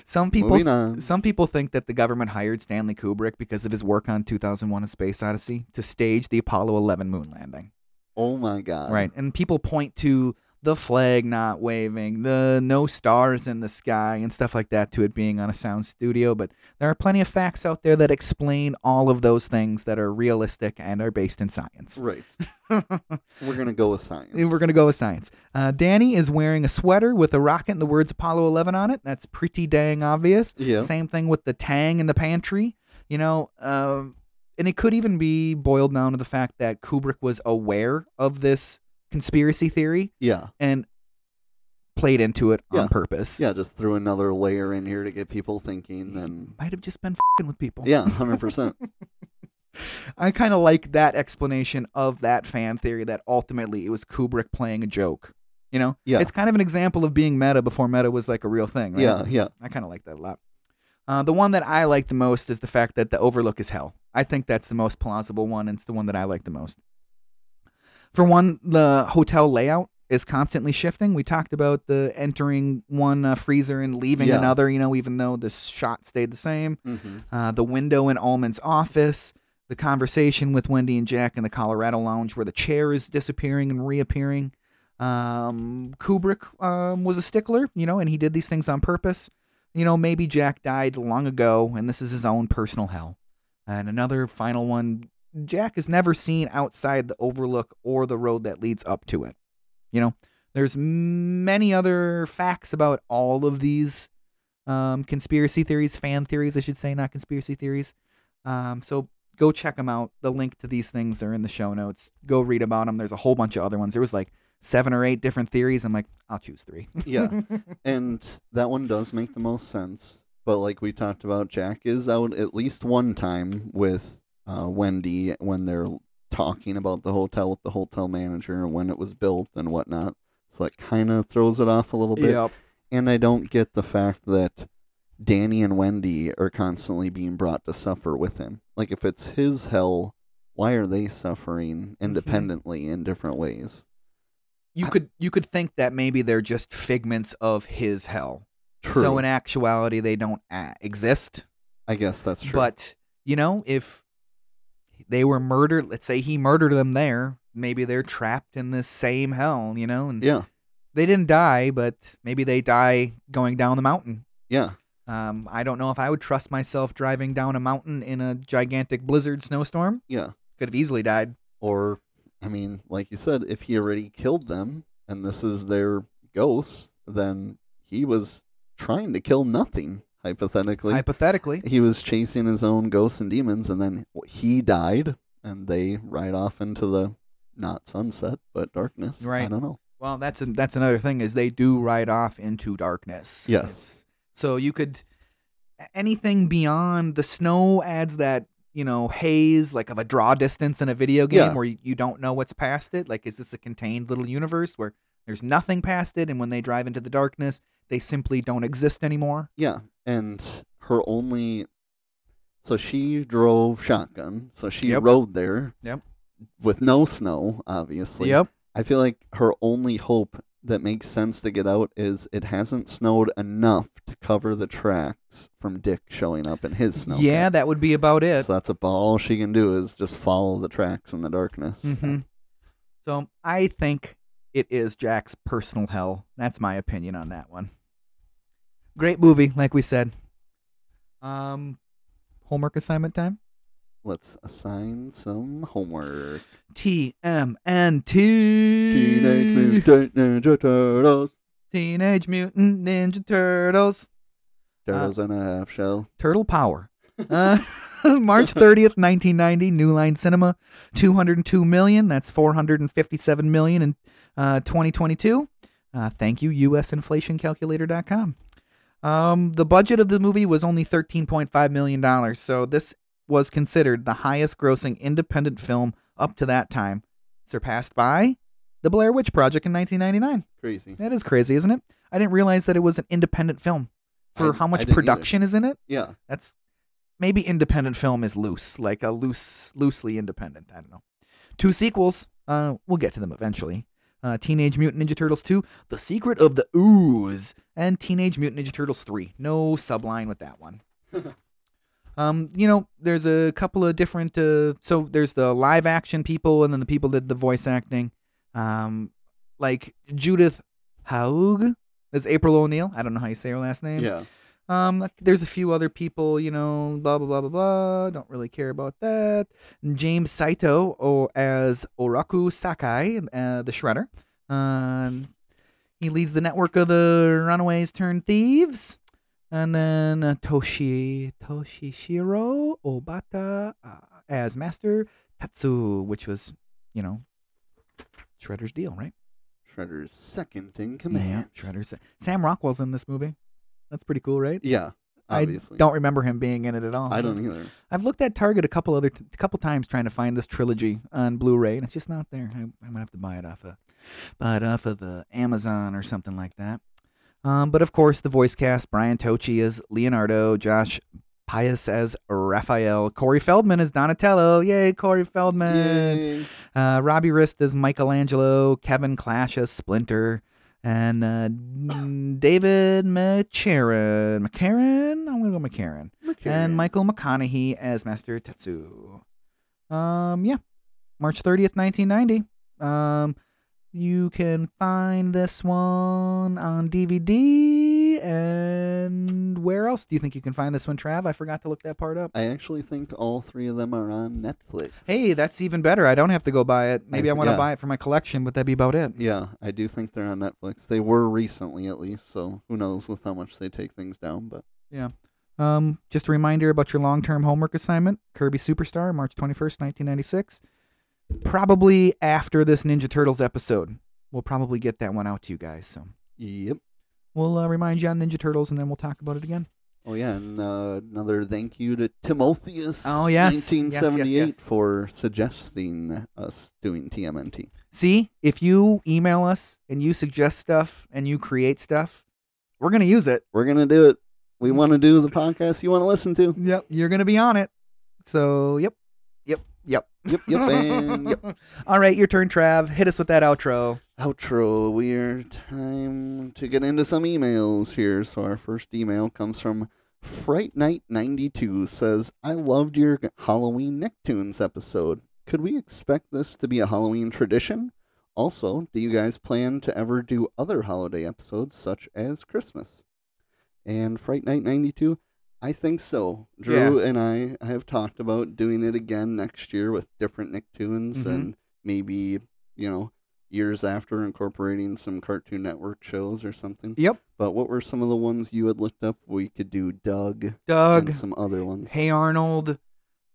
S2: Some people.
S3: Moving on.
S2: Some people think that the government hired Stanley Kubrick because of his work on 2001: A Space Odyssey to stage the Apollo 11 moon landing.
S3: Oh my god.
S2: Right. Uh, And people point to the flag not waving, the no stars in the sky, and stuff like that to it being on a sound studio. But there are plenty of facts out there that explain all of those things that are realistic and are based in science.
S3: Right. We're gonna go with
S2: *laughs*
S3: science.
S2: We're going to go with science. Uh, Danny is wearing a sweater with a rocket and the words Apollo 11 on it. That's pretty dang obvious.
S3: Yeah.
S2: Same thing with the tang in the pantry, you know. Um, and it could even be boiled down to the fact that Kubrick was aware of this conspiracy theory
S3: Yeah.
S2: and played into it
S3: Yeah.
S2: on purpose.
S3: Yeah. Just threw another layer in here to get people thinking. And
S2: Might have just been fing with people.
S3: yeah, hundred percent.
S2: *laughs* I kind of like that explanation of that fan theory that ultimately it was Kubrick playing a joke. You know,
S3: Yeah.
S2: it's kind of an example of being meta before meta was like a real thing. Right?
S3: Yeah. Yeah.
S2: I kind of like that a lot. Uh, the one that I like the most is the fact that the Overlook is hell. I think that's the most plausible one. and It's the one that I like the most. For one, the hotel layout is constantly shifting. We talked about the entering one uh, freezer and leaving
S3: Yeah.
S2: another, you know, even though the shot stayed the same.
S3: hmm
S2: Uh, the window in Allman's office, the conversation with Wendy and Jack in the Colorado Lounge where the chair is disappearing and reappearing. Um, Kubrick um, was a stickler, you know, and he did these things on purpose. You know, maybe Jack died long ago and this is his own personal hell. And another final one Jack is never seen outside the overlook or the road that leads up to it. You know, there's many other facts about all of these um, conspiracy theories, fan theories, I should say, not conspiracy theories. Um, so go check them out. The link to these things are in the show notes. Go read about them. There's a whole bunch of other ones. There was like seven or eight different theories. I'm like, I'll choose three. *laughs*
S3: Yeah. and that one does make the most sense. But like we talked about, Jack is out at least one time with uh, Wendy when they're talking about the hotel with the hotel manager and when it was built and whatnot. So that kind of throws it off a little bit. And I don't get the fact that Danny and Wendy are constantly being brought to suffer with him. Like, if it's his hell, why are they suffering
S2: Mm-hmm.
S3: independently in different ways?
S2: You
S3: I-
S2: could you could think that maybe they're just figments of his hell.
S3: True.
S2: So in actuality, they don't a- exist.
S3: I guess that's true.
S2: But you know, if they were murdered, let's say he murdered them there, maybe they're trapped in this same hell. You know, and
S3: yeah,
S2: they didn't die, but maybe they die going down the mountain.
S3: yeah.
S2: Um, I don't know if I would trust myself driving down a mountain in a gigantic blizzard snowstorm.
S3: Yeah.
S2: Could have easily died.
S3: Or, I mean, like you said, if he already killed them and this is their ghost, then he was trying to kill nothing, hypothetically.
S2: Hypothetically,
S3: he was chasing his own ghosts and demons, and then he died, and they ride off into the not sunset but darkness. I
S2: Right.
S3: don't know.
S2: well, that's an that's another thing is they do ride off into darkness.
S3: Yes.
S2: So you could, anything beyond the snow adds that you know haze like of a draw distance in a video game
S3: Yeah.
S2: where you, you don't know what's past it like is this a contained little universe where there's nothing past it and when they drive into the darkness they simply don't exist anymore
S3: Yeah, and her only. So she drove shotgun. So she
S2: Yep.
S3: rode there.
S2: Yep.
S3: With no snow, obviously.
S2: yep
S3: I feel like her only hope that makes sense to get out is it hasn't snowed enough to cover the tracks from Dick showing up in his snow.
S2: yeah that would be about it
S3: So that's about all she can do is just follow the tracks in the darkness.
S2: hmm so i think it is jack's personal hell that's my opinion on that one great movie like we said um homework assignment time
S3: Let's assign some homework.
S2: TMNT.
S3: Teenage
S2: Teenage,
S3: Mutant Ninja Turtles.
S2: Mutant Ninja Turtles.
S3: Turtles in a half shell.
S2: Turtle Power. Ah. Uh, *laughs* March 30th, 1990, New Line Cinema, 202 million. That's 457 million in uh, 2022. Uh, thank you, usinflationcalculator.com. Um, the budget of the movie was only $13.5 million, so this was considered the highest grossing independent film up to that time, surpassed by The Blair Witch Project in 1999.
S3: *laughs* Crazy.
S2: That is crazy, isn't it? I didn't realize that it was an independent film. For
S3: I-
S2: how
S3: I
S2: much
S3: didn't either.
S2: production is in it?
S3: Yeah.
S2: That's maybe independent film is loose, like a loose, loosely independent. I don't know. Two sequels. Uh, we'll get to them eventually. Uh, Teenage Mutant Ninja Turtles 2, The Secret of the Ooze, and Teenage Mutant Ninja Turtles 3. No subline with that one. um, you know, there's a couple of different. Uh, so there's the live action people, and then the people that did the voice acting. Um, like Judith Haug is April O'Neil. I don't know how you say her last name.
S3: Yeah.
S2: Um, like, there's a few other people, you know, blah blah blah blah blah. Don't really care about that. James Saito or as Oraku Sakai, uh, the Shredder. Um, he leads the network of the Runaways turned thieves. And then uh, Toshi Toshishiro Obata uh, as Master Tatsu, which was, you know, Shredder's deal, right?
S3: Shredder's second in command.
S2: Yeah, Shredder's. Sam Rockwell's in this movie. That's pretty cool, right?
S3: Yeah. Obviously.
S2: I don't remember him being in it at all.
S3: I don't either.
S2: I've looked at Target a couple other t- couple times trying to find this trilogy on Blu-ray, and it's just not there. I, I'm gonna have to buy it off of, buy it off of the Amazon or something like that. Um, but of course, the voice cast: Brian Tochi as Leonardo, Josh Pius as Raphael, Corey Feldman as Donatello. Yay, Corey Feldman!
S3: Yay.
S2: Uh, Robbie Rist as Michelangelo, Kevin Clash as Splinter, and uh, David McCarran. McCarran? I'm going to go McCarran. And Michael McConaughey as Master Tetsu. Um, yeah. March 30th, 1990. Um, you can find this one on DVD. And where else do you think you can find this one, Trav? I forgot to look that part up.
S3: I actually think all three of them are on Netflix.
S2: Hey, that's even better. I don't have to go buy it. Maybe I,
S3: th-
S2: want to
S3: yeah.
S2: buy it for my collection, but that'd be about it.
S3: Yeah, I do think they're on Netflix. They were recently, at least. So who knows with how much they take things down? But
S2: Um, just a reminder about your long-term homework assignment: Kirby Superstar, March twenty-first, nineteen ninety-six. Probably after this Ninja Turtles episode, we'll probably get that one out to you guys. So
S3: yep.
S2: we'll uh, remind you on Ninja Turtles, and then we'll talk about it again.
S3: Oh yeah, and uh, another thank you to Timotheus.
S2: Oh, yes. Yes, yes,
S3: 1978
S2: yes.
S3: for suggesting us doing TMNT.
S2: See, if you email us and you suggest stuff and you create stuff, we're gonna use it.
S3: We're gonna do it. We want to do the podcast you want to listen to.
S2: Yep, you're gonna be on it. So yep, yep, yep,
S3: Yep,
S2: *laughs*
S3: yep, and yep.
S2: All right, your turn, Trav. Hit us with that outro.
S3: outro. We're time to get into some emails here. So our first email comes from Fright Night 92 says, "I loved your Halloween Nicktoons episode. Could we expect this to be a Halloween tradition? Also, do you guys plan to ever do other holiday episodes such as Christmas?" And Fright Night 92 I think so. Drew and I have talked about doing it again next year with different Nicktoons
S2: Mhm.
S3: and maybe, you know, years after incorporating some Cartoon Network shows or something.
S2: Yep.
S3: But what were some of the ones you had looked up? We could do Doug
S2: Doug.
S3: and some other ones.
S2: Hey Arnold,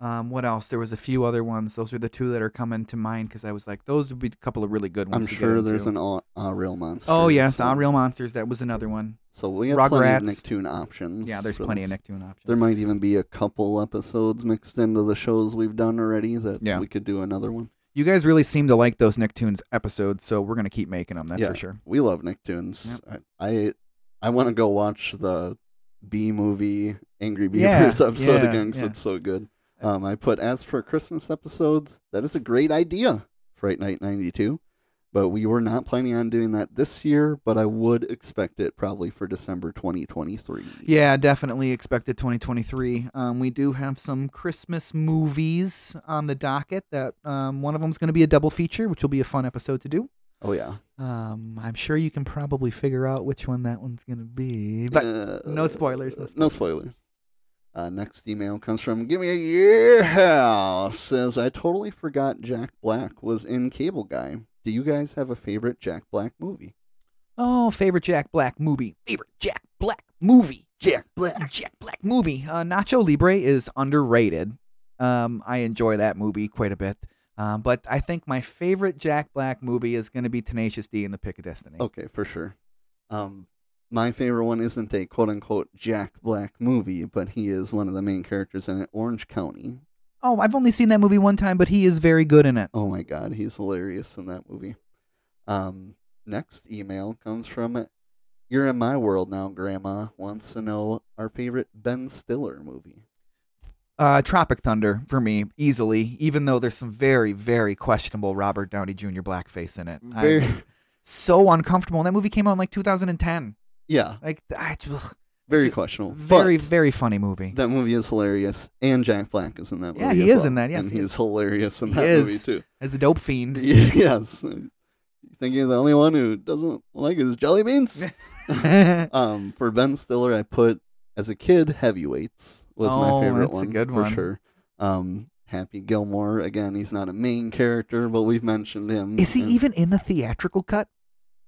S2: Um, what else? There was a few other ones. Those are the two that are coming to mind because I was like, those would be a couple of really good
S3: I'm
S2: ones. to get
S3: sure there's
S2: into.
S3: an all, uh, real monster.
S2: Oh yes,
S3: so-
S2: Unreal Monsters. That was another one.
S3: So we have plenty
S2: Rugrats.
S3: of Nicktoon options.
S2: Yeah, there's
S3: for
S2: plenty of
S3: this.
S2: Nicktoon options.
S3: There might even be a couple episodes mixed into the shows we've done already that
S2: Yeah.
S3: we could do another one.
S2: You guys really seem to like those Nicktoons episodes, so we're gonna keep making them. That's
S3: Yeah.
S2: for sure.
S3: We love Nicktoons. I I, I want to go watch the B movie Angry
S2: Yeah,
S3: Beavers episode
S2: yeah,
S3: again 'cause
S2: yeah.
S3: it's so good. Um, I put as for Christmas episodes. That is a great idea. Fright Night '92. But we were not planning on doing that this year, but I would expect it probably for December 2023.
S2: Yeah, definitely expected 2023. Um, we do have some Christmas movies on the docket. That um, one of them is going to be a double feature, which will be a fun episode to do.
S3: Oh, yeah.
S2: Um, I'm sure you can probably figure out which one that one's going to be. But
S3: Uh,
S2: no spoilers, no
S3: No spoilers. Uh, next email comes from Give Me a Year House. Says, I totally forgot Jack Black was in Cable Guy. Do you guys have a favorite Jack Black movie?
S2: oh, favorite Jack Black movie. Favorite Jack Black movie.
S3: Jack Black.
S2: Jack Black movie. Uh, Nacho Libre is underrated. Um, I enjoy that movie quite a bit. Um, but I think my favorite Jack Black movie is going to be Tenacious D and the Pick of Destiny.
S3: Okay, for sure. Um, my favorite one isn't a quote unquote Jack Black movie, but he is one of the main characters in it, Orange County.
S2: Oh, I've only seen that movie one time, but he is very good in it.
S3: Oh my god, he's hilarious in that movie. Um, next email comes from You're in my world now, Grandma wants to know our favorite Ben Stiller movie.
S2: Uh, Tropic Thunder for me, easily. Even though there's some very, very questionable Robert Downey Jr. blackface in it, I'm
S3: Very,
S2: so uncomfortable. And that movie came out in like 2010.
S3: *laughs* yeah,
S2: Like, I, it's, ugh,
S3: very
S2: It's a
S3: questionable.
S2: very,
S3: but
S2: very funny movie.
S3: that movie is hilarious, and Jack Black is in that movie.
S2: Yeah, he
S3: as
S2: is in
S3: well,
S2: that, yes,
S3: and
S2: he
S3: he's
S2: is.
S3: hilarious in
S2: He
S3: that
S2: is.
S3: movie too. *laughs*
S2: As a dope fiend.
S3: yes, think you're the only one who doesn't like his jelly beans. Um, for Ben Stiller, I put as a kid, Heavyweights was
S2: Oh,
S3: my favorite
S2: that's a
S3: one
S2: good
S3: for
S2: one.
S3: sure. Um, Happy Gilmore again. He's not a main character, but we've mentioned him.
S2: is he
S3: in-
S2: even in the theatrical cut?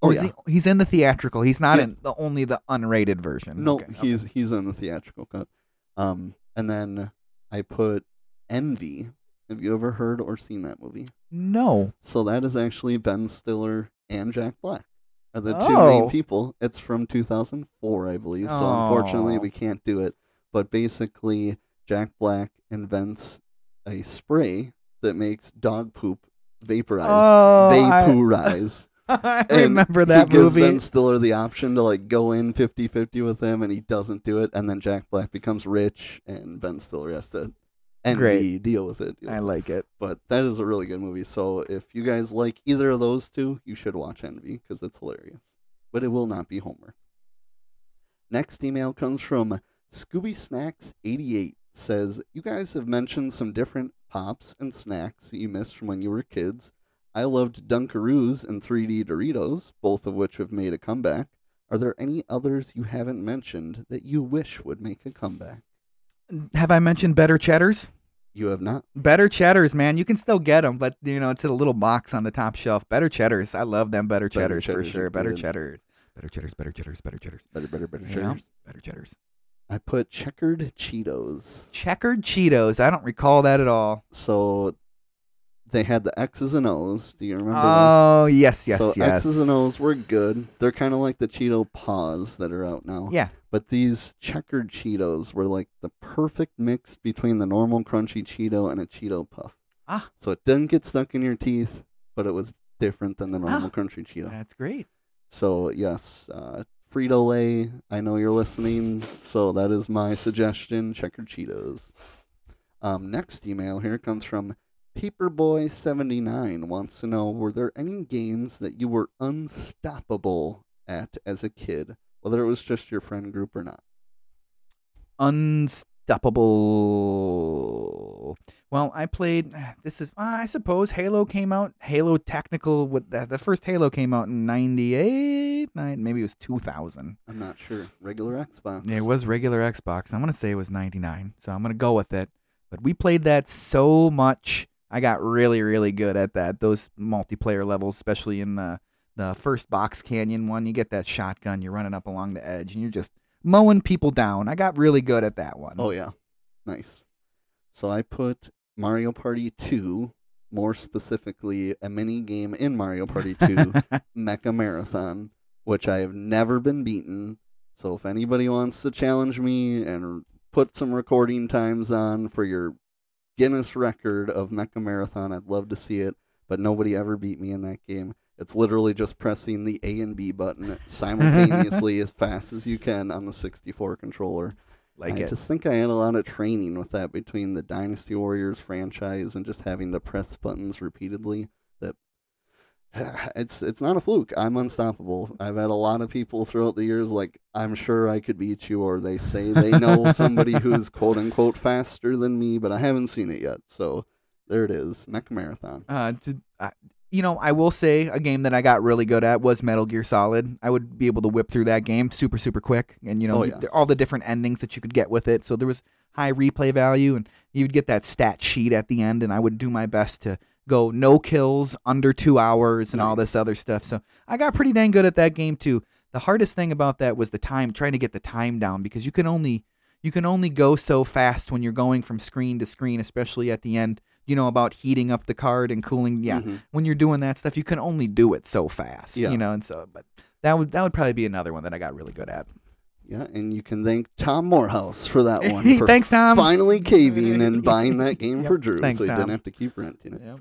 S3: Oh
S2: Or is
S3: yeah,
S2: he, he's in the theatrical. He's not
S3: Yeah.
S2: in the only the unrated version.
S3: no,
S2: Okay, okay.
S3: he's he's in the theatrical cut. Um, and then I put Envy. Have you ever heard or seen that movie?
S2: no.
S3: So that is actually Ben Stiller and Jack Black are the two
S2: Oh.
S3: main people. It's from 2004, I believe. So
S2: Oh.
S3: unfortunately, we can't do it. But basically, Jack Black invents a spray that makes dog poop vaporize.
S2: Oh, I,
S3: vaporize.
S2: *laughs* I
S3: And
S2: remember that
S3: he gives
S2: movie.
S3: Ben Stiller the option to like go in 50-50 with him, and he doesn't do it. And then Jack Black becomes rich, and Ben Stiller has to and
S2: Great.
S3: deal with it.
S2: I like it.
S3: But that is a really good movie. So if you guys like either of those two, you should watch Envy because it's hilarious. But it will not be Homer. Next email comes from Scooby Snacks 88 says, You guys have mentioned some different pops and snacks that you missed from when you were kids. I loved Dunkaroos and 3D Doritos, both of which have made a comeback. Are there any others you haven't mentioned that you wish would make a comeback?
S2: Have I mentioned Better Cheddars?
S3: You have not.
S2: Better cheddars, man. You can still get them, but you know it's in a little box on the top shelf. Better cheddars. I love them. Better
S3: Better
S2: cheddars,
S3: cheddars
S2: for sure.
S3: are
S2: Better
S3: good.
S2: cheddars. Better cheddars. Better cheddars. Better cheddars.
S3: Better, better, better.
S2: Yeah.
S3: Cheddars.
S2: Better cheddars.
S3: I put checkered Cheetos.
S2: Checkered Cheetos. I don't recall that at all.
S3: So they had the X's and O's. Do you remember this?
S2: Oh yes, yes,
S3: so
S2: yes.
S3: X's and O's were good. They're kind of like the Cheeto paws that are out now.
S2: Yeah.
S3: But these checkered Cheetos were like the perfect mix between the normal crunchy Cheeto and a Cheeto puff.
S2: Ah.
S3: So it didn't get stuck in your teeth, but it was different than the normal
S2: Ah.
S3: crunchy Cheeto.
S2: That's great.
S3: So yes, uh, Frito Lay. I know you're listening, so that is my suggestion. Checkered Cheetos. Um, next email here comes from Paperboy79. Wants to know: Were there any games that you were unstoppable at as a kid, whether it was just your friend group or not?
S2: Unstoppable. Well, I played. *sighs* This is, I suppose, Halo came out. Halo Technical. What the, the first Halo came out in '98, nine, maybe it was 2000.
S3: I'm not sure. Regular Xbox.
S2: Yeah, It was regular Xbox. I'm gonna say it was 99, so I'm gonna go with it. But we played that so much. I got really, really good at that. Those multiplayer levels, especially in the the first box canyon one, you get that shotgun. You're running up along the Oh, edge, and you're just mowing people down. I got really good at that one.
S3: Oh yeah, nice. So I put Mario Party 2, more specifically, a mini game in Mario
S2: *laughs*
S3: Party 2, Mecha Marathon, which I have never been beaten. So if anybody wants to challenge me and put some recording times on for your Guinness record of Mecha Marathon, I'd love to see it. But nobody ever beat me in that game. It's literally just pressing the A and B button simultaneously as fast as you can on the 64 controller.
S2: like
S3: I
S2: it.
S3: just think I had a lot of training with that between the Dynasty Warriors franchise and just having to press buttons repeatedly. That *sighs* it's it's not a fluke. I'm unstoppable. I've had a lot of people throughout the years like I'm sure I could beat you, or they say they
S2: *laughs*
S3: know somebody who's quote unquote faster than me, but I haven't seen it yet. So there it is, Mech Marathon.
S2: Uh, to, uh, you know, I will say a game that I got really good at was Metal Gear Solid. I would be able to whip through that game super, super quick, and you know,
S3: Oh, yeah.
S2: all the different endings that you could get with it. So there was high replay value, and you'd get that stat sheet at the end, and I would do my best to go no kills under two hours and all
S3: Nice.
S2: this other stuff. So I got pretty dang good at that game too. The hardest thing about that was the time, trying to get the time down because you can only you can only go so fast when you're going from screen to screen, especially at the end. You know about heating up the card and cooling. Yeah,
S3: Mhm.
S2: when you're doing that stuff, you can only do it so fast.
S3: Yeah.
S2: You know, and so but that would that would probably be another one that I got really good at.
S3: Yeah, and you can thank Tom Morehouse for
S2: *laughs*
S3: that one. For
S2: Thanks, Tom.
S3: Finally
S2: *laughs*
S3: caving and buying that game
S2: Yep,
S3: for Drew,
S2: thanks,
S3: so he
S2: Tom.
S3: didn't have to keep renting it.
S2: Yeah.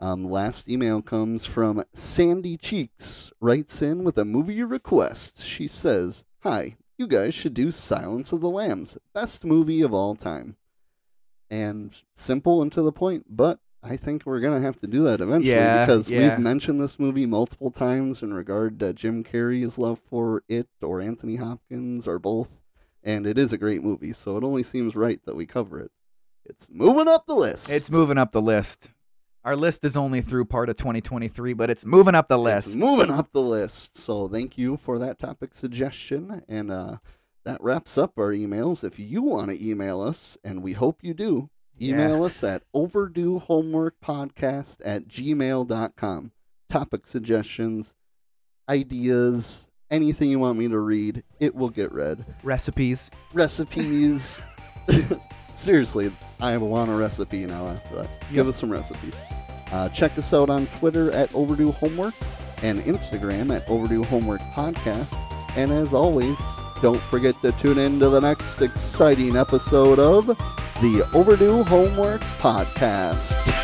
S3: Um, last email comes from Sandy Cheeks, writes in with a movie request. She says, Hi, you guys should do Silence of the Lambs, best movie of all time. And simple and to the point, but I think we're going to have to do that eventually
S2: Yeah,
S3: because
S2: yeah.
S3: we've mentioned this movie multiple times in regard to Jim Carrey's love for it or Anthony Hopkins or both. And it is a great movie, so it only seems right that we cover it. It's moving up the list.
S2: It's moving up the list. Our list is only through part of 2023, but it's moving up the
S3: It's
S2: list.
S3: moving up the list. So thank you for that topic suggestion. And uh, that wraps up our emails. If you want to email us, and we hope you do, email us at overduehomeworkpodcast at gmail.com. Topic suggestions, ideas, anything you want me to read, it will get read.
S2: Recipes.
S3: Recipes. *laughs* Seriously, I want a recipe now after that. Give us some recipes. Uh, check us out on Twitter at Overdue Homework and Instagram at Overdue Homework Podcast. And as always, don't forget to tune in to the next exciting episode of the Overdue Homework Podcast. *laughs*